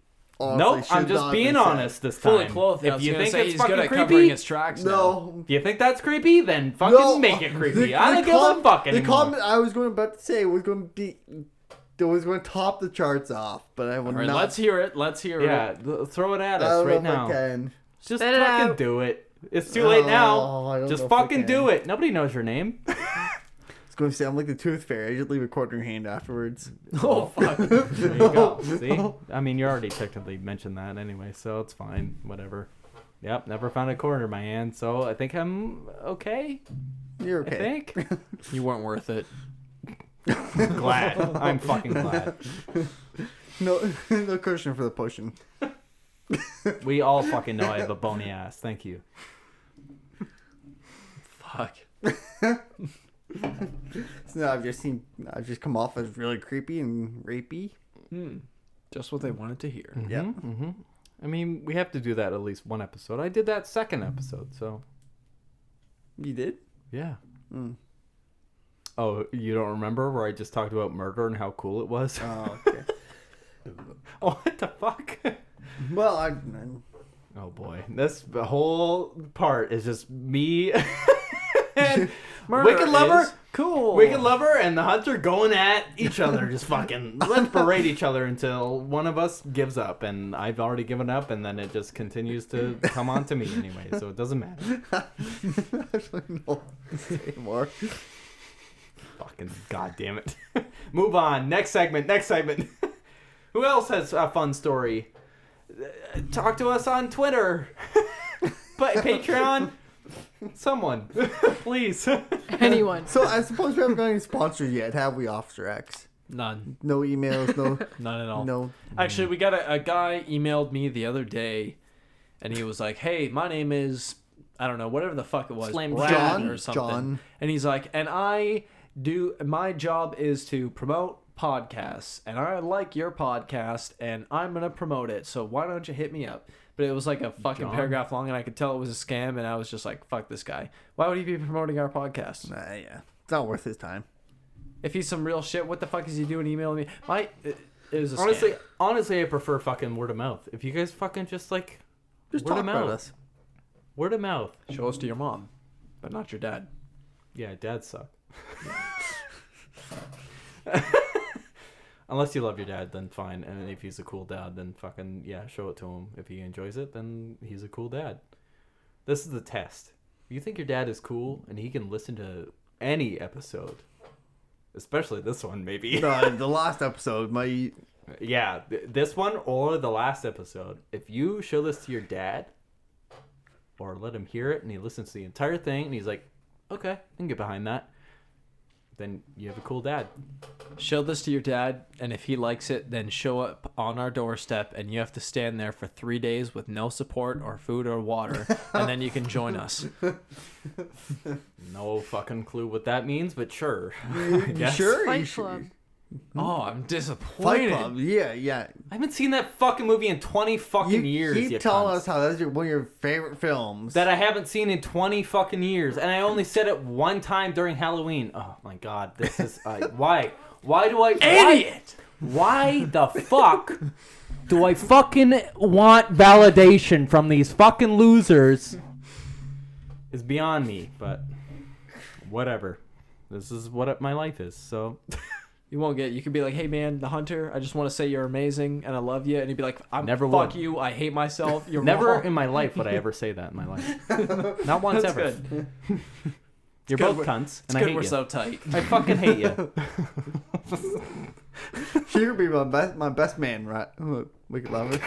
Speaker 1: honestly
Speaker 3: Nope, I'm
Speaker 1: should not
Speaker 3: just
Speaker 1: have
Speaker 3: being
Speaker 1: been said.
Speaker 3: honest this time.
Speaker 2: Fully clothed. I
Speaker 3: If
Speaker 2: was
Speaker 3: you
Speaker 2: gonna
Speaker 3: think
Speaker 2: say
Speaker 3: it's
Speaker 2: he's good
Speaker 3: fucking
Speaker 2: at covering
Speaker 3: creepy,
Speaker 2: his tracks. now.
Speaker 1: No,
Speaker 3: you think that's creepy, then fucking make it creepy. I don't give a fuck
Speaker 1: uh, The
Speaker 3: anymore.
Speaker 1: comment I was going about to say was going to be, it was going to top the charts off, but I will
Speaker 2: All right,
Speaker 1: not.
Speaker 2: let's hear it. Let's hear
Speaker 3: yeah,
Speaker 2: it.
Speaker 3: th- throw it at
Speaker 1: I
Speaker 3: us
Speaker 1: don't
Speaker 3: right
Speaker 1: know if I
Speaker 3: now.
Speaker 1: can.
Speaker 3: Just
Speaker 4: Spit it
Speaker 3: fucking
Speaker 4: out.
Speaker 3: do it. It's too late now.
Speaker 1: Oh, I don't know
Speaker 3: Just
Speaker 1: if I
Speaker 3: fucking do
Speaker 1: can.
Speaker 3: it. Nobody knows your name.
Speaker 1: It's going to say I'm like the tooth fairy. I just leave a quarter in your hand afterwards.
Speaker 2: Oh fuck.
Speaker 3: There you go. See? I mean, you already technically mentioned that anyway, so it's fine. Whatever. Yep, never found a quarter in my hand, so I think I'm okay.
Speaker 1: You're
Speaker 3: I
Speaker 1: okay. [LAUGHS]
Speaker 3: think.
Speaker 2: you weren't worth it.
Speaker 3: glad. [LAUGHS] I'm fucking glad.
Speaker 1: [LAUGHS] No, [LAUGHS] no cushion for the pushing.
Speaker 3: We all fucking know I have a bony ass. Thank you.
Speaker 2: Fuck.
Speaker 1: So now I've just seen, I've just come off as really creepy and rapey.
Speaker 2: Hmm. Just what they wanted to hear.
Speaker 1: Yeah.
Speaker 3: hmm I mean, we have to do that at least one episode. I did that second episode, so
Speaker 1: You did?
Speaker 3: yeah.
Speaker 1: Mm.
Speaker 3: Oh, you don't remember where I just talked about murder and how cool it was?
Speaker 1: Oh, okay.
Speaker 3: oh, [LAUGHS] what the fuck?
Speaker 1: [LAUGHS]
Speaker 3: [LAUGHS]
Speaker 1: well, I, I'm,
Speaker 3: Oh boy, this whole part is just me [LAUGHS] and Wicked Lover,
Speaker 2: is cool.
Speaker 3: Wicked Lover, and the Hunter going at each other, just
Speaker 2: [LAUGHS]
Speaker 3: fucking let's berate each other until one of us gives up, and I've already given up, and then it just continues to come on to me anyway, so it doesn't matter.
Speaker 1: actually no [LAUGHS] anymore.
Speaker 3: Fucking goddamn it! [LAUGHS] Move on. Next segment. Next segment. [LAUGHS] Who else has a fun [LAUGHS] story? Uh, Talk to us on Twitter, but Patreon. Someone, [LAUGHS] please.
Speaker 4: [LAUGHS] Anyone.
Speaker 1: So I suppose we haven't got any sponsors yet, have we, Officer X?
Speaker 2: None.
Speaker 1: No emails,
Speaker 3: [LAUGHS]
Speaker 1: no,
Speaker 2: None at all.
Speaker 1: no.
Speaker 2: Actually, we got a, a guy emailed me the other day, and he was like, "Hey, my name is I don't know whatever the fuck it was,
Speaker 3: Slam
Speaker 2: Brad
Speaker 1: John.
Speaker 2: or something."
Speaker 1: John.
Speaker 2: And he's like, "And I do my job is to promote podcasts, and I like your podcast, and I'm gonna promote it. So why don't you hit me up?" But it was like a fucking
Speaker 3: John?
Speaker 2: paragraph long, and I could tell it was a scam, and I was just like, "Fuck this guy! Why would he be promoting our podcast?"
Speaker 1: Nah, uh, yeah. It's not worth his time.
Speaker 2: If he's some real shit, what the fuck is he doing emailing me? My, it, it was a
Speaker 3: honestly,
Speaker 2: scam.
Speaker 3: honestly, I prefer fucking word of mouth. If you guys fucking just like
Speaker 1: Just
Speaker 3: Word
Speaker 1: talk
Speaker 3: of
Speaker 1: about
Speaker 3: mouth.
Speaker 1: us.
Speaker 3: word of mouth.
Speaker 2: show us to your mom, but not your dad.
Speaker 3: Yeah, dads suck. Unless you love your dad, then fine. And if he's a cool dad, then fucking yeah, show it to him. If he enjoys it, then he's a cool dad. This is the test. If you think your dad is cool and he can listen to any episode, especially this one, maybe.
Speaker 1: No, the last episode, my
Speaker 3: yeah, th- this one or the last episode. If you show this to your dad or let him hear it and he listens to the entire thing and he's like, okay, I can get behind that, then you have a cool dad.
Speaker 2: Show this to your dad, and if he likes it, then show up on our doorstep, and you have to stand there for three days with no support or food or water, and then you can
Speaker 1: [LAUGHS]
Speaker 2: join us.
Speaker 3: No fucking clue what that means, but sure. [LAUGHS]
Speaker 1: you
Speaker 3: Yes.
Speaker 1: sure? You
Speaker 4: Fight
Speaker 1: sure-
Speaker 4: Club.
Speaker 2: Oh, I'm
Speaker 1: Fight
Speaker 2: disappointed.
Speaker 1: Club. Yeah, yeah.
Speaker 3: I haven't seen that fucking movie in 20 fucking years.
Speaker 1: keep
Speaker 3: you
Speaker 1: telling
Speaker 3: cunts.
Speaker 1: us how that's your, one of your favorite films.
Speaker 3: That I haven't seen in 20 fucking years, and I only said it one time during Halloween. Oh my god, this is. I
Speaker 2: [LAUGHS]
Speaker 3: why? Why do I. why-
Speaker 2: Idiot!
Speaker 3: Why the fuck do I fucking want validation from these fucking losers? Is beyond me, but whatever. This is what my life is.
Speaker 2: [LAUGHS]
Speaker 3: So
Speaker 2: You won't get. You could be like, "Hey, man, the hunter. I just want to say you're amazing, and I love you." And he'd be like, "I'm
Speaker 3: Never would.
Speaker 2: fuck you. I hate myself. You're
Speaker 3: never
Speaker 2: wrong."
Speaker 3: in my life would I ever say that in my life.
Speaker 2: [LAUGHS]
Speaker 3: Not once
Speaker 2: That's
Speaker 3: ever.
Speaker 2: good.
Speaker 3: You're
Speaker 2: good
Speaker 3: both
Speaker 2: we're-
Speaker 3: cunts,
Speaker 2: It's
Speaker 3: and I
Speaker 2: good
Speaker 3: hate
Speaker 2: we're
Speaker 3: you. [LAUGHS]
Speaker 2: so tight.
Speaker 3: I fucking hate
Speaker 2: [LAUGHS]
Speaker 3: you.
Speaker 1: she would be my best, my best man, right? Uh, Wicked lover.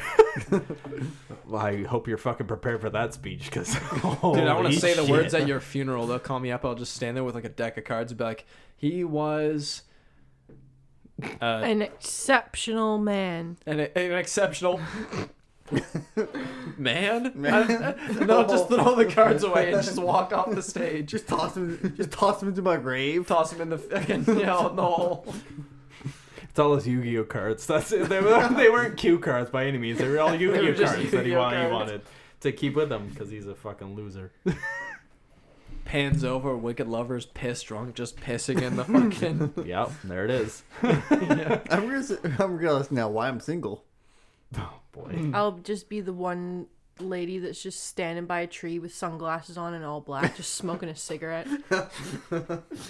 Speaker 3: Well, I hope you're fucking prepared for that speech, [LAUGHS] because
Speaker 2: Dude, I want to say the words at your funeral. They'll call me up. I'll just stand there with like a deck of cards and be like, "He was." Uh,
Speaker 4: An exceptional man.
Speaker 2: an, an exceptional man.
Speaker 1: Man.
Speaker 2: And they'll just throw the cards away and just walk off the stage.
Speaker 1: [LAUGHS] Just toss him. Just toss him into my grave.
Speaker 2: Toss him in the fucking you know, in the hole.
Speaker 3: It's all his Yu-Gi-Oh cards. That's it. They, were, they weren't cue cards by any means. They were
Speaker 2: [LAUGHS]
Speaker 3: all Yu-Gi-Oh
Speaker 2: just
Speaker 3: cards that he
Speaker 2: Yu-Gi-Oh
Speaker 3: wanted,
Speaker 2: cards.
Speaker 3: he wanted to keep with him because he's a fucking loser.
Speaker 2: Pans over, wicked lovers, piss drunk, just pissing in
Speaker 3: [LAUGHS]
Speaker 2: the fucking.
Speaker 3: yep, there it is.
Speaker 1: I'm realizing, I'm realizing now why I'm
Speaker 3: [LAUGHS]
Speaker 1: single.
Speaker 3: Oh boy.
Speaker 4: I'll just be the one lady that's just standing by a tree with sunglasses on and all black, just smoking a cigarette.
Speaker 3: [LAUGHS]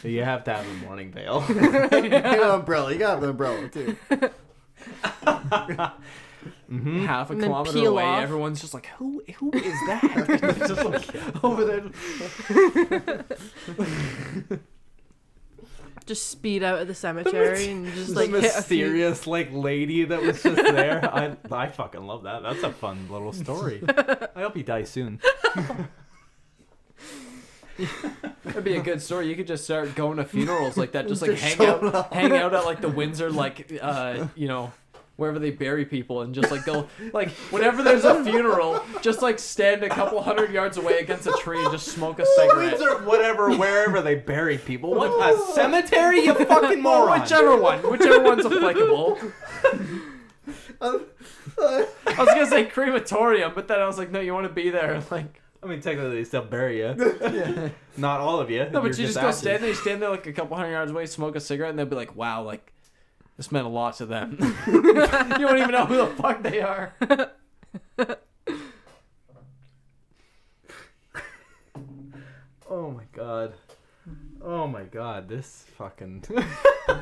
Speaker 3: You have to have a morning [LAUGHS] veil.
Speaker 1: You got an umbrella. You got an umbrella too.
Speaker 2: half a
Speaker 4: And then
Speaker 2: kilometer
Speaker 4: peel
Speaker 2: away.
Speaker 4: off.
Speaker 2: Everyone's just like, who who is that? [LAUGHS] They're
Speaker 3: [LAUGHS]
Speaker 2: just like over there.
Speaker 4: Just speed out of the cemetery and just
Speaker 3: Just
Speaker 4: like
Speaker 3: like
Speaker 4: hit a few.
Speaker 3: mysterious like lady that was just there. I I fucking love that. That's a fun little [LAUGHS] story. I hope he dies soon.
Speaker 2: That'd be a good story. You could just start going to funerals like that. Just like
Speaker 1: Just
Speaker 2: hang out, hang out at like the Windsor, like uh, you know, wherever they bury people, and just like go, like whenever there's a funeral, just like stand a couple hundred yards away against a tree and just smoke a cigarette.
Speaker 3: Windsor, whatever, wherever they bury people. [LAUGHS] What a cemetery, you fucking
Speaker 2: Or
Speaker 3: moron.
Speaker 2: whichever one, whichever one's applicable. I was gonna say crematorium, but then I was like, no, you want to be there, like.
Speaker 3: I mean, technically, they still bury you. [LAUGHS] Not all of you.
Speaker 2: No, but you just, go stand there, you stand there like a couple hundred yards away, smoke a cigarette, and they'll be like, "Wow, like this meant a lot to them." [LAUGHS] you don't even know who the fuck they are.
Speaker 3: Oh my god. Oh my god, this fucking. [LAUGHS]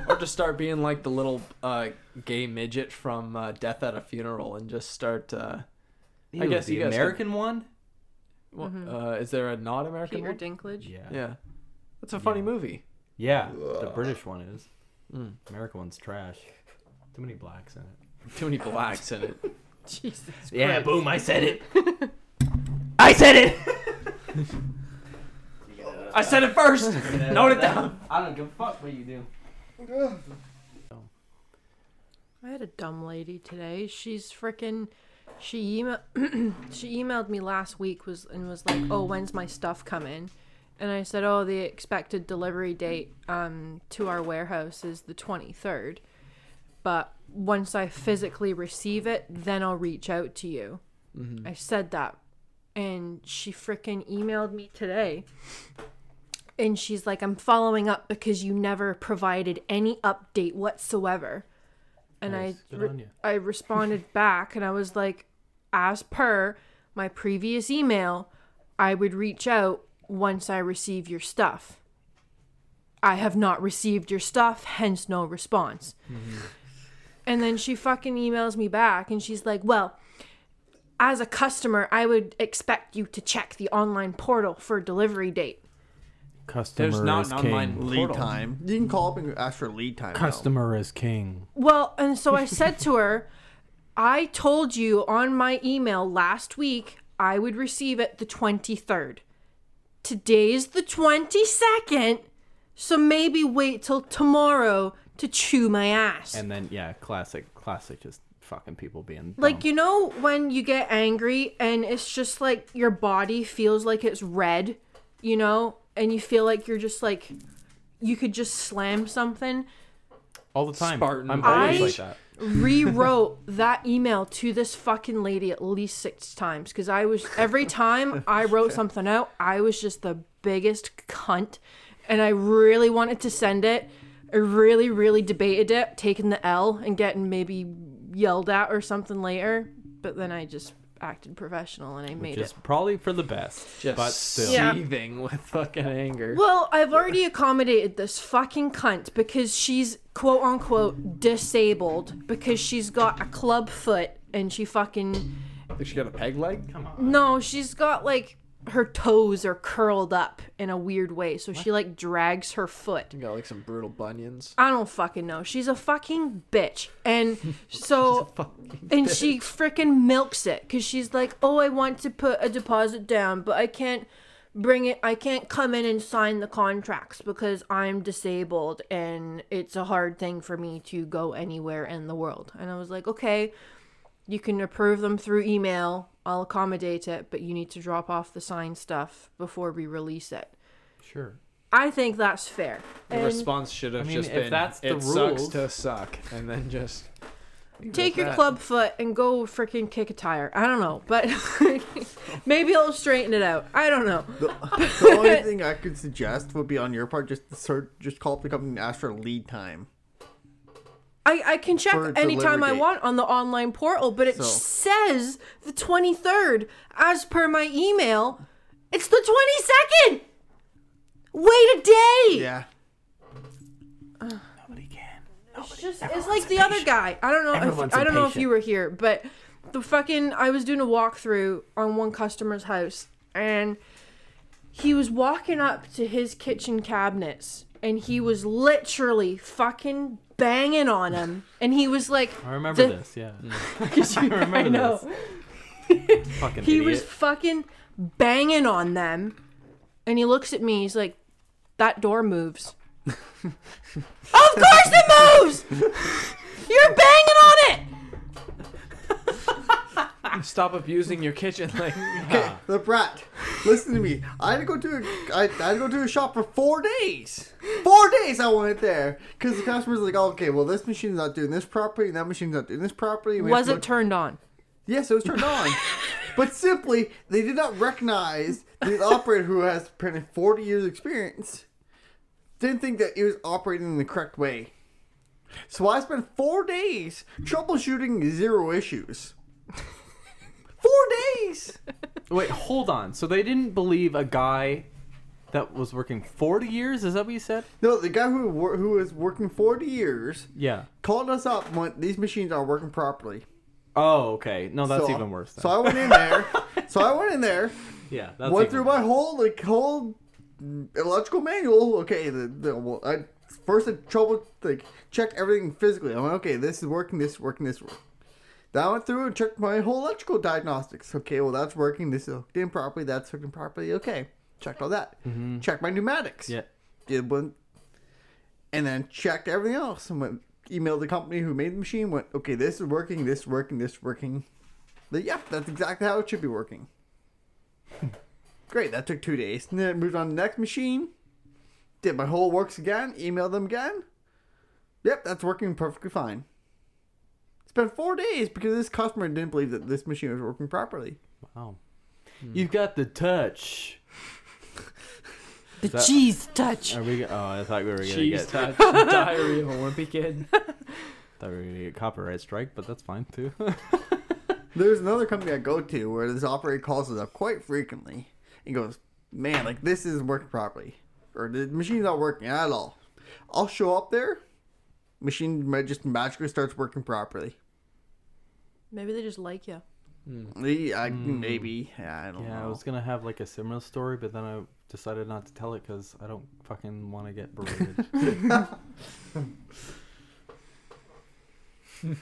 Speaker 2: Or just start being like the little uh, gay midget from uh, Death at a Funeral, and just start. Uh,
Speaker 3: I guess
Speaker 2: the
Speaker 3: the American one?
Speaker 2: wha- uh, is there a not American
Speaker 4: Mm-hmm. Peter
Speaker 2: one?
Speaker 4: Dinklage.
Speaker 2: yeah, that's a funny movie.
Speaker 3: Yeah, the British one is.
Speaker 2: Mm.
Speaker 3: American one's trash. Too many blacks in it.
Speaker 2: Too many blacks in it.
Speaker 4: [LAUGHS]
Speaker 2: [LAUGHS]
Speaker 4: Jesus.
Speaker 3: Yeah,
Speaker 4: Christ.
Speaker 3: boom, I said it. I said it!
Speaker 2: I said it [LAUGHS] first. Note it down.
Speaker 3: I don't give a fuck what you do.
Speaker 4: I had a dumb lady today. She's freaking. She email [CLEARS THROAT] she emailed me last week was and was like, "Oh, when's my stuff coming?" And I said, "Oh, the expected delivery date um to our warehouse is the 23rd, but once I physically receive it, then I'll reach out to you." I said that, and she freaking emailed me today. And she's like, I'm following up because you never provided any update whatsoever. And I re- I responded back and I was like, as per my previous email, I would reach out once I receive your stuff. I have not received your stuff, hence no response. And then she fucking emails me back and she's like, well, as a customer, I would expect you to check the online portal for delivery date.
Speaker 5: Customer
Speaker 2: There's not
Speaker 5: is
Speaker 2: an
Speaker 5: king.
Speaker 2: online
Speaker 1: Lead
Speaker 2: portal.
Speaker 1: time. You can call up and ask for lead time. now.
Speaker 5: Customer is king.
Speaker 4: Well, and so I said to her, I told you on my email last week I would receive it the 23rd. Today's the 22nd, so maybe wait till tomorrow to chew my ass.
Speaker 3: And then yeah, classic, classic, just fucking people being
Speaker 4: like you know when you get angry and it's just like your body feels like it's red, you know, and you feel like you're just like you could just slam something.
Speaker 5: All the time.
Speaker 2: Spartan.
Speaker 5: I'm
Speaker 4: I-
Speaker 5: always like that.
Speaker 4: rewrote that email to this fucking lady at least six times because I was every time I wrote something out, I was just the biggest cunt, and I really wanted to send it. I really, really debated it, taking the L and getting maybe yelled at or something later. But then I just acted professional and I made it.
Speaker 3: just probably for the best.
Speaker 2: Just
Speaker 3: but still,
Speaker 4: Yeah.
Speaker 2: seething with fucking anger.
Speaker 4: Well, I've already accommodated this fucking cunt because she's quote unquote disabled because she's got a club foot and she fucking
Speaker 2: She got a peg leg. Come on.
Speaker 4: No, she's got like her toes are curled up in a weird way, so she like drags her foot.
Speaker 2: Got like some brutal bunions.
Speaker 4: I don't fucking know. She's a fucking bitch. And so and she freaking milks it cuz she's like, "Oh, I want to put a deposit down, but I can't bring it I can't come in and sign the contracts because I'm disabled and it's a hard thing for me to go anywhere in the world." And I was like, "Okay, you can approve them through email. I'll accommodate it, but you need to drop off the signed stuff before we release it."
Speaker 5: Sure.
Speaker 4: I think that's fair.
Speaker 2: The
Speaker 4: And-
Speaker 2: response should have
Speaker 5: I mean,
Speaker 2: just
Speaker 5: if
Speaker 2: been.
Speaker 5: that's the
Speaker 2: it sucks
Speaker 5: rules-
Speaker 2: to suck, and then just
Speaker 4: Take your
Speaker 2: that.
Speaker 4: club foot and go freaking kick a tire. I don't know, but [LAUGHS] maybe it'll straighten it out. I don't know.
Speaker 1: The,
Speaker 3: [LAUGHS]
Speaker 1: the only thing I could suggest would be on your part just to search, just call up the company and ask for lead time.
Speaker 4: I, I can check
Speaker 1: For
Speaker 4: anytime I
Speaker 1: delivery date.
Speaker 4: want on the online portal, but it
Speaker 1: So-
Speaker 4: says the 23rd as per my email. It's the 22nd! Wait a day!
Speaker 1: Yeah.
Speaker 4: It's just it's like the other guy. I don't know. If, I don't know if you were here, but the fucking I was doing a walkthrough on one customer's house, and he was walking up to his kitchen cabinets, and he was literally fucking banging on him, and he was like,
Speaker 5: I remember
Speaker 4: The-
Speaker 5: this, yeah.
Speaker 1: Mm.
Speaker 3: [LAUGHS]
Speaker 4: I, know.
Speaker 3: fucking
Speaker 4: He
Speaker 3: idiot.
Speaker 4: was fucking banging on them, and he looks at me. He's like, "That
Speaker 5: [LAUGHS]
Speaker 4: door moves." of course it moves. You're banging on it.
Speaker 2: [LAUGHS] stop abusing your kitchen. [LAUGHS] Like
Speaker 1: Okay, the brat. Listen to me. I had to go to a, I, I had to go to a shop for four days. Four days I went there because the customer's like, "Oh, okay, well this machine's not doing this properly, and that machine's not doing this properly. We have
Speaker 4: Was
Speaker 1: to
Speaker 4: it
Speaker 1: look-
Speaker 4: turned on?
Speaker 1: yes, it was turned
Speaker 4: [LAUGHS]
Speaker 1: on. But simply, they did not recognize the operator who has apparently 40 years' experience. Didn't think that it was operating in the correct way. So I spent four days troubleshooting zero
Speaker 4: [LAUGHS]
Speaker 1: issues. Four days.
Speaker 3: Wait, hold on. So they didn't believe a guy that was working 40 years? Is that what you said?
Speaker 1: No, the guy who wor- who was working 40 years
Speaker 3: Yeah.
Speaker 1: called us up and went, these machines aren't working properly.
Speaker 3: Oh, okay. No, that's
Speaker 1: So-
Speaker 3: even worse. Then.
Speaker 1: So I went in there. so I went in there,
Speaker 3: yeah, that's
Speaker 1: went
Speaker 3: even
Speaker 1: through
Speaker 3: worse.
Speaker 1: my whole like whole electrical manual. Okay, the, the well, I first I trouble like checked everything physically. I'm like, okay, this is working, this is working, this is working. Then I went through and checked my whole electrical diagnostics. Okay, well that's working. This is hooked in properly. That's hooked in properly. Okay, Checked all that. Checked my pneumatics.
Speaker 3: Mm-hmm. Yeah.
Speaker 1: Did one, and then checked everything else and went emailed the company who made the machine. Went okay, this is working. This working. This working. But yeah, that's exactly how it should be working. Great. That took two days. And then I moved on to the next machine. Did my whole works again. Emailed them again. Yep, that's working perfectly fine. It's been four days because this customer didn't believe that this machine was working properly.
Speaker 5: Wow.
Speaker 3: Hmm. You've got the touch.
Speaker 4: The
Speaker 3: That-
Speaker 4: cheese touch.
Speaker 3: Are we? go- Oh, I thought we were gonna
Speaker 6: Cheese
Speaker 3: get.
Speaker 2: [LAUGHS]
Speaker 6: touch, diary of a wimpy kid.
Speaker 3: thought we were gonna get copyright strike, but that's fine too. [LAUGHS]
Speaker 1: There's another company I go to where this operator calls us up quite frequently and goes, "Man, like this isn't working properly, or the machine's not working at all." I'll show up there, machine ma- just magically starts working properly.
Speaker 4: Maybe they just like you.
Speaker 1: The- I- Maybe yeah, I don't
Speaker 5: Hmm. Yeah, I
Speaker 1: know.
Speaker 5: was gonna have like a similar story, but then I decided not to tell it because I don't fucking want to get berated.
Speaker 3: [LAUGHS]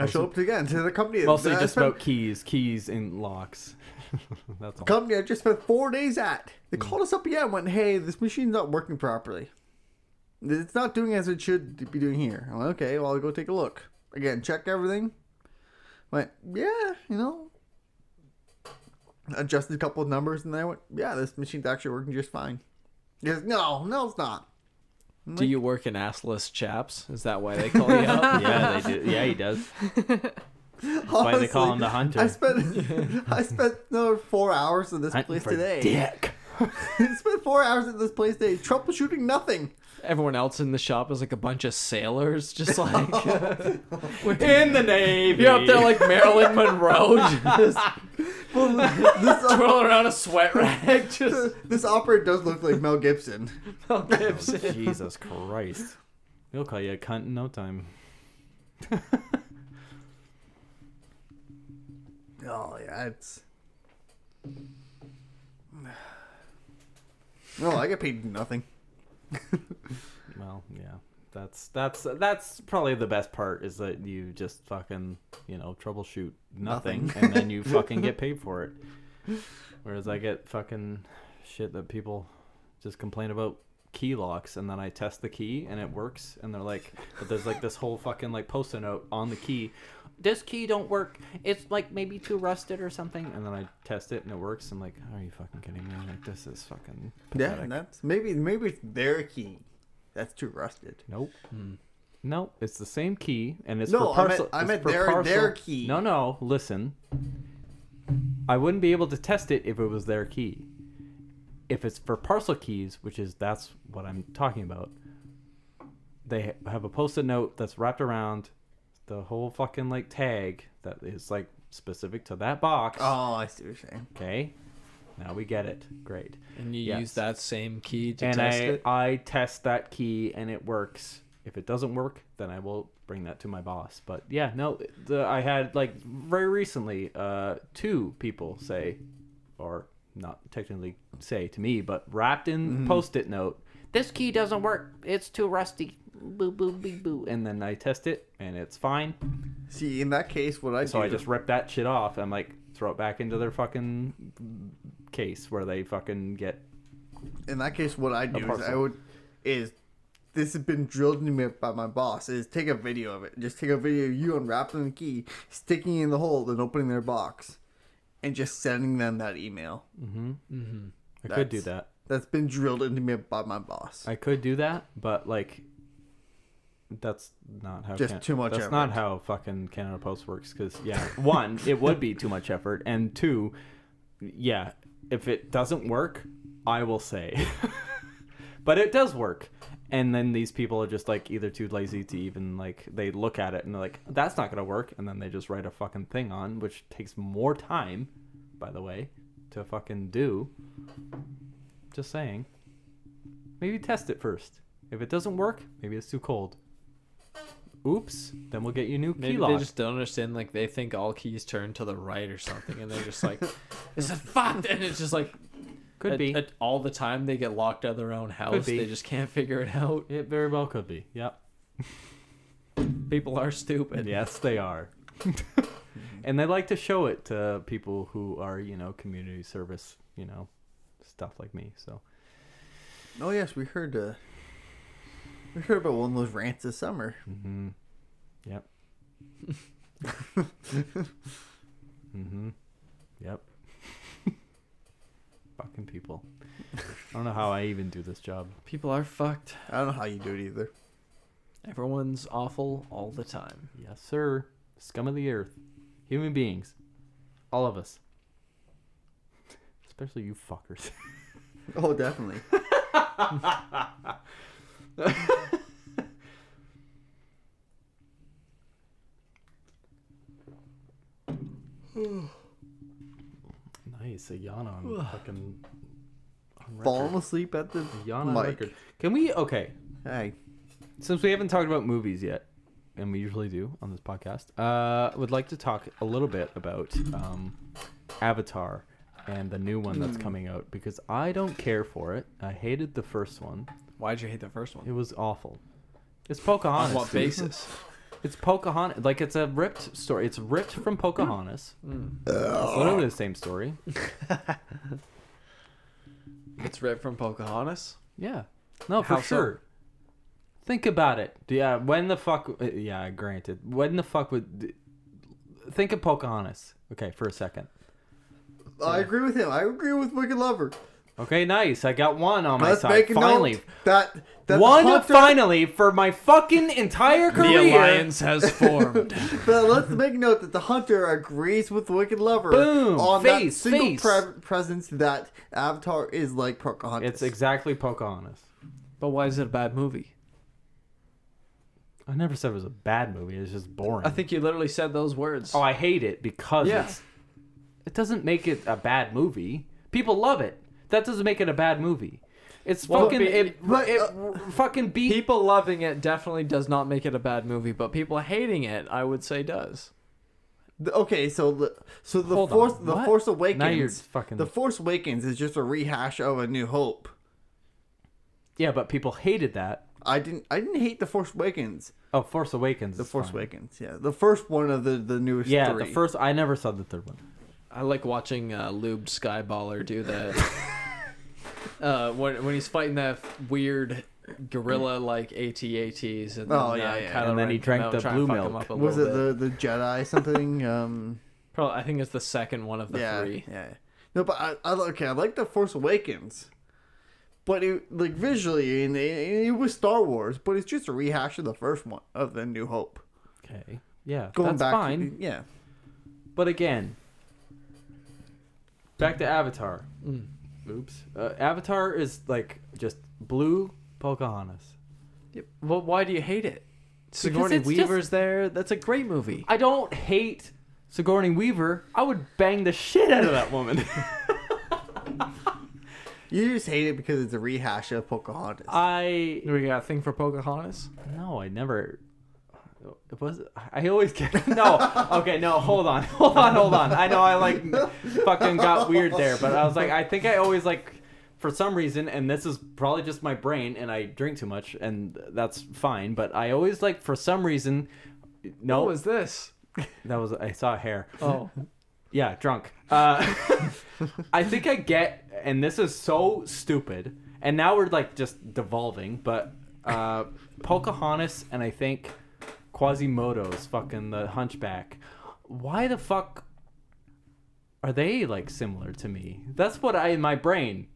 Speaker 1: I show up again to the company.
Speaker 3: Mostly
Speaker 1: that I
Speaker 3: just
Speaker 1: spent-
Speaker 3: about keys, keys and locks. [LAUGHS] that's all.
Speaker 1: company I just spent four days at. They
Speaker 3: Hmm.
Speaker 1: called us up again and went, hey, this machine's not working properly. It's not doing as it should be doing here. I went, okay, well, I'll go take a look. Again, checked everything. Went, yeah, you know. Adjusted a couple of numbers and then I went, yeah, this machine's actually working just fine. He goes, no, no, it's not.
Speaker 2: Do you work in assless chaps? Is that why they call you up? [LAUGHS]
Speaker 3: yeah, they do. Yeah, he does.
Speaker 1: That's
Speaker 3: why they call him the hunter.
Speaker 1: I
Speaker 3: [LAUGHS]
Speaker 1: spent [LAUGHS] I spent another four hours at this
Speaker 3: Hunting
Speaker 1: place
Speaker 3: for
Speaker 1: today.
Speaker 3: Dick.
Speaker 1: [LAUGHS] I spent four hours at this place today troubleshooting nothing.
Speaker 2: Everyone else in the shop is like a bunch of sailors, [LAUGHS] just like
Speaker 3: In the navy.
Speaker 2: you're up there like Marilyn [LAUGHS] Monroe, just
Speaker 1: This
Speaker 2: twirling around a sweat rag. Just
Speaker 1: [LAUGHS] this opera does look like Mel Gibson.
Speaker 3: Oh, Jesus Christ.
Speaker 5: They'll call you a cunt in no time.
Speaker 1: Oh yeah, it's. No, I get paid nothing.
Speaker 5: Well, yeah.
Speaker 3: That's that's that's probably the best part is that you just fucking you know troubleshoot nothing, and then you fucking get paid for it. Whereas I get fucking shit that people just complain about key locks, and then I test the key and it works, and they're like, but there's like this whole fucking like post-it note on the key. This key don't work. It's like maybe too rusted or something. And then I test it and it works. I'm like, are you fucking kidding me? Like this is fucking
Speaker 1: Yeah,
Speaker 3: pathetic.
Speaker 1: and that's maybe maybe it's their key. That's too rusted.
Speaker 3: Nope. Nope. It's the same key, and it's
Speaker 1: Hmm. No,
Speaker 3: for
Speaker 1: I meant-
Speaker 3: parcel.
Speaker 1: I
Speaker 3: it's
Speaker 1: meant
Speaker 3: for
Speaker 1: their-
Speaker 3: parcel.
Speaker 1: their key.
Speaker 3: No, no. Listen, I wouldn't be able to test it if it was their key. If it's for parcel keys, which is that's what I'm talking about, they ha- have a post-it note that's wrapped around the whole fucking like tag that is like specific to that box.
Speaker 1: Oh, I see what you're saying.
Speaker 3: Okay. Now we get it. Great
Speaker 2: and you
Speaker 3: Yes.
Speaker 2: use that same key to
Speaker 3: and
Speaker 2: test
Speaker 3: I,
Speaker 2: it.
Speaker 3: I test that key and it works. If it doesn't work, then I will bring that to my boss. But yeah, no, the, I had like very recently uh, two people say, or not technically say to me, but wrapped in
Speaker 2: Mm-hmm.
Speaker 3: post-it note, this key doesn't work. It's too rusty. Boo boo boo boo.
Speaker 4: [LAUGHS]
Speaker 3: And then I test it and it's fine.
Speaker 1: See, in that case, what I
Speaker 3: So
Speaker 1: do,
Speaker 3: I just rip that shit off and like throw it back into their fucking case where they fucking get
Speaker 1: in that case, what I do is I
Speaker 3: parcel.
Speaker 1: would is this has been drilled into me by my boss is take a video of it. Just take a video of you unwrapping the key, sticking it in the hole, and opening their box, and just sending them that email.
Speaker 3: I could do
Speaker 1: That's-
Speaker 3: that.
Speaker 1: That's been drilled into me by my boss.
Speaker 3: I could do that, but like, that's not how
Speaker 1: Just too much
Speaker 3: That's
Speaker 1: effort.
Speaker 3: not how fucking Canada Post works. Because yeah, one, it would be too much effort, and two, yeah, if it doesn't work, I will say. [LAUGHS] but it does work, and then these people are just like either too lazy to even like they look at it and they're like, that's not gonna work, and then they just write a fucking thing on, which takes more time, by the way, to fucking do. Just saying. Maybe test it first. If it doesn't work, maybe it's too cold. Oops, then we'll get you a new key
Speaker 2: Maybe
Speaker 3: lock.
Speaker 2: they just don't understand. Like they think all keys turn to the right or something, and they're just like, "It's a fucked," and it's just like
Speaker 3: Could
Speaker 2: at-
Speaker 3: be.
Speaker 2: at- all the time they get locked out of their own house.
Speaker 3: be.
Speaker 2: They just can't figure it out.
Speaker 3: It very well could be. Yep.
Speaker 2: People are stupid. [LAUGHS]
Speaker 3: Yes, they are. and and they like to show it to people who are you know community service you know stuff like me so
Speaker 1: Oh yes, we heard. Uh, we heard about one of those rants this summer.
Speaker 3: hmm [LAUGHS] yep hmm yep [LAUGHS] fucking people i don't know how i even do this job
Speaker 2: People are fucked.
Speaker 1: I don't know how you do it either.
Speaker 2: Everyone's awful all the time.
Speaker 3: yes sir scum of the earth human beings all of us especially you fuckers
Speaker 1: Oh, definitely.
Speaker 3: [LAUGHS] nice a yawn on fucking on record.
Speaker 1: Falling asleep at the
Speaker 3: A yawn on
Speaker 1: mic.
Speaker 3: record can we okay
Speaker 1: Hey,
Speaker 3: since we haven't talked about movies yet, and we usually do on this podcast, uh, I would like to talk a little bit about um, Avatar and the new one that's
Speaker 7: Hmm.
Speaker 3: coming out because I don't care for it. I hated the first one;
Speaker 7: Why'd you hate the first one?
Speaker 3: it was awful. It's
Speaker 7: On
Speaker 3: Pocahontas.
Speaker 7: what
Speaker 3: dude.
Speaker 7: basis?
Speaker 3: It's Pocahontas. Like it's a ripped story. It's ripped from Pocahontas.
Speaker 7: Hmm.
Speaker 3: It's literally the same story.
Speaker 7: It's ripped from Pocahontas.
Speaker 3: Yeah. No, for
Speaker 7: How so?
Speaker 3: sure. Think about it. Yeah, when the fuck? uh, Yeah, granted. When the fuck would? d- Think of Pocahontas. Okay, for a second.
Speaker 1: I agree with him. I agree with Wicked Lover.
Speaker 3: Okay, nice. I got one on my
Speaker 1: Let's
Speaker 3: side.
Speaker 1: make a
Speaker 3: finally,
Speaker 1: note that that
Speaker 3: one
Speaker 1: the Hawk [LAUGHS] Dog-
Speaker 3: finally for my fucking entire
Speaker 7: The
Speaker 3: career.
Speaker 7: alliance has formed.
Speaker 1: But let's make note that the hunter agrees with Wicked Lover
Speaker 3: Boom,
Speaker 1: on
Speaker 3: face,
Speaker 1: that single
Speaker 3: face.
Speaker 1: pre- presence that Avatar is like Pocahontas.
Speaker 3: It's exactly Pocahontas.
Speaker 7: But why is it a bad movie?
Speaker 3: I never said it was a bad movie. It's just boring.
Speaker 2: I think you literally said those words.
Speaker 3: Oh, I hate it because
Speaker 7: Yeah.
Speaker 3: it's, it doesn't make it a bad movie. People love it. That doesn't make it a bad movie. It's
Speaker 2: Well,
Speaker 3: fucking
Speaker 2: be-
Speaker 3: it,
Speaker 1: but, uh,
Speaker 3: it fucking beat
Speaker 2: people loving it definitely does not make it a bad movie, but people hating it, I would say, does.
Speaker 1: The- okay, so the so the
Speaker 3: Hold
Speaker 1: Force
Speaker 3: on,
Speaker 1: the
Speaker 3: what?
Speaker 1: Force
Speaker 3: Now you're
Speaker 1: Awakens
Speaker 3: fucking
Speaker 1: the Force Awakens is just a rehash of A New Hope.
Speaker 3: Yeah, but people hated that.
Speaker 1: I didn't I didn't hate the Force Awakens.
Speaker 3: Oh, Force Awakens.
Speaker 1: The
Speaker 3: is
Speaker 1: Force
Speaker 3: fine.
Speaker 1: Awakens, yeah, the first one of the the newest
Speaker 3: Yeah,
Speaker 1: three.
Speaker 3: the first I never saw the third one.
Speaker 2: I like watching uh, lubed skyballer
Speaker 3: [LAUGHS]
Speaker 2: do the uh, when when he's fighting that weird
Speaker 3: Mm.
Speaker 2: gorilla like ATATs and then,
Speaker 1: Oh, yeah,
Speaker 2: uh,
Speaker 1: yeah.
Speaker 2: Kylo
Speaker 3: And then
Speaker 2: Ren
Speaker 3: he
Speaker 2: come
Speaker 3: drank
Speaker 2: out
Speaker 3: the
Speaker 2: trying
Speaker 3: blue
Speaker 2: to fuck him
Speaker 3: milk.
Speaker 2: Up a
Speaker 1: was it
Speaker 2: little bit.
Speaker 1: the the Jedi
Speaker 3: [LAUGHS]
Speaker 1: something? um,
Speaker 2: Probably, I think it's the second one of the
Speaker 1: yeah,
Speaker 2: three.
Speaker 1: yeah. No, but I, I okay, I like the Force Awakens, but it like visually and it, it was Star Wars, but it's just a rehash of the first one of the New Hope.
Speaker 3: Okay. Yeah,
Speaker 1: Going
Speaker 3: that's
Speaker 1: back,
Speaker 3: fine.
Speaker 1: yeah.
Speaker 3: But again, back to Avatar.
Speaker 1: Mm.
Speaker 3: Oops. Uh, Avatar is like just blue Pocahontas.
Speaker 2: Well, why do you hate it? Sigourney
Speaker 3: it's just-
Speaker 2: Weaver's there. That's a great movie.
Speaker 3: I don't hate Sigourney Weaver. I would bang the shit out of that
Speaker 2: [LAUGHS]
Speaker 3: woman.
Speaker 1: You just hate it because it's a rehash of Pocahontas.
Speaker 3: I
Speaker 2: We got a thing for Pocahontas.
Speaker 3: no, I never. It was. I always get [LAUGHS] no. Okay, no. Hold on, [LAUGHS] hold on, hold on. I know I like fucking got weird there, but I was like, I think I always like for some reason, and this is probably just my brain, and I drink too much, and that's fine. But I always like for some reason. No,
Speaker 2: What was this?
Speaker 3: that was I saw a hair.
Speaker 2: [LAUGHS] Oh,
Speaker 3: Yeah, drunk. Uh, [LAUGHS] I think I get, and this is so stupid. And now we're like just devolving, but uh, Pocahontas and I think Quasimodo's fucking the Hunchback. Why the fuck are they like similar to me? That's what I in my brain.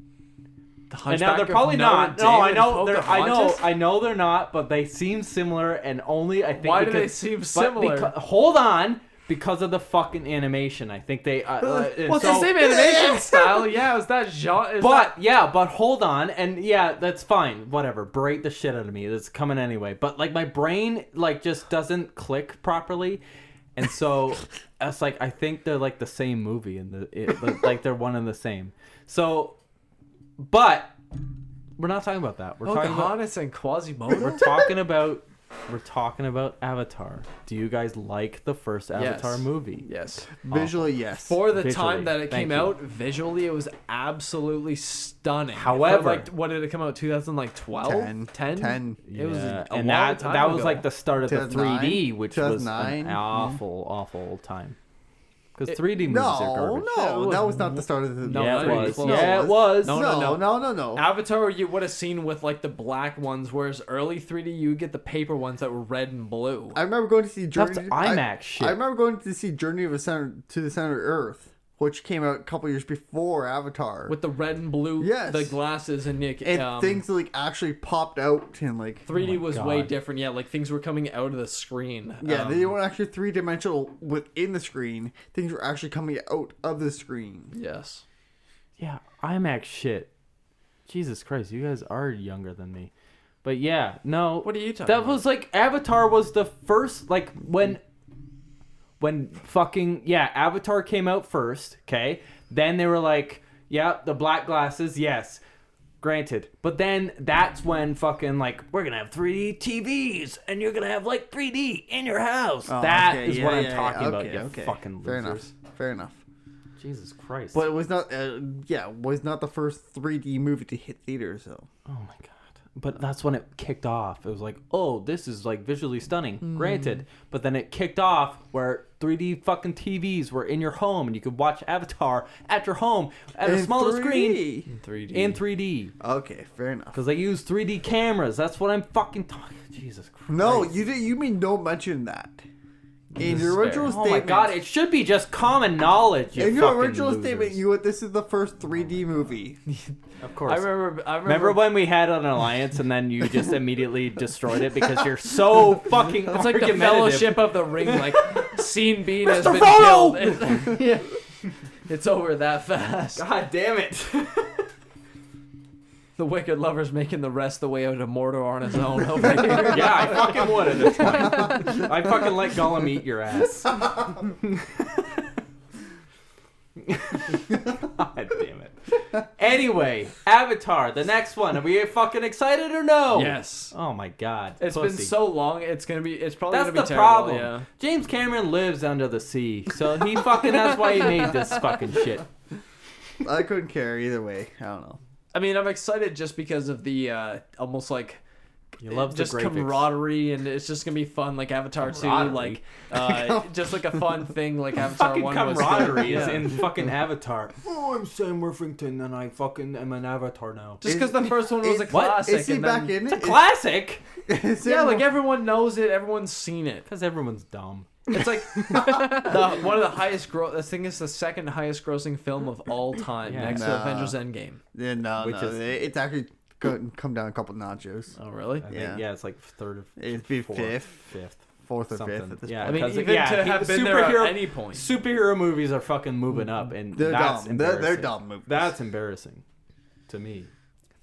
Speaker 2: the
Speaker 3: And now
Speaker 2: Hunchback
Speaker 3: they're
Speaker 2: of
Speaker 3: probably
Speaker 2: Notre
Speaker 3: not.
Speaker 2: Dame
Speaker 3: No, I
Speaker 2: and
Speaker 3: know. They're, I know.
Speaker 2: Pocahontas?
Speaker 3: I know they're not. But they seem similar, and only I think.
Speaker 2: Why do they
Speaker 3: because-
Speaker 2: seem
Speaker 3: but
Speaker 2: similar?
Speaker 3: becau- hold on, because of the fucking animation. I think they. Uh, uh,
Speaker 2: Well, it's
Speaker 3: so- [LAUGHS]
Speaker 2: the same animation style. Yeah, it's that genre. It's
Speaker 3: but yeah, but hold on, and yeah, that's fine. Whatever, break the shit out of me. That's coming anyway. But like my brain like just doesn't click properly, and so it's like I think they're like the same movie, and the it, like they're one and the same. So, but we're not talking about that. We're
Speaker 2: not
Speaker 3: talking about
Speaker 2: Pocahontas and Quasimodo.
Speaker 3: we're talking about we're talking about Avatar. Do you guys like the first Avatar
Speaker 2: Yes.
Speaker 3: movie?
Speaker 2: yes.
Speaker 1: Visually, yes.
Speaker 2: For the
Speaker 3: Visually,
Speaker 2: time that it
Speaker 3: thank
Speaker 2: came
Speaker 3: you.
Speaker 2: out, visually it was absolutely stunning. For,
Speaker 3: However-
Speaker 2: like what did it come out? 2012,
Speaker 1: 10,
Speaker 2: 10?
Speaker 1: 10.
Speaker 2: It was a
Speaker 3: and
Speaker 2: long
Speaker 3: that
Speaker 2: time
Speaker 3: that was
Speaker 2: ago.
Speaker 3: like the start of the
Speaker 1: 2009,
Speaker 3: 3D, which was
Speaker 1: 2009,
Speaker 3: an
Speaker 1: yeah.
Speaker 3: awful, awful time. Because 3D movies are
Speaker 1: No,
Speaker 3: garbage.
Speaker 1: no, that was not the start of the.
Speaker 2: No,
Speaker 3: Yeah, it
Speaker 2: that
Speaker 3: was.
Speaker 2: was-
Speaker 3: Yeah, it was.
Speaker 1: No, no, no, no, no. no.
Speaker 2: Avatar you would have seen with like the black ones, whereas early 3D you would get the paper ones that were red and blue.
Speaker 1: I remember going to see Journey
Speaker 3: That's
Speaker 1: to- I,
Speaker 3: IMAX shit.
Speaker 1: I remember going to see Journey of the Center to the Center of Earth, which came out a couple years before Avatar.
Speaker 2: with the red and blue,
Speaker 1: Yes.
Speaker 2: the glasses and Nick.
Speaker 1: and
Speaker 2: um,
Speaker 1: things like actually popped out and like
Speaker 2: 3D was
Speaker 3: Oh God.
Speaker 2: way different. Yeah, like things were coming out of the screen.
Speaker 1: yeah,
Speaker 2: Um,
Speaker 1: they weren't actually three dimensional within the screen. Things were actually coming out of the screen.
Speaker 2: yes.
Speaker 3: Yeah, IMAX shit. Jesus Christ, you guys are younger than me. But yeah, no.
Speaker 2: What are you talking
Speaker 3: That
Speaker 2: about?
Speaker 3: was like Avatar was the first like when when fucking yeah, Avatar came out first, okay? Then they were like, yeah, the black glasses, yes. Granted. But then that's when fucking like we're going to have 3D TVs and you're going to have like 3D in your house.
Speaker 1: Oh,
Speaker 3: That is
Speaker 1: okay, yeah,
Speaker 3: what I'm
Speaker 1: yeah, yeah,
Speaker 3: talking about,
Speaker 1: okay,
Speaker 3: you
Speaker 1: okay.
Speaker 3: fucking
Speaker 1: Fair
Speaker 3: losers.
Speaker 1: enough. Fair enough.
Speaker 3: Jesus Christ.
Speaker 1: But it was not. Uh, yeah, it was not the first 3D movie to hit theaters though.
Speaker 3: Oh my god. But that's when it kicked off. It was like, oh, this is like visually stunning.
Speaker 1: Hmm.
Speaker 3: Granted. But then it kicked off where 3D fucking TVs were in your home and you could watch Avatar at your home at a
Speaker 1: In
Speaker 3: smaller screen
Speaker 1: 3D.
Speaker 2: 3D.
Speaker 3: in 3D.
Speaker 1: Okay, fair enough.
Speaker 3: Because they use 3D cameras. That's what I'm fucking talking Jesus Christ.
Speaker 1: No, you did. You mean don't mention that in your original
Speaker 3: Oh
Speaker 1: statement?
Speaker 3: my god, it should be just common knowledge. You
Speaker 1: in your
Speaker 3: fucking
Speaker 1: original
Speaker 3: losers.
Speaker 1: statement, you went, "This is the first
Speaker 3: [LAUGHS]
Speaker 1: 3D movie."
Speaker 3: Of course.
Speaker 2: I remember. I remember.
Speaker 3: Remember when we had an alliance and then
Speaker 1: [LAUGHS]
Speaker 3: you just immediately destroyed it because you're so fucking
Speaker 2: it's like the
Speaker 3: argumentative.
Speaker 2: Fellowship of the Ring. Like scene B has
Speaker 3: Mr.
Speaker 2: been
Speaker 3: Frodo!
Speaker 2: killed. [LAUGHS] It- yeah.
Speaker 3: [LAUGHS]
Speaker 2: It's over that fast.
Speaker 3: God damn it.
Speaker 2: The Wicked Lover's making the rest the way out of Mordor on his own over
Speaker 3: [LAUGHS]
Speaker 2: here.
Speaker 3: yeah, I fucking would at this point. I fucking let Gollum eat your ass. God damn it. Anyway, Avatar, the next one. Are we fucking excited or no?
Speaker 2: Yes.
Speaker 3: Oh my god.
Speaker 2: It's
Speaker 3: It's
Speaker 2: been so long. It's gonna be. It's probably
Speaker 3: That's
Speaker 2: gonna
Speaker 3: the
Speaker 2: be
Speaker 3: problem.
Speaker 2: terrible. Yeah.
Speaker 3: James Cameron lives under the sea, so he fucking. That's why he made this fucking shit.
Speaker 1: I couldn't care either way. I don't know.
Speaker 2: I mean, I'm excited just because of the uh, almost like
Speaker 3: You love
Speaker 2: just
Speaker 3: the graphics.
Speaker 2: camaraderie, and it's just gonna be fun, like Avatar two,
Speaker 3: Camaraderie. [LAUGHS]
Speaker 2: like uh, just like a fun thing, like Avatar
Speaker 3: Fucking
Speaker 2: one
Speaker 3: camaraderie
Speaker 2: was.
Speaker 3: is
Speaker 2: [LAUGHS] Yeah.
Speaker 3: in fucking Avatar. Oh, I'm Sam Worthington, and I fucking am an Avatar now.
Speaker 2: Just because the first one was a
Speaker 1: Is- what?
Speaker 2: classic,
Speaker 1: Is he
Speaker 2: and
Speaker 1: back in
Speaker 2: then,
Speaker 3: It's a
Speaker 1: it?
Speaker 3: classic.
Speaker 1: Is- is
Speaker 2: yeah,
Speaker 1: him-
Speaker 2: like everyone knows it, everyone's seen it.
Speaker 3: Because everyone's dumb.
Speaker 2: It's like the, one of the highest gross. This thing is the second highest grossing film of all time,
Speaker 3: Yeah.
Speaker 2: next to
Speaker 1: Nah.
Speaker 2: Avengers Endgame.
Speaker 1: yeah, no,
Speaker 3: Which
Speaker 1: no.
Speaker 3: is-
Speaker 1: it- It's actually go- come down a couple notches.
Speaker 2: Oh, really?
Speaker 3: I think, yeah.
Speaker 1: Yeah.
Speaker 3: it's like third or
Speaker 1: It'd be
Speaker 3: fourth,
Speaker 1: fifth,
Speaker 3: fifth,
Speaker 1: fourth or
Speaker 3: something.
Speaker 1: fifth. At this
Speaker 3: yeah,
Speaker 2: I mean,
Speaker 3: 'cause,
Speaker 2: even
Speaker 3: yeah,
Speaker 2: to
Speaker 3: he-
Speaker 2: have been there
Speaker 3: superhero,
Speaker 2: at any point.
Speaker 3: superhero movies are fucking moving up, and
Speaker 1: They're
Speaker 3: that's
Speaker 1: dumb. They're, they're
Speaker 3: embarrassing.
Speaker 1: dumb movies.
Speaker 3: That's embarrassing to me.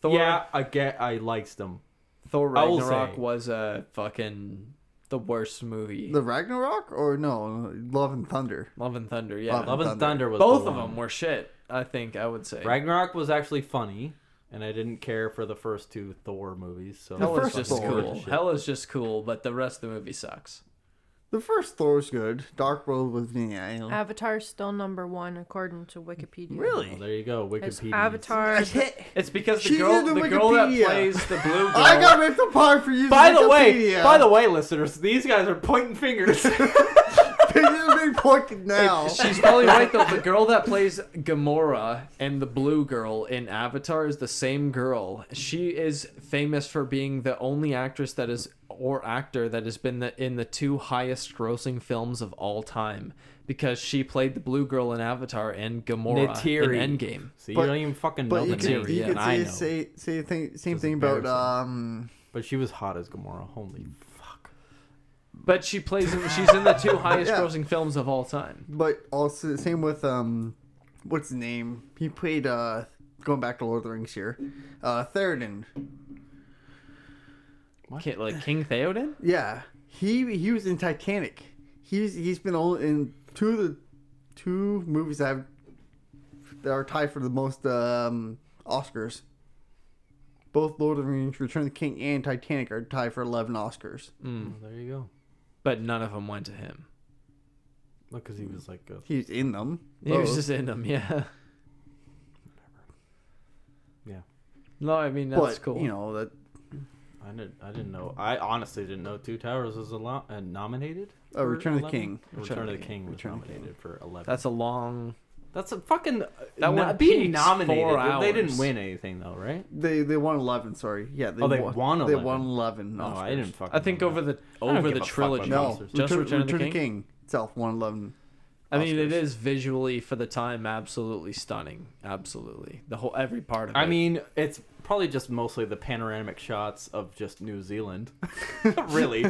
Speaker 2: Thor,
Speaker 3: Yeah, I get. I liked them.
Speaker 2: Thor
Speaker 3: I will
Speaker 2: Ragnarok
Speaker 3: say-
Speaker 2: was a fucking the worst movie.
Speaker 1: the Ragnarok or no, Love and Thunder.
Speaker 2: Love and Thunder, yeah.
Speaker 1: Love and
Speaker 3: Love and
Speaker 1: Thunder.
Speaker 3: Thunder was
Speaker 2: Both
Speaker 3: the
Speaker 2: of
Speaker 3: one.
Speaker 2: them were shit. I think I would say.
Speaker 3: Ragnarok was actually funny, and I didn't care for the first two Thor movies. So
Speaker 1: The
Speaker 2: Hell is
Speaker 1: first
Speaker 2: just
Speaker 1: Thor.
Speaker 2: cool.
Speaker 3: Shit.
Speaker 2: Hell is just cool, but the rest of the movie sucks.
Speaker 1: The first Thor was good. Dark World was yeah. you know.
Speaker 4: Avatar's still number one according to Wikipedia.
Speaker 3: Well,
Speaker 1: Really?
Speaker 3: there you go.
Speaker 4: It's
Speaker 3: Wikipedia.
Speaker 4: Avatar.
Speaker 2: It's because the
Speaker 1: She
Speaker 2: girl,
Speaker 1: did
Speaker 2: the,
Speaker 1: the
Speaker 2: girl that
Speaker 1: Wikipedia.
Speaker 2: plays the blue girl.
Speaker 1: [LAUGHS] I got ripped apart for using
Speaker 3: By the way,
Speaker 1: Wikipedia. [LAUGHS]
Speaker 3: by the way, listeners, these guys are pointing fingers.
Speaker 1: You're being pointed now.
Speaker 2: She's probably right though. The girl that plays Gamora and the blue girl in Avatar is the same girl. She is famous for being the only actress that is or actor that has been the, in the two highest grossing films of all time because she played the blue girl in Avatar and Gamora
Speaker 3: Neytiri.
Speaker 2: in Endgame.
Speaker 3: See,
Speaker 1: But-
Speaker 3: you don't even fucking know
Speaker 1: But you
Speaker 3: the
Speaker 1: can,
Speaker 3: name.
Speaker 1: you
Speaker 2: yeah,
Speaker 1: can say,
Speaker 3: I know.
Speaker 1: say, say thing, same
Speaker 3: It's
Speaker 1: thing about
Speaker 3: embarrassing.
Speaker 1: um.
Speaker 3: But she was hot as Gamora. Holy fuck.
Speaker 2: But she plays in, she's in the two highest
Speaker 1: Yeah.
Speaker 2: grossing films of all time.
Speaker 1: But also same with um, what's his name? He played uh, going back to Lord of the Rings here, uh, Theoden.
Speaker 2: Ki- Like King Theoden?
Speaker 1: Yeah, he he was in Titanic. He's he's been all in two of the two movies I've that are tied for the most um Oscars. Both Lord of the Rings: Return of the King and Titanic are tied for eleven Oscars.
Speaker 3: Well, there you go.
Speaker 2: Mm. But none of them went to him.
Speaker 3: Look, because he was like a
Speaker 1: He's in them.
Speaker 2: He was
Speaker 1: Both.
Speaker 2: just in them, [LAUGHS] yeah.
Speaker 3: Yeah.
Speaker 2: No, I mean that's
Speaker 1: but
Speaker 2: cool.
Speaker 1: you know that
Speaker 3: I didn't. I didn't know. I honestly didn't know Two Towers was a lo- uh, nominated.
Speaker 1: Oh,
Speaker 3: for
Speaker 1: Return of the
Speaker 3: 11?
Speaker 1: King.
Speaker 3: Return, of the King was
Speaker 1: Return of the King.
Speaker 3: nominated for eleven.
Speaker 2: That's a long.
Speaker 3: That's a fucking
Speaker 2: That
Speaker 3: that
Speaker 2: one
Speaker 3: one being
Speaker 2: peaks
Speaker 3: nominated.
Speaker 2: four
Speaker 3: They didn't
Speaker 2: hours.
Speaker 3: win anything though, right?
Speaker 1: They they won eleven. Sorry, yeah. They
Speaker 3: Oh, they won
Speaker 1: They
Speaker 3: 11.
Speaker 1: won eleven.
Speaker 3: No, I
Speaker 1: Oscars.
Speaker 3: didn't fucking.
Speaker 2: I think
Speaker 3: know
Speaker 2: over
Speaker 3: that.
Speaker 2: the
Speaker 3: don't
Speaker 2: over
Speaker 3: give
Speaker 2: the
Speaker 3: a fuck about
Speaker 2: trilogy,
Speaker 1: No,
Speaker 3: Monsters.
Speaker 2: just Return, of the King.
Speaker 1: itself won eleven.
Speaker 2: I mean, it
Speaker 1: Oscars.
Speaker 2: is visually for the time absolutely stunning. Absolutely, the whole every part of it.
Speaker 3: I mean, it's probably just mostly the panoramic shots of just New Zealand. [LAUGHS] really,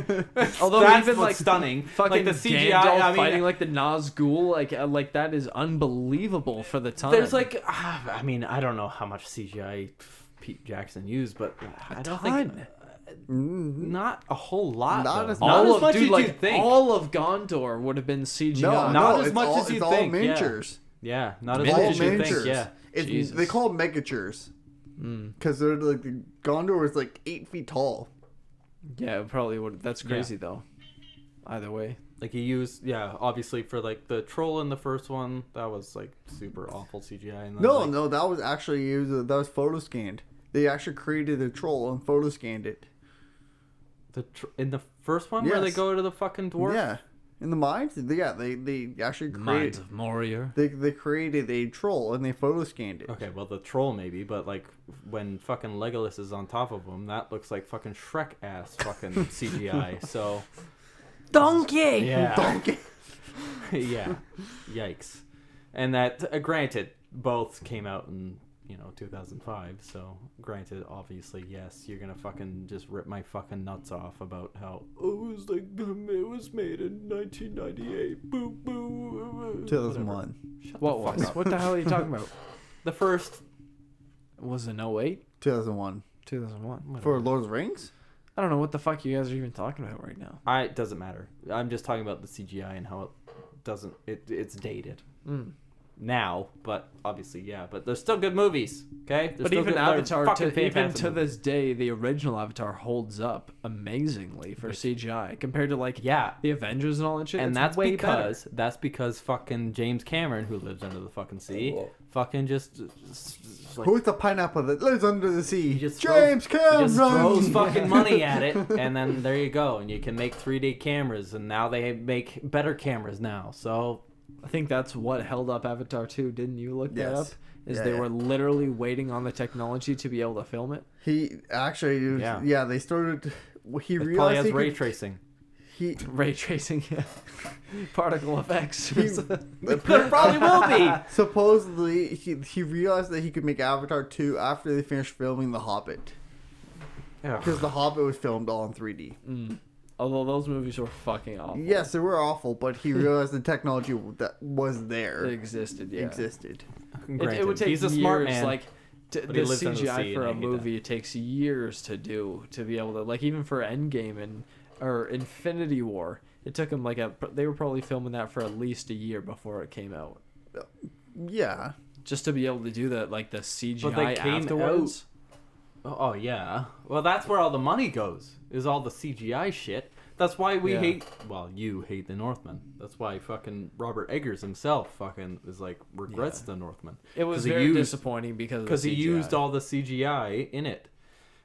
Speaker 3: although that's what's
Speaker 2: even, like,
Speaker 3: stunning. like
Speaker 2: fucking
Speaker 3: the CGI.
Speaker 2: Gandalf
Speaker 3: I mean,
Speaker 2: fighting like the Nazgul, like uh, like that is unbelievable for the time.
Speaker 3: there's like, ah, I mean, I don't know how much CGI Pete Jackson used, but I don't
Speaker 2: ton.
Speaker 3: think not a whole
Speaker 1: Mm-hmm.
Speaker 3: lot.
Speaker 1: Not
Speaker 3: though.
Speaker 1: as
Speaker 3: Not
Speaker 2: all
Speaker 3: as
Speaker 2: of
Speaker 3: much
Speaker 2: dude,
Speaker 3: as
Speaker 2: like
Speaker 3: you'd think.
Speaker 2: all of Gondor would have been CGI.
Speaker 1: No,
Speaker 3: not
Speaker 1: no,
Speaker 3: as
Speaker 1: it's
Speaker 3: much
Speaker 1: all,
Speaker 3: as you
Speaker 1: it's
Speaker 3: think,
Speaker 1: All
Speaker 3: yeah.
Speaker 1: miniatures.
Speaker 3: yeah, not as
Speaker 1: All
Speaker 3: much as you'd
Speaker 1: miniatures.
Speaker 3: think. Yeah, Hmm.
Speaker 1: It's,
Speaker 2: Jesus.
Speaker 1: they call them miniatures. Because they're like Gondor is like eight feet tall.
Speaker 2: Yeah, it probably would. That's crazy though. Either way,
Speaker 3: like he used. Yeah, obviously for like the troll in the first one, that was like super awful CGI. And then,
Speaker 1: No,
Speaker 3: like,
Speaker 1: no, that was actually it was, that was photo scanned. They actually created a troll and photo scanned it.
Speaker 3: the tr- in the first one where they
Speaker 1: Yes.
Speaker 3: go to the fucking dwarf.
Speaker 1: Yeah, in the mines. Yeah, they they actually
Speaker 2: Minds
Speaker 1: created
Speaker 2: of Moria.
Speaker 1: they, they created a troll and they photo scanned it.
Speaker 3: Okay, well the troll maybe, but like when fucking Legolas is on top of him, that looks like fucking Shrek ass
Speaker 1: [LAUGHS]
Speaker 3: fucking CGI. So
Speaker 4: Donkey.
Speaker 3: yeah,
Speaker 1: Donkey.
Speaker 3: [LAUGHS] yeah, yikes. And that uh, granted, both came out in you know 2005. So granted, obviously, yes, you're gonna fucking just rip my fucking nuts off about how oh, it was like it was made in 1998. Boo boo.
Speaker 1: [LAUGHS] Two thousand one.
Speaker 3: Shut
Speaker 2: What
Speaker 3: the fuck
Speaker 2: was?
Speaker 3: up.
Speaker 2: What the hell are you talking
Speaker 1: [LAUGHS]
Speaker 2: about?
Speaker 3: The first
Speaker 2: Was it 08?
Speaker 1: Two thousand one
Speaker 2: 2001.
Speaker 1: for Lord of the Rings.
Speaker 2: I don't know what the fuck you guys are even talking about right now.
Speaker 3: I it doesn't matter. I'm just talking about the CGI and how it doesn't it it's dated
Speaker 2: Mm.
Speaker 3: now, but obviously yeah, but they're still good movies, okay? They're
Speaker 2: But
Speaker 3: still
Speaker 2: even
Speaker 3: good- they're
Speaker 2: Avatar,
Speaker 3: fucking
Speaker 2: to, even
Speaker 3: fantastic
Speaker 2: to
Speaker 3: movies.
Speaker 2: this day, the original Avatar holds up amazingly for CGI compared to like
Speaker 3: yeah.
Speaker 2: the Avengers and all that shit.
Speaker 3: And
Speaker 2: it's
Speaker 3: that's
Speaker 2: way
Speaker 3: because that's because fucking James Cameron, who lives under the fucking sea, fucking just, just- just like
Speaker 1: Who's the pineapple that lives under the sea?
Speaker 3: He just
Speaker 1: James
Speaker 3: he
Speaker 1: [LAUGHS]
Speaker 3: just throws
Speaker 1: Cameron.
Speaker 3: fucking money at it, and then there you go, and you can make 3D cameras, and now they make better cameras now. So
Speaker 2: better. I think that's what held up Avatar 2. Didn't you look that
Speaker 1: Yes.
Speaker 2: up? Is
Speaker 1: Yeah,
Speaker 2: they
Speaker 1: yeah.
Speaker 2: were literally waiting on the technology to be able to film it.
Speaker 1: He actually, it was- yeah.
Speaker 3: Yeah.
Speaker 1: they started. He
Speaker 3: it probably
Speaker 1: realized
Speaker 3: has
Speaker 1: he
Speaker 3: ray
Speaker 1: could-
Speaker 3: tracing.
Speaker 1: he
Speaker 2: Ray
Speaker 1: [LAUGHS]
Speaker 2: tracing, [LAUGHS] yeah. particle effects.
Speaker 1: He-
Speaker 3: [LAUGHS]
Speaker 1: [LAUGHS]
Speaker 3: There probably will be.
Speaker 1: supposedly he, he realized that he could make Avatar two after they finished filming The Hobbit
Speaker 3: Yeah.
Speaker 1: because The Hobbit was filmed all in three D.
Speaker 2: Mm. Although those movies were fucking awful.
Speaker 1: Yes, they were awful, but
Speaker 3: [LAUGHS]
Speaker 1: he realized the technology that was there
Speaker 2: It existed, yeah.
Speaker 1: existed.
Speaker 2: It,
Speaker 3: Granted,
Speaker 2: it would take
Speaker 3: he's a
Speaker 2: years,
Speaker 3: smart man.
Speaker 2: Like to,
Speaker 3: but
Speaker 2: the
Speaker 3: he lives under the
Speaker 2: CGI
Speaker 3: sea
Speaker 2: for
Speaker 3: and
Speaker 2: a
Speaker 3: I hate that.
Speaker 2: movie, it takes years to do to be able to like even for Endgame and or Infinity War, it took them like a. They were probably filming that for at least a year before it came out,
Speaker 1: Yeah,
Speaker 2: just to be able to do that like the CGI
Speaker 3: came out-
Speaker 2: afterwards.
Speaker 3: oh oh, yeah. Well, that's where all the money goes. Is all the CGI shit. That's why we
Speaker 2: Yeah.
Speaker 3: hate. Well, you hate the Northmen. That's why fucking Robert Eggers himself fucking is like regrets the Northmen
Speaker 2: It was
Speaker 3: 'Cause he
Speaker 2: very
Speaker 3: used-
Speaker 2: disappointing because
Speaker 3: because
Speaker 2: because
Speaker 3: he used all the CGI in it,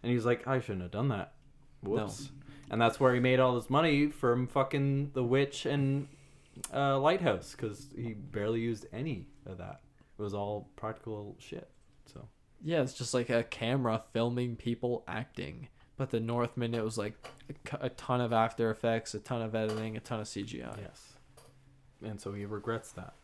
Speaker 3: and he was like, I shouldn't have done that. Whoops. And that's where he made all his money from fucking The Witch and uh, Lighthouse because he barely used any of that. It was all practical shit. So.
Speaker 2: Yeah, it's just like a camera filming people acting. But the Northman, it was like a c- a ton of After Effects, a ton of editing, a ton of CGI.
Speaker 3: Yes. And so he regrets that.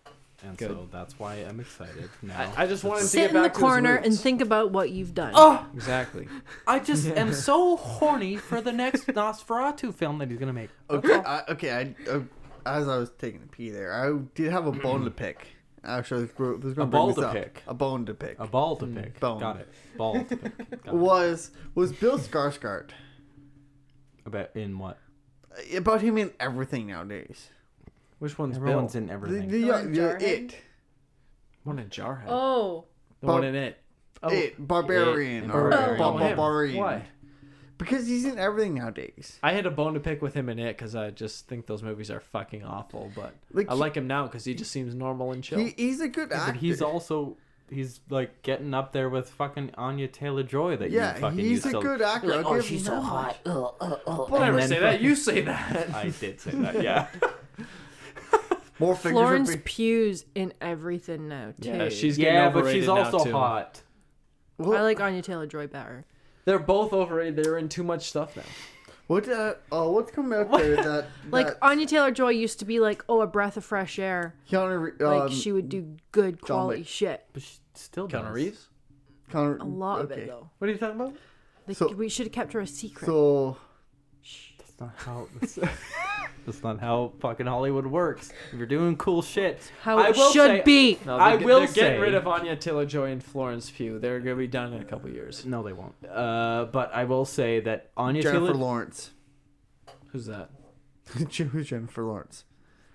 Speaker 3: And
Speaker 2: Good.
Speaker 3: so that's why I'm [LAUGHS] excited now.
Speaker 2: I, I just wanted to
Speaker 4: Sit
Speaker 2: get
Speaker 4: in the
Speaker 2: back to his
Speaker 4: corner and
Speaker 2: roots.
Speaker 4: think about what you've done.
Speaker 3: Oh!
Speaker 2: Exactly.
Speaker 3: I [LAUGHS] just am so horny for the next Nosferatu film that he's going to make.
Speaker 1: Okay, I, okay. I, uh, as I was taking a pee there, I did have a bone to pick. Actually, I was gro- was going to bring
Speaker 3: ball
Speaker 1: this
Speaker 3: to
Speaker 1: up.
Speaker 3: pick.
Speaker 1: A bone to pick
Speaker 3: A ball to pick.
Speaker 1: Mm, bone.
Speaker 3: Got it. Ball to pick. Got it.
Speaker 1: was was Bill Skarsgård
Speaker 3: About in what?
Speaker 1: about him in everything nowadays.
Speaker 2: Which one's
Speaker 3: Everyone's
Speaker 2: Bill?
Speaker 3: in
Speaker 1: The,
Speaker 3: everything.
Speaker 1: the, yeah,
Speaker 4: Going
Speaker 1: yeah,
Speaker 4: Jarhead?
Speaker 1: it,
Speaker 2: One in Jarhead.
Speaker 4: Oh,
Speaker 2: the one in it. Oh,
Speaker 1: it, barbarian,
Speaker 3: It,
Speaker 1: or
Speaker 4: Barbarian.
Speaker 1: Bar-
Speaker 4: Oh,
Speaker 2: him.
Speaker 1: barbarian.
Speaker 2: Why?
Speaker 1: Because he's in everything nowadays.
Speaker 2: I had a bone to pick with him in it because I just think those movies are fucking awful. But
Speaker 1: Like,
Speaker 2: I
Speaker 1: he-
Speaker 2: like him now because he just seems normal and chill.
Speaker 1: He, he's a good actor.
Speaker 3: But he's also he's like getting up there with fucking Anya Taylor Joy that you
Speaker 1: Yeah,
Speaker 3: fucking
Speaker 1: he's
Speaker 3: used
Speaker 1: a
Speaker 3: to-
Speaker 1: good actor.
Speaker 3: You're like,
Speaker 1: I'll
Speaker 3: oh,
Speaker 1: give
Speaker 3: she's
Speaker 1: him
Speaker 3: so
Speaker 1: that
Speaker 3: hot.
Speaker 1: much.
Speaker 3: Oh, oh, oh.
Speaker 2: I
Speaker 3: And
Speaker 2: never
Speaker 3: then
Speaker 2: say that.
Speaker 3: fucking-
Speaker 2: You say
Speaker 3: [LAUGHS] [LAUGHS]
Speaker 2: that.
Speaker 3: I did
Speaker 1: [LAUGHS]
Speaker 3: say that. Yeah.
Speaker 1: More fingers would
Speaker 4: Florence
Speaker 1: be-
Speaker 4: Pugh's in everything now too.
Speaker 2: Yeah, she's getting
Speaker 3: yeah, but
Speaker 2: overrated
Speaker 3: she's
Speaker 2: now,
Speaker 3: also
Speaker 2: too.
Speaker 3: hot.
Speaker 4: I
Speaker 1: Well,
Speaker 4: like Anya Taylor Joy better.
Speaker 2: They're both overrated. They're in too much stuff now.
Speaker 1: What? Uh, oh, what's coming out there?
Speaker 4: [LAUGHS]
Speaker 1: That
Speaker 4: Like uh,
Speaker 1: that
Speaker 4: Anya Taylor Joy used to be like, oh, a breath of fresh air.
Speaker 1: Keanu, Re-
Speaker 4: Like
Speaker 1: um,
Speaker 4: she would do good quality
Speaker 1: Wick.
Speaker 4: shit.
Speaker 3: But she still
Speaker 2: Keanu
Speaker 3: does.
Speaker 2: Reeves.
Speaker 1: Keanu-
Speaker 4: A lot of
Speaker 1: okay.
Speaker 4: it though.
Speaker 3: What are you talking about?
Speaker 4: Like,
Speaker 1: So-
Speaker 4: we should have kept her a secret.
Speaker 1: So
Speaker 3: That's not how. That's, [LAUGHS] that's not how fucking Hollywood works. If you're doing cool shit,
Speaker 4: How
Speaker 3: I
Speaker 4: it
Speaker 3: will
Speaker 4: should
Speaker 3: say-
Speaker 4: be.
Speaker 2: No,
Speaker 3: I
Speaker 2: they're-
Speaker 3: will
Speaker 2: They're
Speaker 3: say-
Speaker 2: getting rid of Anya Taylor Joy and Florence Pugh. They're gonna be done in a couple years.
Speaker 3: No, they won't. Uh, but I will say that Anya
Speaker 1: Jennifer
Speaker 3: Taylor.
Speaker 1: Lawrence. [LAUGHS]
Speaker 2: Who's that?
Speaker 1: Who's Jennifer Lawrence?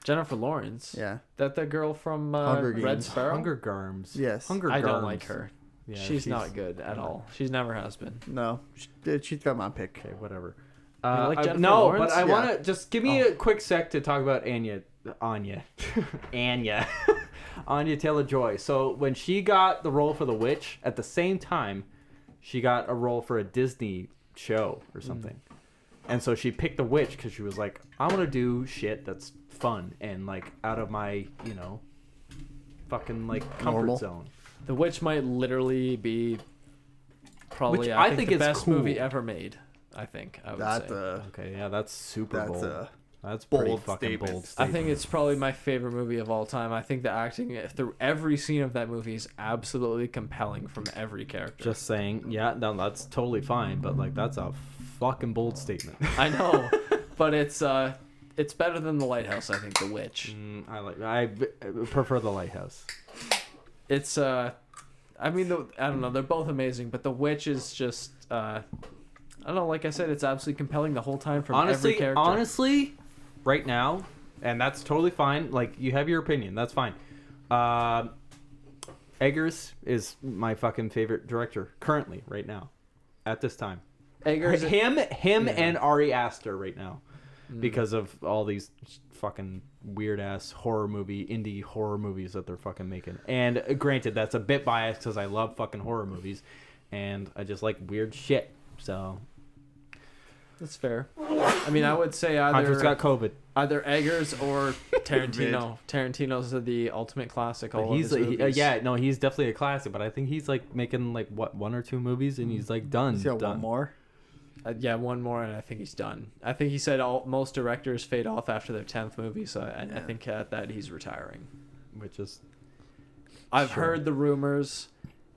Speaker 2: Jennifer Lawrence.
Speaker 1: Yeah.
Speaker 2: That the girl from uh,
Speaker 1: Hunger
Speaker 2: Red
Speaker 1: Games.
Speaker 2: Sparrow.
Speaker 3: Hunger Garms.
Speaker 1: Yes.
Speaker 3: Hunger
Speaker 2: I
Speaker 3: Garms.
Speaker 2: don't like her.
Speaker 3: Yeah,
Speaker 2: she's, not good at all. She's never has been.
Speaker 1: No, she, dude, she's got my pick.
Speaker 3: Okay, whatever.
Speaker 2: You
Speaker 3: Uh,
Speaker 2: like
Speaker 3: I-
Speaker 2: Jennifer
Speaker 3: no,
Speaker 2: Lawrence?
Speaker 3: but
Speaker 1: Yeah.
Speaker 3: I want to just give me a quick sec to talk about Anya, Anya, Anya, [LAUGHS] Anya Taylor Joy. So when she got the role for The Witch, at the same time, she got a role for a Disney show or something, and so she picked The Witch because she was like, I want to do shit that's fun and like out of my you know, fucking like comfort
Speaker 1: Normal.
Speaker 3: zone.
Speaker 2: The Witch might literally be probably
Speaker 3: Which
Speaker 2: I,
Speaker 3: I think
Speaker 2: think, the
Speaker 3: is
Speaker 2: best
Speaker 3: cool.
Speaker 2: movie ever made. I think I would
Speaker 1: That's
Speaker 2: say.
Speaker 1: a
Speaker 3: Okay, yeah, that's super
Speaker 1: uh, that's uh,
Speaker 3: bold.
Speaker 1: a
Speaker 3: that's
Speaker 1: bold
Speaker 3: bold, fucking
Speaker 1: statement.
Speaker 3: bold.
Speaker 2: I
Speaker 3: Statement.
Speaker 2: think it's probably my favorite movie of all time. I think the acting through every scene of that movie is absolutely compelling from every character.
Speaker 3: Just saying, yeah, no, that's totally fine, but like that's a fucking bold statement. [LAUGHS]
Speaker 2: I know, but it's uh, it's better than the Lighthouse. I think the Witch.
Speaker 3: Mm, I like, I b- prefer the lighthouse.
Speaker 2: It's uh, I mean, the, I don't know. They're both amazing, but the Witch is just uh, I don't know. Like I said, it's absolutely compelling the whole time from every
Speaker 3: Honestly,
Speaker 2: character.
Speaker 3: honestly, right now, and that's totally fine. Like you have your opinion, that's fine. Um Eggers is my fucking favorite director currently, right now, at this time.
Speaker 2: Eggers,
Speaker 3: Him, him,
Speaker 2: [LAUGHS] Yeah. Mm.
Speaker 3: and Ari Aster right now, because of all these fucking weird ass horror movie, indie horror movies that they're fucking making. And uh, granted, that's a bit biased because I love fucking horror movies, and I just like weird shit. So
Speaker 2: that's fair. I mean, I would say either
Speaker 3: Hunter's got [LAUGHS] COVID.
Speaker 2: either Eggers or Tarantino. Tarantino's the ultimate classic. All
Speaker 3: But he's
Speaker 2: of his
Speaker 3: he, uh,
Speaker 2: movies.
Speaker 3: yeah, no, he's definitely a classic. But I think he's like making like what one or two movies, and he's like done.
Speaker 1: He's got
Speaker 3: done.
Speaker 1: one more.
Speaker 2: Uh, yeah, one more, and I think he's done. I think he said all, most directors fade off after their tenth movie, so I, I think at that he's retiring.
Speaker 3: which is
Speaker 2: I've
Speaker 3: Sure.
Speaker 2: heard the rumors,